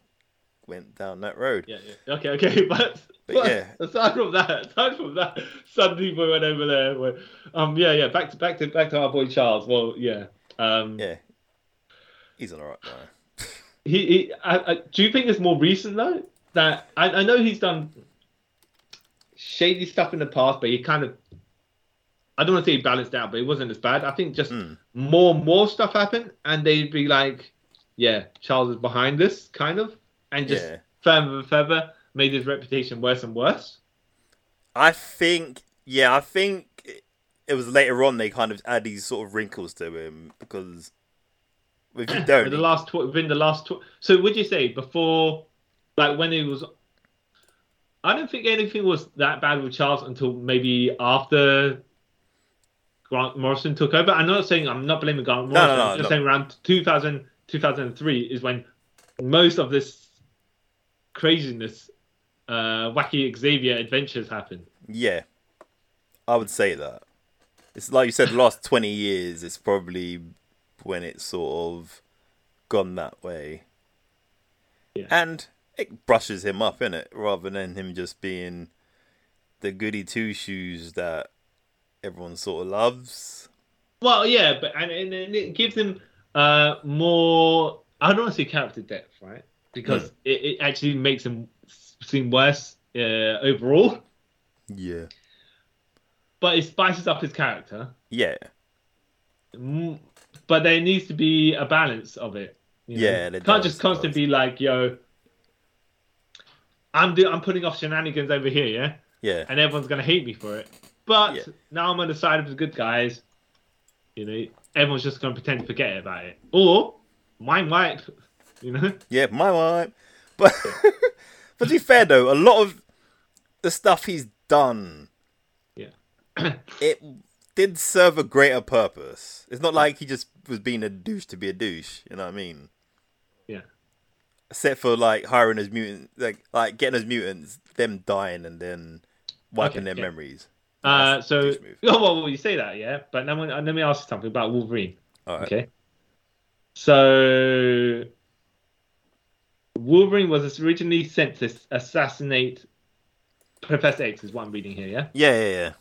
Speaker 4: went down that road.
Speaker 5: we? Yeah, yeah. Okay, okay. But,
Speaker 4: But
Speaker 5: but,
Speaker 4: yeah.
Speaker 5: aside from that, aside from that, suddenly we went over there. Where, um, yeah, yeah. Back to back to back to our boy Charles. Well, yeah. Um,
Speaker 4: Yeah, he's an alright guy.
Speaker 5: he, he I, I, do you think it's more recent though that I, I know he's done shady stuff in the past but he kind of i don't want to say he balanced out but it wasn't as bad i think just more and more stuff happened and they'd be like yeah charles is behind this kind of and just
Speaker 4: Yeah.
Speaker 5: further and further made his reputation worse and worse
Speaker 4: I think, yeah, I think it was later on they kind of add these sort of wrinkles to him because if you
Speaker 5: in
Speaker 4: don't,
Speaker 5: the last tw- within the last tw- so would you say before like when it was i don't think anything was that bad with charles until maybe after grant morrison took over i'm not saying i'm not blaming grant
Speaker 4: No, no,
Speaker 5: morrison
Speaker 4: no,
Speaker 5: i'm just
Speaker 4: no.
Speaker 5: saying around 2000 2003 is when most of this craziness uh wacky xavier adventures happened
Speaker 4: yeah, I would say that it's like you said, the last twenty years, it's probably when it's sort of gone that way,
Speaker 5: Yeah.
Speaker 4: and it brushes him up in it rather than him just being the goody two shoes that everyone sort of loves.
Speaker 5: Well, yeah, but and, and, and it gives him uh, more. I don't want to say character depth, right?
Speaker 4: Hmm.
Speaker 5: Because it, it actually makes him s- seem worse uh, overall.
Speaker 4: Yeah,
Speaker 5: But it spices up his character.
Speaker 4: yeah,
Speaker 5: Mm, But there needs to be a balance of it. you know?
Speaker 4: Yeah, there
Speaker 5: can't
Speaker 4: does,
Speaker 5: just constantly be like, yo, I'm do- I'm putting off shenanigans over here, yeah,
Speaker 4: yeah.
Speaker 5: and everyone's gonna hate me for it. But
Speaker 4: Yeah.
Speaker 5: now I'm on the side of the good guys. You know, everyone's just gonna pretend to forget about it, or mine might. You know,
Speaker 4: Yeah, my wife. But but to be fair though, a lot of the stuff he's done,
Speaker 5: Yeah.
Speaker 4: it did serve a greater purpose. It's not like he just was being a douche to be a douche. You know what I mean?
Speaker 5: yeah,
Speaker 4: Except for like hiring his mutants, like like getting his mutants, them dying and then wiping
Speaker 5: Okay,
Speaker 4: their
Speaker 5: yeah.
Speaker 4: memories.
Speaker 5: Uh,
Speaker 4: That's a
Speaker 5: so,
Speaker 4: douche move.
Speaker 5: oh, well, well, you say that, yeah, but now let me ask you something about Wolverine.
Speaker 4: All right.
Speaker 5: Okay. So, Wolverine was originally sent to assassinate Professor X is what I'm reading here, yeah?
Speaker 4: Yeah, yeah, yeah.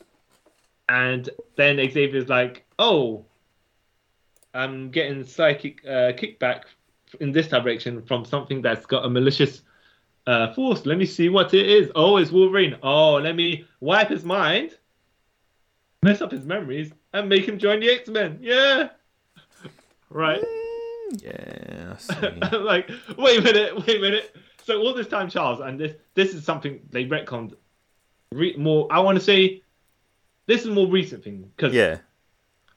Speaker 5: And then Xavier's like, "Oh, I'm getting psychic uh, kickback in this direction from something that's got a malicious uh, force. Let me see what it is. Oh, it's Wolverine. Oh, let me wipe his mind, mess up his memories, and make him join the X Men. Yeah, right."
Speaker 2: Yeah, I see.
Speaker 5: I'm like, wait a minute, wait a minute. So all this time, Charles, and this this is something they retconned. Re- more, I want to say, this is a more recent thing because
Speaker 4: Yeah.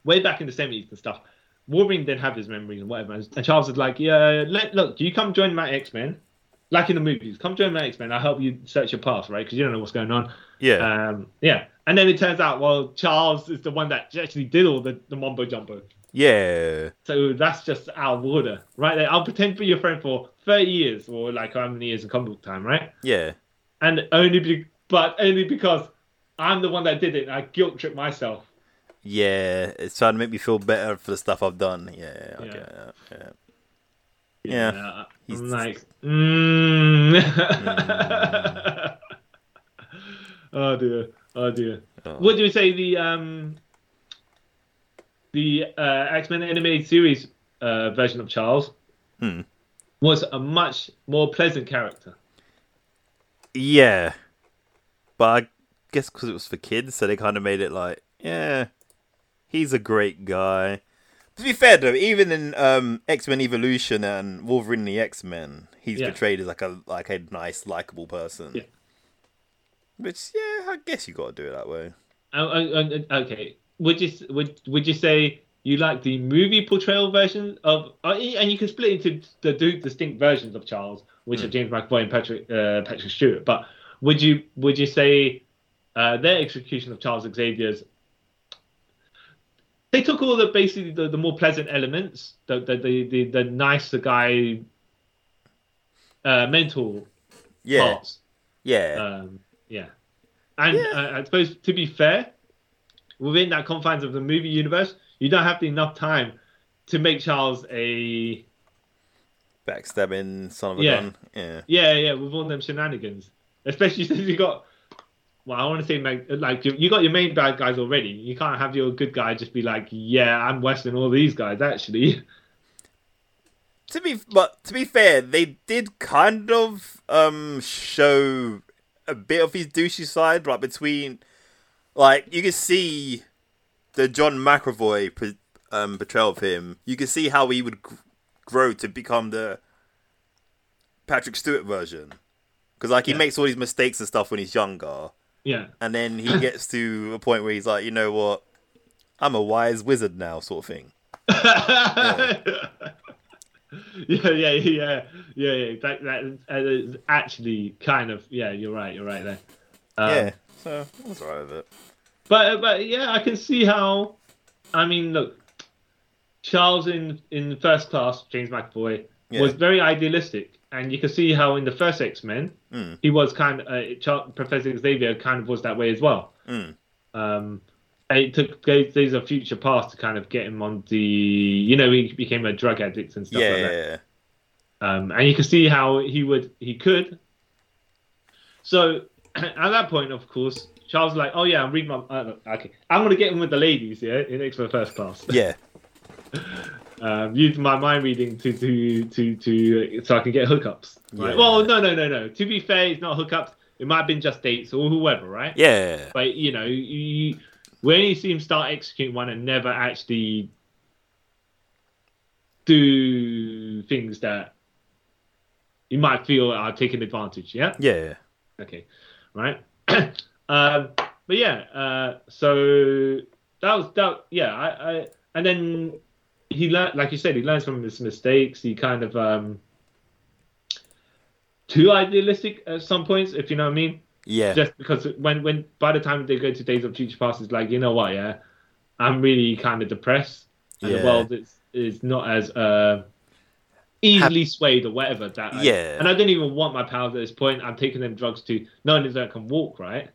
Speaker 5: way back in the seventies and stuff, Wolverine didn't have his memories and whatever, and and Charles is like, yeah, let, look, you come join my X Men, like in the movies, come join my X Men. I'll help you search your path, right? Because you don't know what's going on.
Speaker 4: Yeah.
Speaker 5: Um, yeah. And then it turns out, well, Charles is the one that actually did all the, the mumbo jumbo.
Speaker 4: yeah.
Speaker 5: So that's just out of order, right? There. I'll pretend to be your friend for 30 years or like how many years in comic book time, right?
Speaker 4: Yeah.
Speaker 5: And only be- but only because I'm the one that did it. I guilt tripped myself.
Speaker 4: Yeah. It's trying to make me feel better for the stuff I've done. Yeah. I
Speaker 5: Yeah.
Speaker 4: get that, Yeah. Yeah.
Speaker 5: Uh,
Speaker 4: He's-
Speaker 5: I'm like, mm.
Speaker 4: Mm.
Speaker 5: oh dear, oh dear.
Speaker 4: Oh.
Speaker 5: What do you say the um the uh, X Men animated series uh, version of Charles
Speaker 4: Hmm.
Speaker 5: was a much more pleasant character?
Speaker 4: Yeah. But I guess because it was for kids, so they kind of made it like, yeah, he's a great guy. To be fair though, even in um, X Men Evolution and Wolverine and the X Men, he's
Speaker 5: Yeah.
Speaker 4: portrayed as like a like a nice, likable person.
Speaker 5: Yeah.
Speaker 4: Which yeah, I guess you got to do it that way.
Speaker 5: Uh, uh, uh, okay, would you s- would would you say you like the movie portrayal version of, uh, and you can split into the two distinct versions of Charles, which are James McAvoy and Patrick uh, Patrick Stewart. But would you would you say uh, their execution of Charles Xavier's? They took all the basically the, the more pleasant elements, the the the the, the nicer guy, uh, mental
Speaker 4: Yeah,
Speaker 5: parts,
Speaker 4: yeah,
Speaker 5: um, yeah. And uh, I suppose to be fair, within that confines of the movie universe, you don't have enough time to make Charles a
Speaker 4: backstabbing son of a
Speaker 5: yeah.
Speaker 4: gun. Yeah,
Speaker 5: yeah yeah with all them shenanigans. Especially since you got well, I want to say like, like you, you got your main bad guys already. You can't have your good guy just be like, yeah, I'm worse than all these guys actually.
Speaker 4: to be but to be fair, they did kind of um show a bit of his douchey side, like between like you can see the John McAvoy p- um, portrayal of him. You can see how he would g- grow to become the Patrick Stewart version, because like he
Speaker 5: Yeah.
Speaker 4: makes all these mistakes and stuff when he's younger,
Speaker 5: Yeah,
Speaker 4: and then he gets to a point where he's like, you know what, I'm a wise wizard now, sort of thing.
Speaker 5: yeah, yeah, yeah, yeah, yeah. yeah. That that is- that is actually kind of yeah. You're right. You're right there. Um,
Speaker 4: yeah, Uh, so I was alright with it.
Speaker 5: But but yeah, I can see how. I mean, look, Charles in in first class, James McAvoy
Speaker 4: Yeah.
Speaker 5: was very idealistic, and you can see how in the first X Men
Speaker 4: Mm.
Speaker 5: he was kind of uh, Char- Professor Xavier kind of was that way as well.
Speaker 4: Mm.
Speaker 5: Um, and it took days of future past to kind of get him on the, you know, he became a drug addict and stuff
Speaker 4: Yeah,
Speaker 5: like
Speaker 4: yeah,
Speaker 5: that.
Speaker 4: yeah.
Speaker 5: Um, and you can see how he would he could. So at that point, of course, Charles is like, "Oh yeah, I'm reading my uh, okay. I'm gonna get in with the ladies, yeah, in X Men First Class.
Speaker 4: yeah.
Speaker 5: um, use my mind reading to to to to so I can get hookups. Right?
Speaker 4: Yeah.
Speaker 5: Well, no, no, no, no. To be fair, it's not hookups. It might have been just dates or whoever, right?
Speaker 4: Yeah.
Speaker 5: But you know, you, when you see him start executing one and never actually do things that you might feel are taken advantage. Yeah.
Speaker 4: Yeah.
Speaker 5: Okay. Right. um, but yeah. Uh, so that was that. Yeah. I. I and then he learned, like you said, he learns from his mistakes. He kind of um, too idealistic at some points, if you know what I mean
Speaker 4: Yeah.
Speaker 5: just because when when by the time they go to Days of Future Past, it's like you know what, yeah, I'm really kind of depressed, and
Speaker 4: Yeah.
Speaker 5: the world is is not as uh, easily swayed or whatever that. I-
Speaker 4: Yeah.
Speaker 5: and I don't even want my powers at this point. I'm taking them drugs to not only that I can walk right,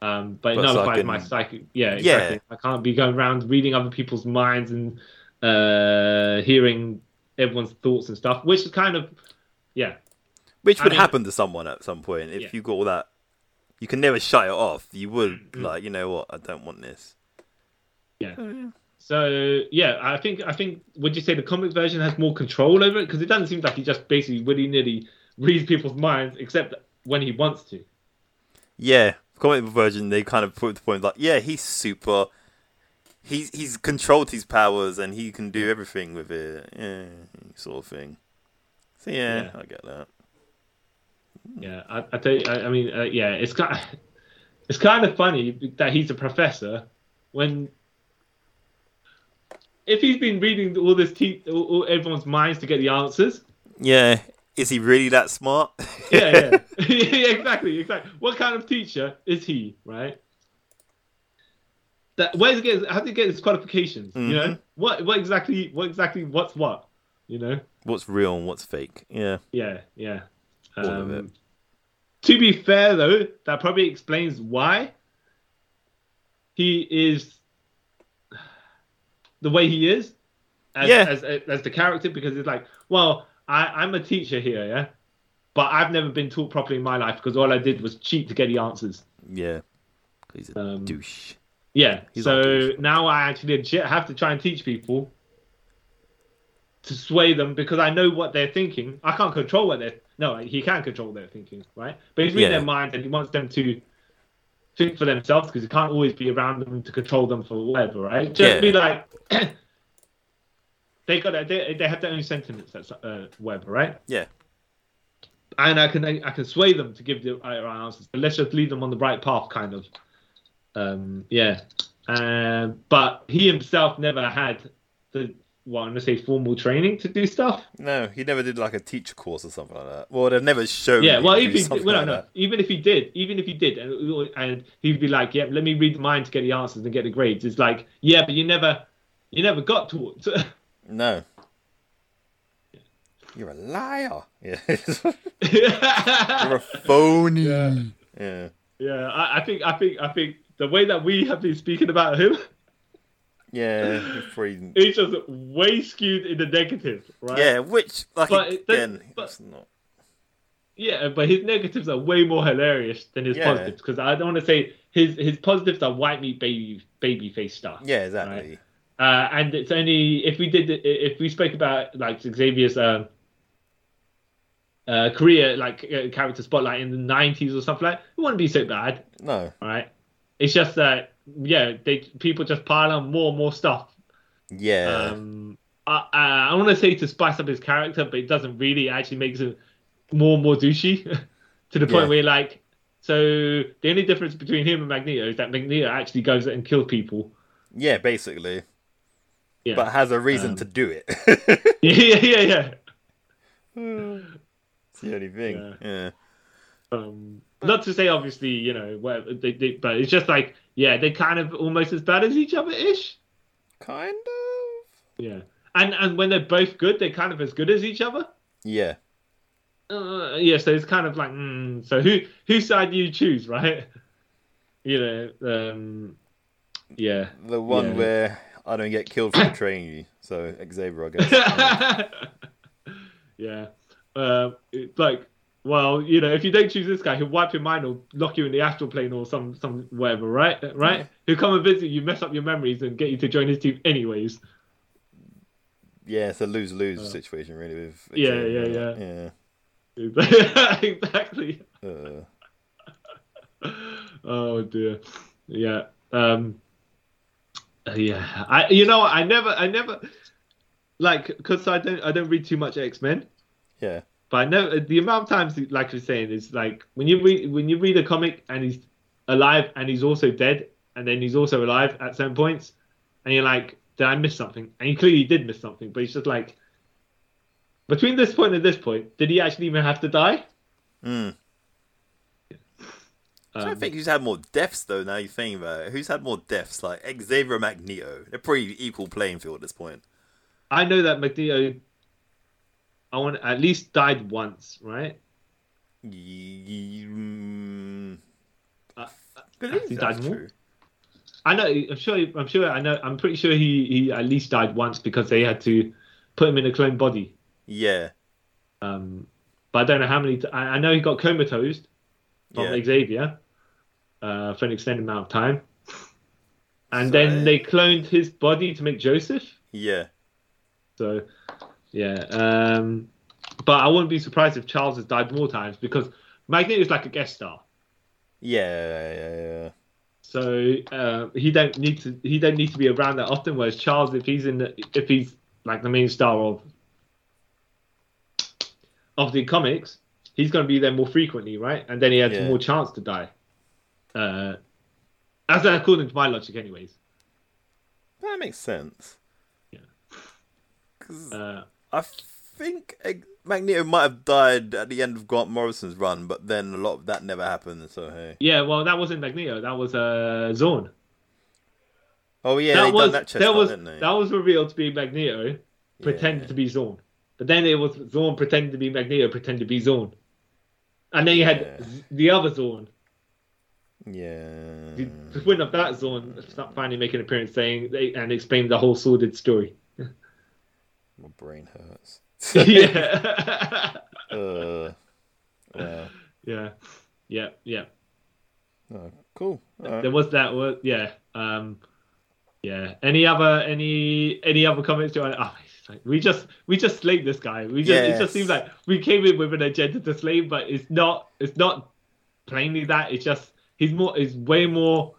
Speaker 5: um, but,
Speaker 4: But
Speaker 5: it
Speaker 4: so I
Speaker 5: nullifies
Speaker 4: can-
Speaker 5: my psychic. Yeah, exactly. I can't be going around reading other people's minds and uh, hearing everyone's thoughts and stuff, which is kind of yeah,
Speaker 4: Which
Speaker 5: I
Speaker 4: would
Speaker 5: mean-
Speaker 4: happen to someone at some point if
Speaker 5: Yeah.
Speaker 4: you got all that you can never shut it off. You would
Speaker 5: Mm-hmm.
Speaker 4: like, you know what? I don't want this.
Speaker 5: So yeah, I think I think would you say the comic version has more control over it because it doesn't seem like he just basically willy nilly reads people's minds except when he wants to.
Speaker 4: Yeah, comic book version they kind of put the point like, yeah, he's super. He's he's controlled his powers and he can do everything with it, yeah, sort of thing. So yeah,
Speaker 5: Yeah.
Speaker 4: I get that.
Speaker 5: Yeah, I, I tell you, I, I mean, uh, yeah, it's kind, it's kind of funny that he's a professor when. If he's been reading all this, te- all, all everyone's minds to get the answers.
Speaker 4: Yeah, is he really that smart?
Speaker 5: Yeah, yeah, yeah, exactly, exactly. What kind of teacher is he, right? That where's he get? How did he get his qualifications? You know, what, what exactly, what exactly, what's what? You know,
Speaker 4: what's real and what's fake? Yeah,
Speaker 5: yeah, yeah.
Speaker 4: all of
Speaker 5: Um,
Speaker 4: it.
Speaker 5: To be fair, though, that probably explains why he is the way he is as,
Speaker 4: Yeah.
Speaker 5: as, as, the character because it's like, well, I, I'm a teacher here, yeah? But I've never been taught properly in my life because all I did was cheat to get the answers.
Speaker 4: Yeah, he's a
Speaker 5: Um,
Speaker 4: douche.
Speaker 5: Yeah.
Speaker 4: He's
Speaker 5: so
Speaker 4: like this.
Speaker 5: now I actually legit have to try and teach people to sway them because I know what they're thinking. I can't control what they're. No, he can control their thinking, right? But he's reading
Speaker 4: Yeah.
Speaker 5: their minds and he wants them to think for themselves because he can't always be around them to control them for whatever, right? Just
Speaker 4: Yeah.
Speaker 5: be like. They got their, they, they have their own sentiments. That's uh, whatever, right?
Speaker 4: Yeah,
Speaker 5: and I can I can sway them to give the right answers. But let's just lead them on the right path, kind of. Um, yeah. Um, but he himself never had the well, I'm gonna say formal training to do stuff.
Speaker 4: no, he never did like a teacher course or something like that. Well, they've never shown.
Speaker 5: Yeah.
Speaker 4: him
Speaker 5: Well,
Speaker 4: do
Speaker 5: if he
Speaker 4: something
Speaker 5: well,
Speaker 4: like
Speaker 5: no,
Speaker 4: that.
Speaker 5: even if he did, even if he did, and and he'd be like, yeah, let me read mine to get the answers and get the grades. It's like, yeah, but you never, you never got taught.
Speaker 4: No. You're a liar. Yeah. You're a phony. Yeah.
Speaker 5: yeah. I, I think I think I think the way that we have been speaking about him.
Speaker 4: Yeah. you're free.
Speaker 5: it's just way skewed in the negative, right?
Speaker 4: Yeah, which like
Speaker 5: But it-
Speaker 4: again,
Speaker 5: but-
Speaker 4: it's not.
Speaker 5: Yeah, but his negatives are way more hilarious than his
Speaker 4: Yeah.
Speaker 5: positives because I don't want to say his his positives are white meat baby baby face stuff.
Speaker 4: Yeah, exactly.
Speaker 5: right? Uh, and it's only if we did if we spoke about like Xavier's um, uh, career, like uh, character spotlight in the nineties or something like, it wouldn't be so bad,
Speaker 4: No.
Speaker 5: right? It's just that yeah, they people just pile on more and more stuff
Speaker 4: Yeah.
Speaker 5: um, I, I, I want to say to spice up his character, but it doesn't really. It actually makes him more and more douchey to the point
Speaker 4: Yeah.
Speaker 5: where, like, so the only difference between him and Magneto is that Magneto actually goes and kills people.
Speaker 4: yeah, basically.
Speaker 5: Yeah. Um,
Speaker 4: But has a reason to do it. it's
Speaker 5: yeah, yeah, yeah.
Speaker 4: the only thing.
Speaker 5: Yeah.
Speaker 4: yeah.
Speaker 5: Um, not to say, obviously, you know, whatever, they, they, but it's just like, yeah, they kind of almost as bad as each other ish.
Speaker 4: Kind of.
Speaker 5: Yeah. And, and when they're both good, they're kind of as good as each other.
Speaker 4: Yeah.
Speaker 5: uh, yeah, so it's kind of like, mm, so who whose side do you choose, right? You know, um, yeah,
Speaker 4: The one
Speaker 5: Yeah.
Speaker 4: where I don't get killed for betraying you. So Xavier, I guess.
Speaker 5: yeah. Um, it's like, well, you know, if you don't choose this guy, he'll wipe your mind or lock you in the astral plane or some some whatever, right? Right? He'll come and visit you, mess up your memories, and get you to join his team, anyways.
Speaker 4: yeah, it's a lose lose situation really with
Speaker 5: Uh, Yeah,
Speaker 4: Xavier,
Speaker 5: yeah,
Speaker 4: like,
Speaker 5: exactly.
Speaker 4: Yeah. Uh,
Speaker 5: Oh dear. Yeah. Um yeah. I you know what? I never I never like cuz I don't I don't read too much X-Men,
Speaker 4: yeah.
Speaker 5: but I know uh, the amount of times like you're saying is like when you read when you read a comic and he's alive and he's also dead and then he's also alive at certain points and you're like did I miss something? And you clearly did miss something, but it's just like between this point and this point, did he actually even have to die? Um,
Speaker 4: I don't think who's had more deaths though. Now you think about it, who's had more deaths? Like Xavier, and Magneto. They're pretty equal playing field at this point.
Speaker 5: I know that Magneto, I want at least died once, right? Uh,
Speaker 4: Y- y- mm.
Speaker 5: has
Speaker 4: Believe
Speaker 5: he
Speaker 4: that's
Speaker 5: died more?
Speaker 4: true.
Speaker 5: I know. I'm sure. I'm sure. I know. I'm pretty sure he he at least died once because they had to put him in a clone body.
Speaker 4: Yeah,
Speaker 5: Um, but I don't know how many. T- I, I know he got comatose from
Speaker 4: Yeah.
Speaker 5: Xavier, uh, for an extended amount of time. And then they cloned his body to make Joseph.
Speaker 4: Yeah.
Speaker 5: So, yeah. Um, but I wouldn't be surprised if Charles has died more times because Magneto's like a guest star.
Speaker 4: Yeah, yeah, yeah.
Speaker 5: So uh, he don't need to he don't need to be around that often. Whereas Charles, if he's in the, if he's like the main star of of the comics, he's going to be there more frequently, right? And then he has
Speaker 4: Yeah.
Speaker 5: more chance to die. Uh, as according to my logic, anyways.
Speaker 4: That makes sense.
Speaker 5: Yeah.
Speaker 4: 'Cause
Speaker 5: Uh,
Speaker 4: I think eh, Magneto might have died at the end of Grant Morrison's run, but then a lot of that never happened, so hey.
Speaker 5: yeah, well, that wasn't Magneto. That was uh, Zorn.
Speaker 4: Oh, yeah, they
Speaker 5: that was
Speaker 4: done that chest
Speaker 5: that
Speaker 4: out,
Speaker 5: was
Speaker 4: didn't they?
Speaker 5: that was revealed to be Magneto, pretended
Speaker 4: Yeah.
Speaker 5: to be Zorn. But then it was Zorn pretending to be Magneto, pretended to be Zorn. And then you had
Speaker 4: Yeah.
Speaker 5: Z- the other Zorn.
Speaker 4: Yeah.
Speaker 5: The
Speaker 4: Mm.
Speaker 5: the win of that Zorn start- finally make an appearance, saying they, and explain the whole sordid story.
Speaker 4: My brain hurts.
Speaker 5: yeah,
Speaker 4: uh, wow.
Speaker 5: yeah, yeah, yeah.
Speaker 4: Oh, cool. All right.
Speaker 5: There was that. wa- Yeah, um, yeah. Any other any any other comments? Do you want? Oh, it's like, we just we just slayed this guy. We just it
Speaker 4: Yes.
Speaker 5: just seems like we came in with an agenda to slay, but it's not it's not plainly that. It's just he's more he's way more.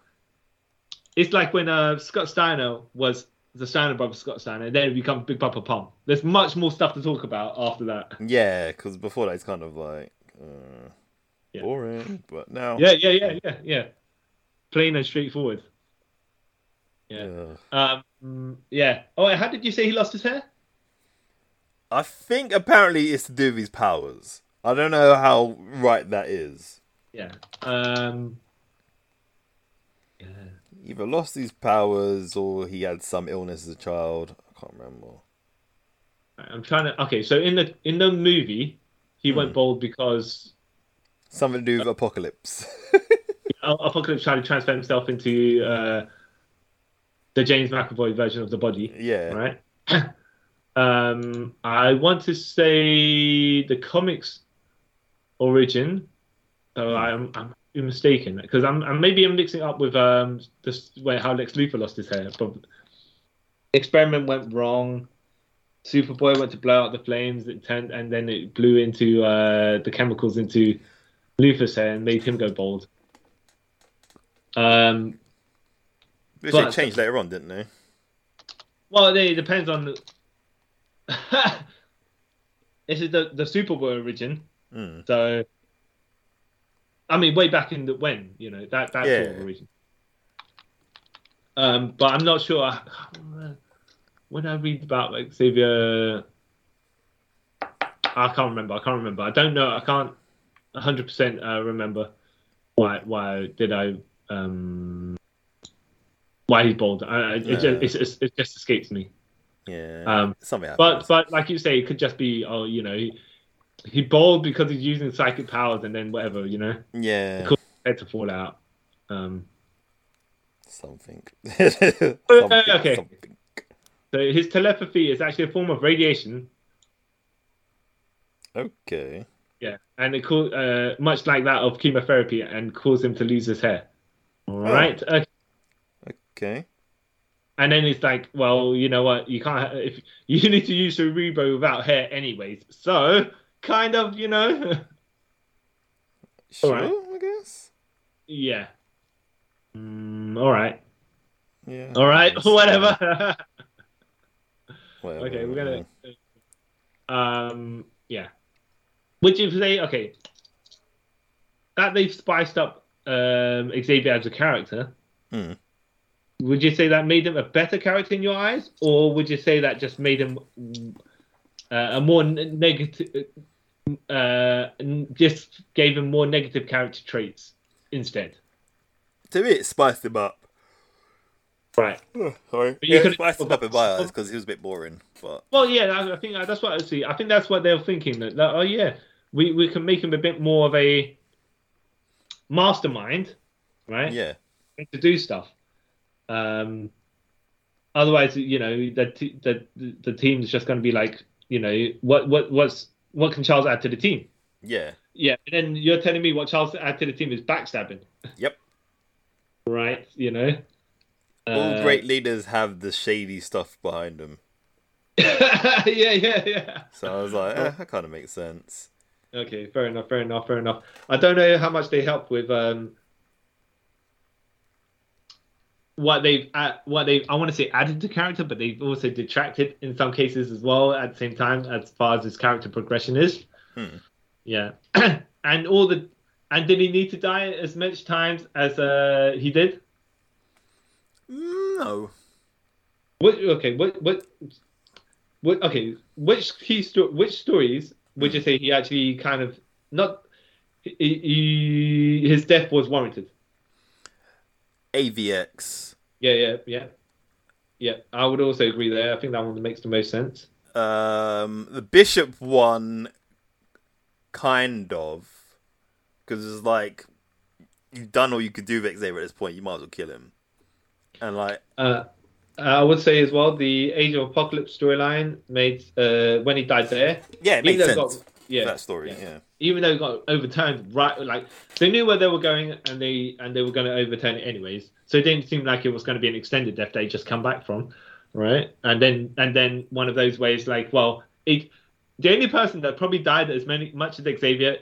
Speaker 5: It's like when uh Scott Steiner was the Steiner brother Scott Steiner, then it becomes Big Papa Pump. There's much more stuff to talk about after that.
Speaker 4: Yeah, because before that, it's kind of like uh,
Speaker 5: Yeah.
Speaker 4: boring. But now,
Speaker 5: Yeah, yeah, yeah, yeah, yeah. Plain and straightforward. Yeah.
Speaker 4: Ugh.
Speaker 5: Um, yeah. Oh, how did you say he lost his hair?
Speaker 4: I think apparently it's to do with his powers. I don't know how right that is.
Speaker 5: Yeah. Um, yeah.
Speaker 4: Either lost his powers or he had some illness as a child. I can't remember.
Speaker 5: I'm trying to. Okay, so in the in the movie, he went bald because
Speaker 4: Something to do with apocalypse.
Speaker 5: Al- Apocalypse tried to transfer himself into uh, the James McAvoy version of the body.
Speaker 4: yeah.
Speaker 5: Right. um, I want to say the comics origin. So I'm I'm mistaken because I'm, I'm maybe I'm mixing up with um this where how Lex Luthor lost his hair, but experiment went wrong. Superboy went to blow out the flames. It turned and then it blew into uh, the chemicals into Luthor's hair and made him go bald. Um,
Speaker 4: Which
Speaker 5: But-
Speaker 4: they changed later on, didn't they?
Speaker 5: Well, it depends on. The... this is the the Superboy origin,
Speaker 4: Mm.
Speaker 5: so. I mean, way back in the when, you know, that that sort of
Speaker 4: Yeah.
Speaker 5: origin. Um, but I'm not sure. I, when I read about like Xavier, I can't remember. I can't remember. I don't know. I can't 100 percent uh, remember why why did I um why he's bald. I, I, it just,
Speaker 4: Yeah.
Speaker 5: it's, it's, it just escapes me.
Speaker 4: Yeah.
Speaker 5: Um,
Speaker 4: Something
Speaker 5: But
Speaker 4: happened.
Speaker 5: but like you say, it could just be oh you know he, he bald because he's using psychic powers and then whatever you know
Speaker 4: yeah.
Speaker 5: cool. had to fall out. Um,
Speaker 4: Something. something.
Speaker 5: okay.
Speaker 4: Something.
Speaker 5: so his telepathy is actually a form of radiation.
Speaker 4: Okay.
Speaker 5: Yeah, and it cau- uh, much like that of chemotherapy and caused him to lose his hair. All right. Okay.
Speaker 4: Okay.
Speaker 5: And then it's like, well, you know what? You can't. If you need to use Cerebro without hair, anyways. So, kind of, you know, All
Speaker 4: Sure,
Speaker 5: right.
Speaker 4: I guess.
Speaker 5: yeah. Mm, all right,
Speaker 4: Yeah.
Speaker 5: all right,
Speaker 4: Yes.
Speaker 5: whatever.
Speaker 4: Whatever,
Speaker 5: okay, we're
Speaker 4: whatever.
Speaker 5: gonna. Um, yeah. Which if they okay, that they've spiced up um Xavier as a character.
Speaker 4: Hmm.
Speaker 5: Would you say that made him a better character in your eyes, or would you say that just made him uh, a more negative? Uh, n- just gave him more negative character traits instead.
Speaker 4: To me, it spiced him up.
Speaker 5: Right.
Speaker 4: Sorry.
Speaker 5: you
Speaker 4: Yeah,
Speaker 5: could've-
Speaker 4: it spiced him up in my eyes because he was a bit boring. But
Speaker 5: Well, yeah, I, I think uh, that's what I see. I think that's what they're thinking. That, that, oh yeah, we we can make him a bit more of a mastermind, right?
Speaker 4: yeah.
Speaker 5: To do stuff. Um, otherwise, you know, the t- the the the team's just going to be like, you know, what what what's what can Charles add to the team?
Speaker 4: Yeah.
Speaker 5: Yeah, and then you're telling me what Charles add to the team is backstabbing.
Speaker 4: Yep.
Speaker 5: right? You know,
Speaker 4: All
Speaker 5: Uh,
Speaker 4: great leaders have the shady stuff behind them.
Speaker 5: yeah, yeah, yeah.
Speaker 4: So I was like, eh, that kind of makes sense.
Speaker 5: Okay, fair enough, fair enough, fair enough. I don't know how much they help with um what they've uh, what they have I want to say added to character, but they've also detracted in some cases as well at the same time as far as his character progression is.
Speaker 4: Hmm.
Speaker 5: Yeah, and all the and did he need to die as much times as uh he did?
Speaker 4: Mm, No,
Speaker 5: What okay? What what? What okay? Which key sto- Which stories would you say he actually kind of not? He, he, his death was warranted.
Speaker 4: AVX.
Speaker 5: Yeah, yeah, yeah, yeah. I would also agree there. I think that one makes the most sense.
Speaker 4: Um, the bishop one, kind of, because it's like you've done all you could do with Xavier at this point. You might as well kill him. And like,
Speaker 5: Uh, I would say as well the Age of Apocalypse storyline made uh, when he died there.
Speaker 4: yeah, it makes sense.
Speaker 5: even though it got- yeah,
Speaker 4: that story, yeah.
Speaker 5: even though it got overturned right like they knew where they were going and they and they were going to overturn it anyways so it didn't seem like it was going to be an extended death they just come back from right and then and then one of those ways like well it the only person that probably died as many much as xavier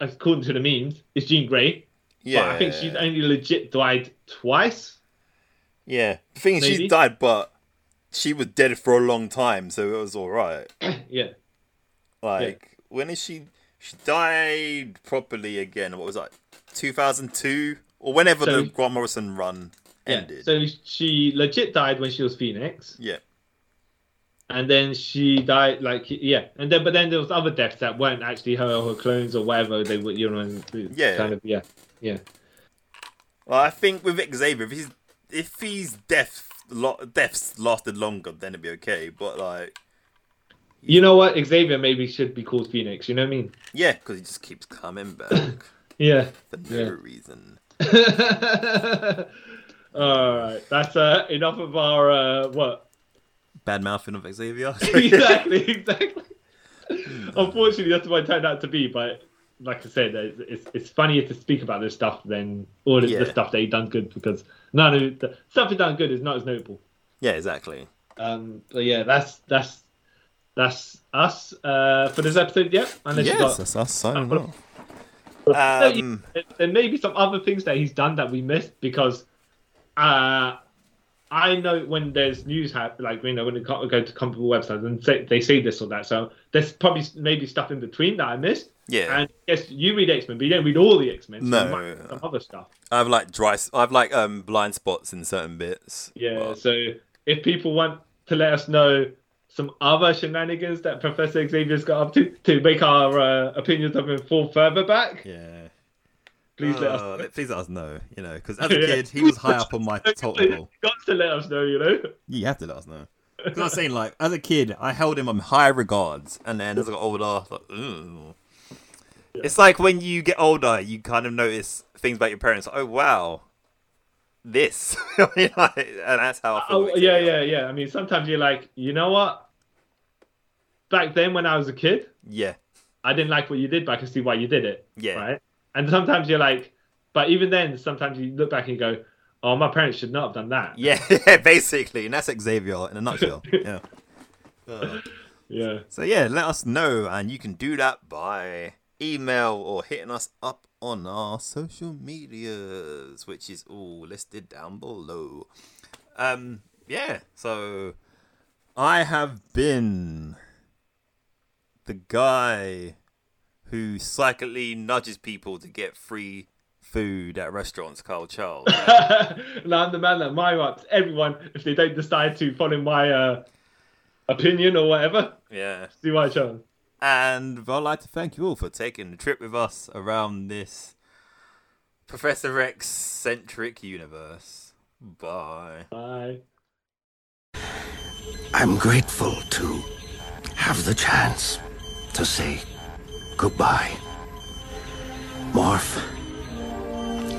Speaker 5: according to the memes is jean grey
Speaker 4: Yeah,
Speaker 5: but i think she's only legit died twice
Speaker 4: yeah. The thing is, she
Speaker 5: Maybe.
Speaker 4: died, but she was dead for a long time, so it was all right.
Speaker 5: yeah
Speaker 4: Like when is she? She died properly again. What was that? Two thousand two or whenever
Speaker 5: So-
Speaker 4: the Grant Morrison run ended.
Speaker 5: yeah so she legit died when she was phoenix
Speaker 4: yeah.
Speaker 5: and then she died like yeah and then but then there was other deaths that weren't actually her or her clones or whatever they were you know and it's
Speaker 4: Yeah.
Speaker 5: kind of yeah yeah
Speaker 4: Well, I think with Xavier, if he's if his death lo- deaths lasted longer, then it'd be okay. But like,
Speaker 5: you know what xavier maybe should be called phoenix you know what i mean
Speaker 4: yeah, because he just keeps coming back
Speaker 5: yeah
Speaker 4: for no
Speaker 5: Yeah.
Speaker 4: reason.
Speaker 5: all right that's uh enough of our uh what
Speaker 4: Bad mouthing of Xavier.
Speaker 5: exactly exactly unfortunately that's what it turned out to be but like I said, it's, it's, it's funnier to speak about this stuff than all of
Speaker 4: Yeah.
Speaker 5: the stuff that he done good because none of the stuff he done good is not as notable.
Speaker 4: yeah, exactly.
Speaker 5: Um, but yeah, that's that's that's us uh, for this episode. Yep. Unless you got,
Speaker 4: us signing
Speaker 5: off.
Speaker 4: Um,
Speaker 5: there may be some other things that he's done that we missed because uh, I know when there's news hap- like you know when it co- go to company websites and say, they say this or that. So there's probably s- maybe stuff in between that I missed.
Speaker 4: yeah,
Speaker 5: And yes, you read X Men, but you don't read all the X Men.
Speaker 4: No.
Speaker 5: some other stuff.
Speaker 4: I've like dry. s- I've like um blind spots in certain bits.
Speaker 5: Yeah,
Speaker 4: but-
Speaker 5: so if people want to let us know some other shenanigans that Professor Xavier's got up to to make our uh, opinions of him fall further back,
Speaker 4: yeah.
Speaker 5: please let us
Speaker 4: Uh,
Speaker 5: know.
Speaker 4: let- please let us know. You know, because as a
Speaker 5: Yeah.
Speaker 4: kid, he was high up on my totem
Speaker 5: You
Speaker 4: pole.
Speaker 5: got to let us know, you know.
Speaker 4: You have to let us know. 'Cause I was saying, like, as a kid, I held him on high regards, and then as I got older, I was like, ooh. It's like when you get older, you kind of notice things about your parents. Like, oh wow, this, I mean, like, and that's how I feel.
Speaker 5: Oh
Speaker 4: with
Speaker 5: yeah,
Speaker 4: Xavier.
Speaker 5: yeah, yeah. I mean, sometimes you're like, you know what? Back then, when I was a kid,
Speaker 4: yeah,
Speaker 5: I didn't like what you did, but I can see why you did it.
Speaker 4: Yeah.
Speaker 5: Right. And sometimes you're like, but even then, sometimes you look back and you go, oh, my parents should not have done that.
Speaker 4: yeah, yeah. Basically, and that's Xavier in a nutshell. yeah.
Speaker 5: Yeah.
Speaker 4: So yeah, let us know, and you can do that by email or hitting us up on our social medias, which is all listed down below. Um, yeah. So I have been the guy who psychically nudges people to get free food at restaurants, Carl Charles.
Speaker 5: and I'm the man that mime ups everyone if they don't decide to follow my uh, opinion or whatever.
Speaker 4: yeah.
Speaker 5: See my channel.
Speaker 4: And I'd like to thank you all for taking the trip with us around this Professor X centric universe. Bye.
Speaker 5: Bye.
Speaker 1: I'm grateful to have the chance to say goodbye. Morph,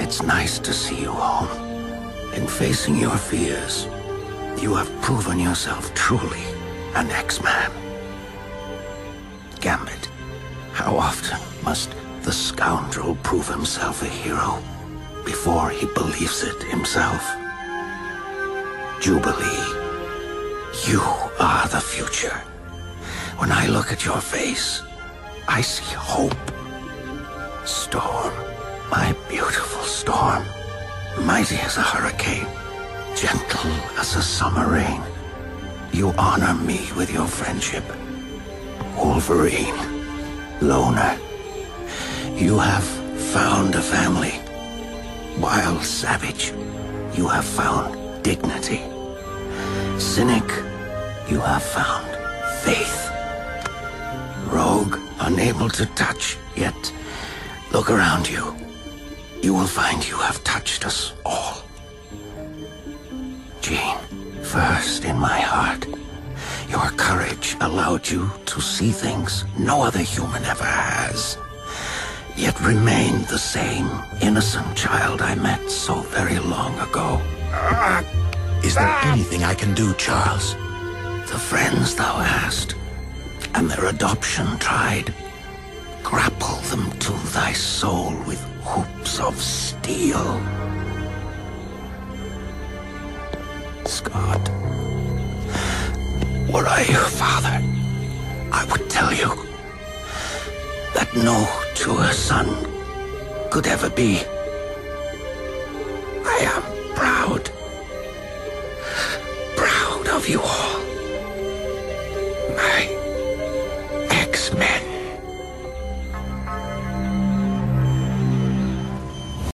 Speaker 1: it's nice to see you home. In facing your fears, you have proven yourself truly an X-Man. Gambit, how often must the scoundrel prove himself a hero? before he believes it himself. Jubilee, you are the future. When I look at your face, I see hope. Storm, my beautiful storm, mighty as a hurricane, gentle as a summer rain. You honor me with your friendship. Wolverine, loner, you have found a family. Wild savage, you have found dignity. Cynic, you have found faith. Rogue, unable to touch, yet look around you. You will find you have touched us all. Jean, first in my heart, your courage allowed you to see things no other human ever has. Yet remained the same innocent child I met so very long ago.
Speaker 6: Is there anything I can do, Charles?
Speaker 1: The friends thou hast, and their adoption tried, grapple them to thy soul with hoops of steel. Scott, were I your father, I would tell you that no truer son could ever be. I am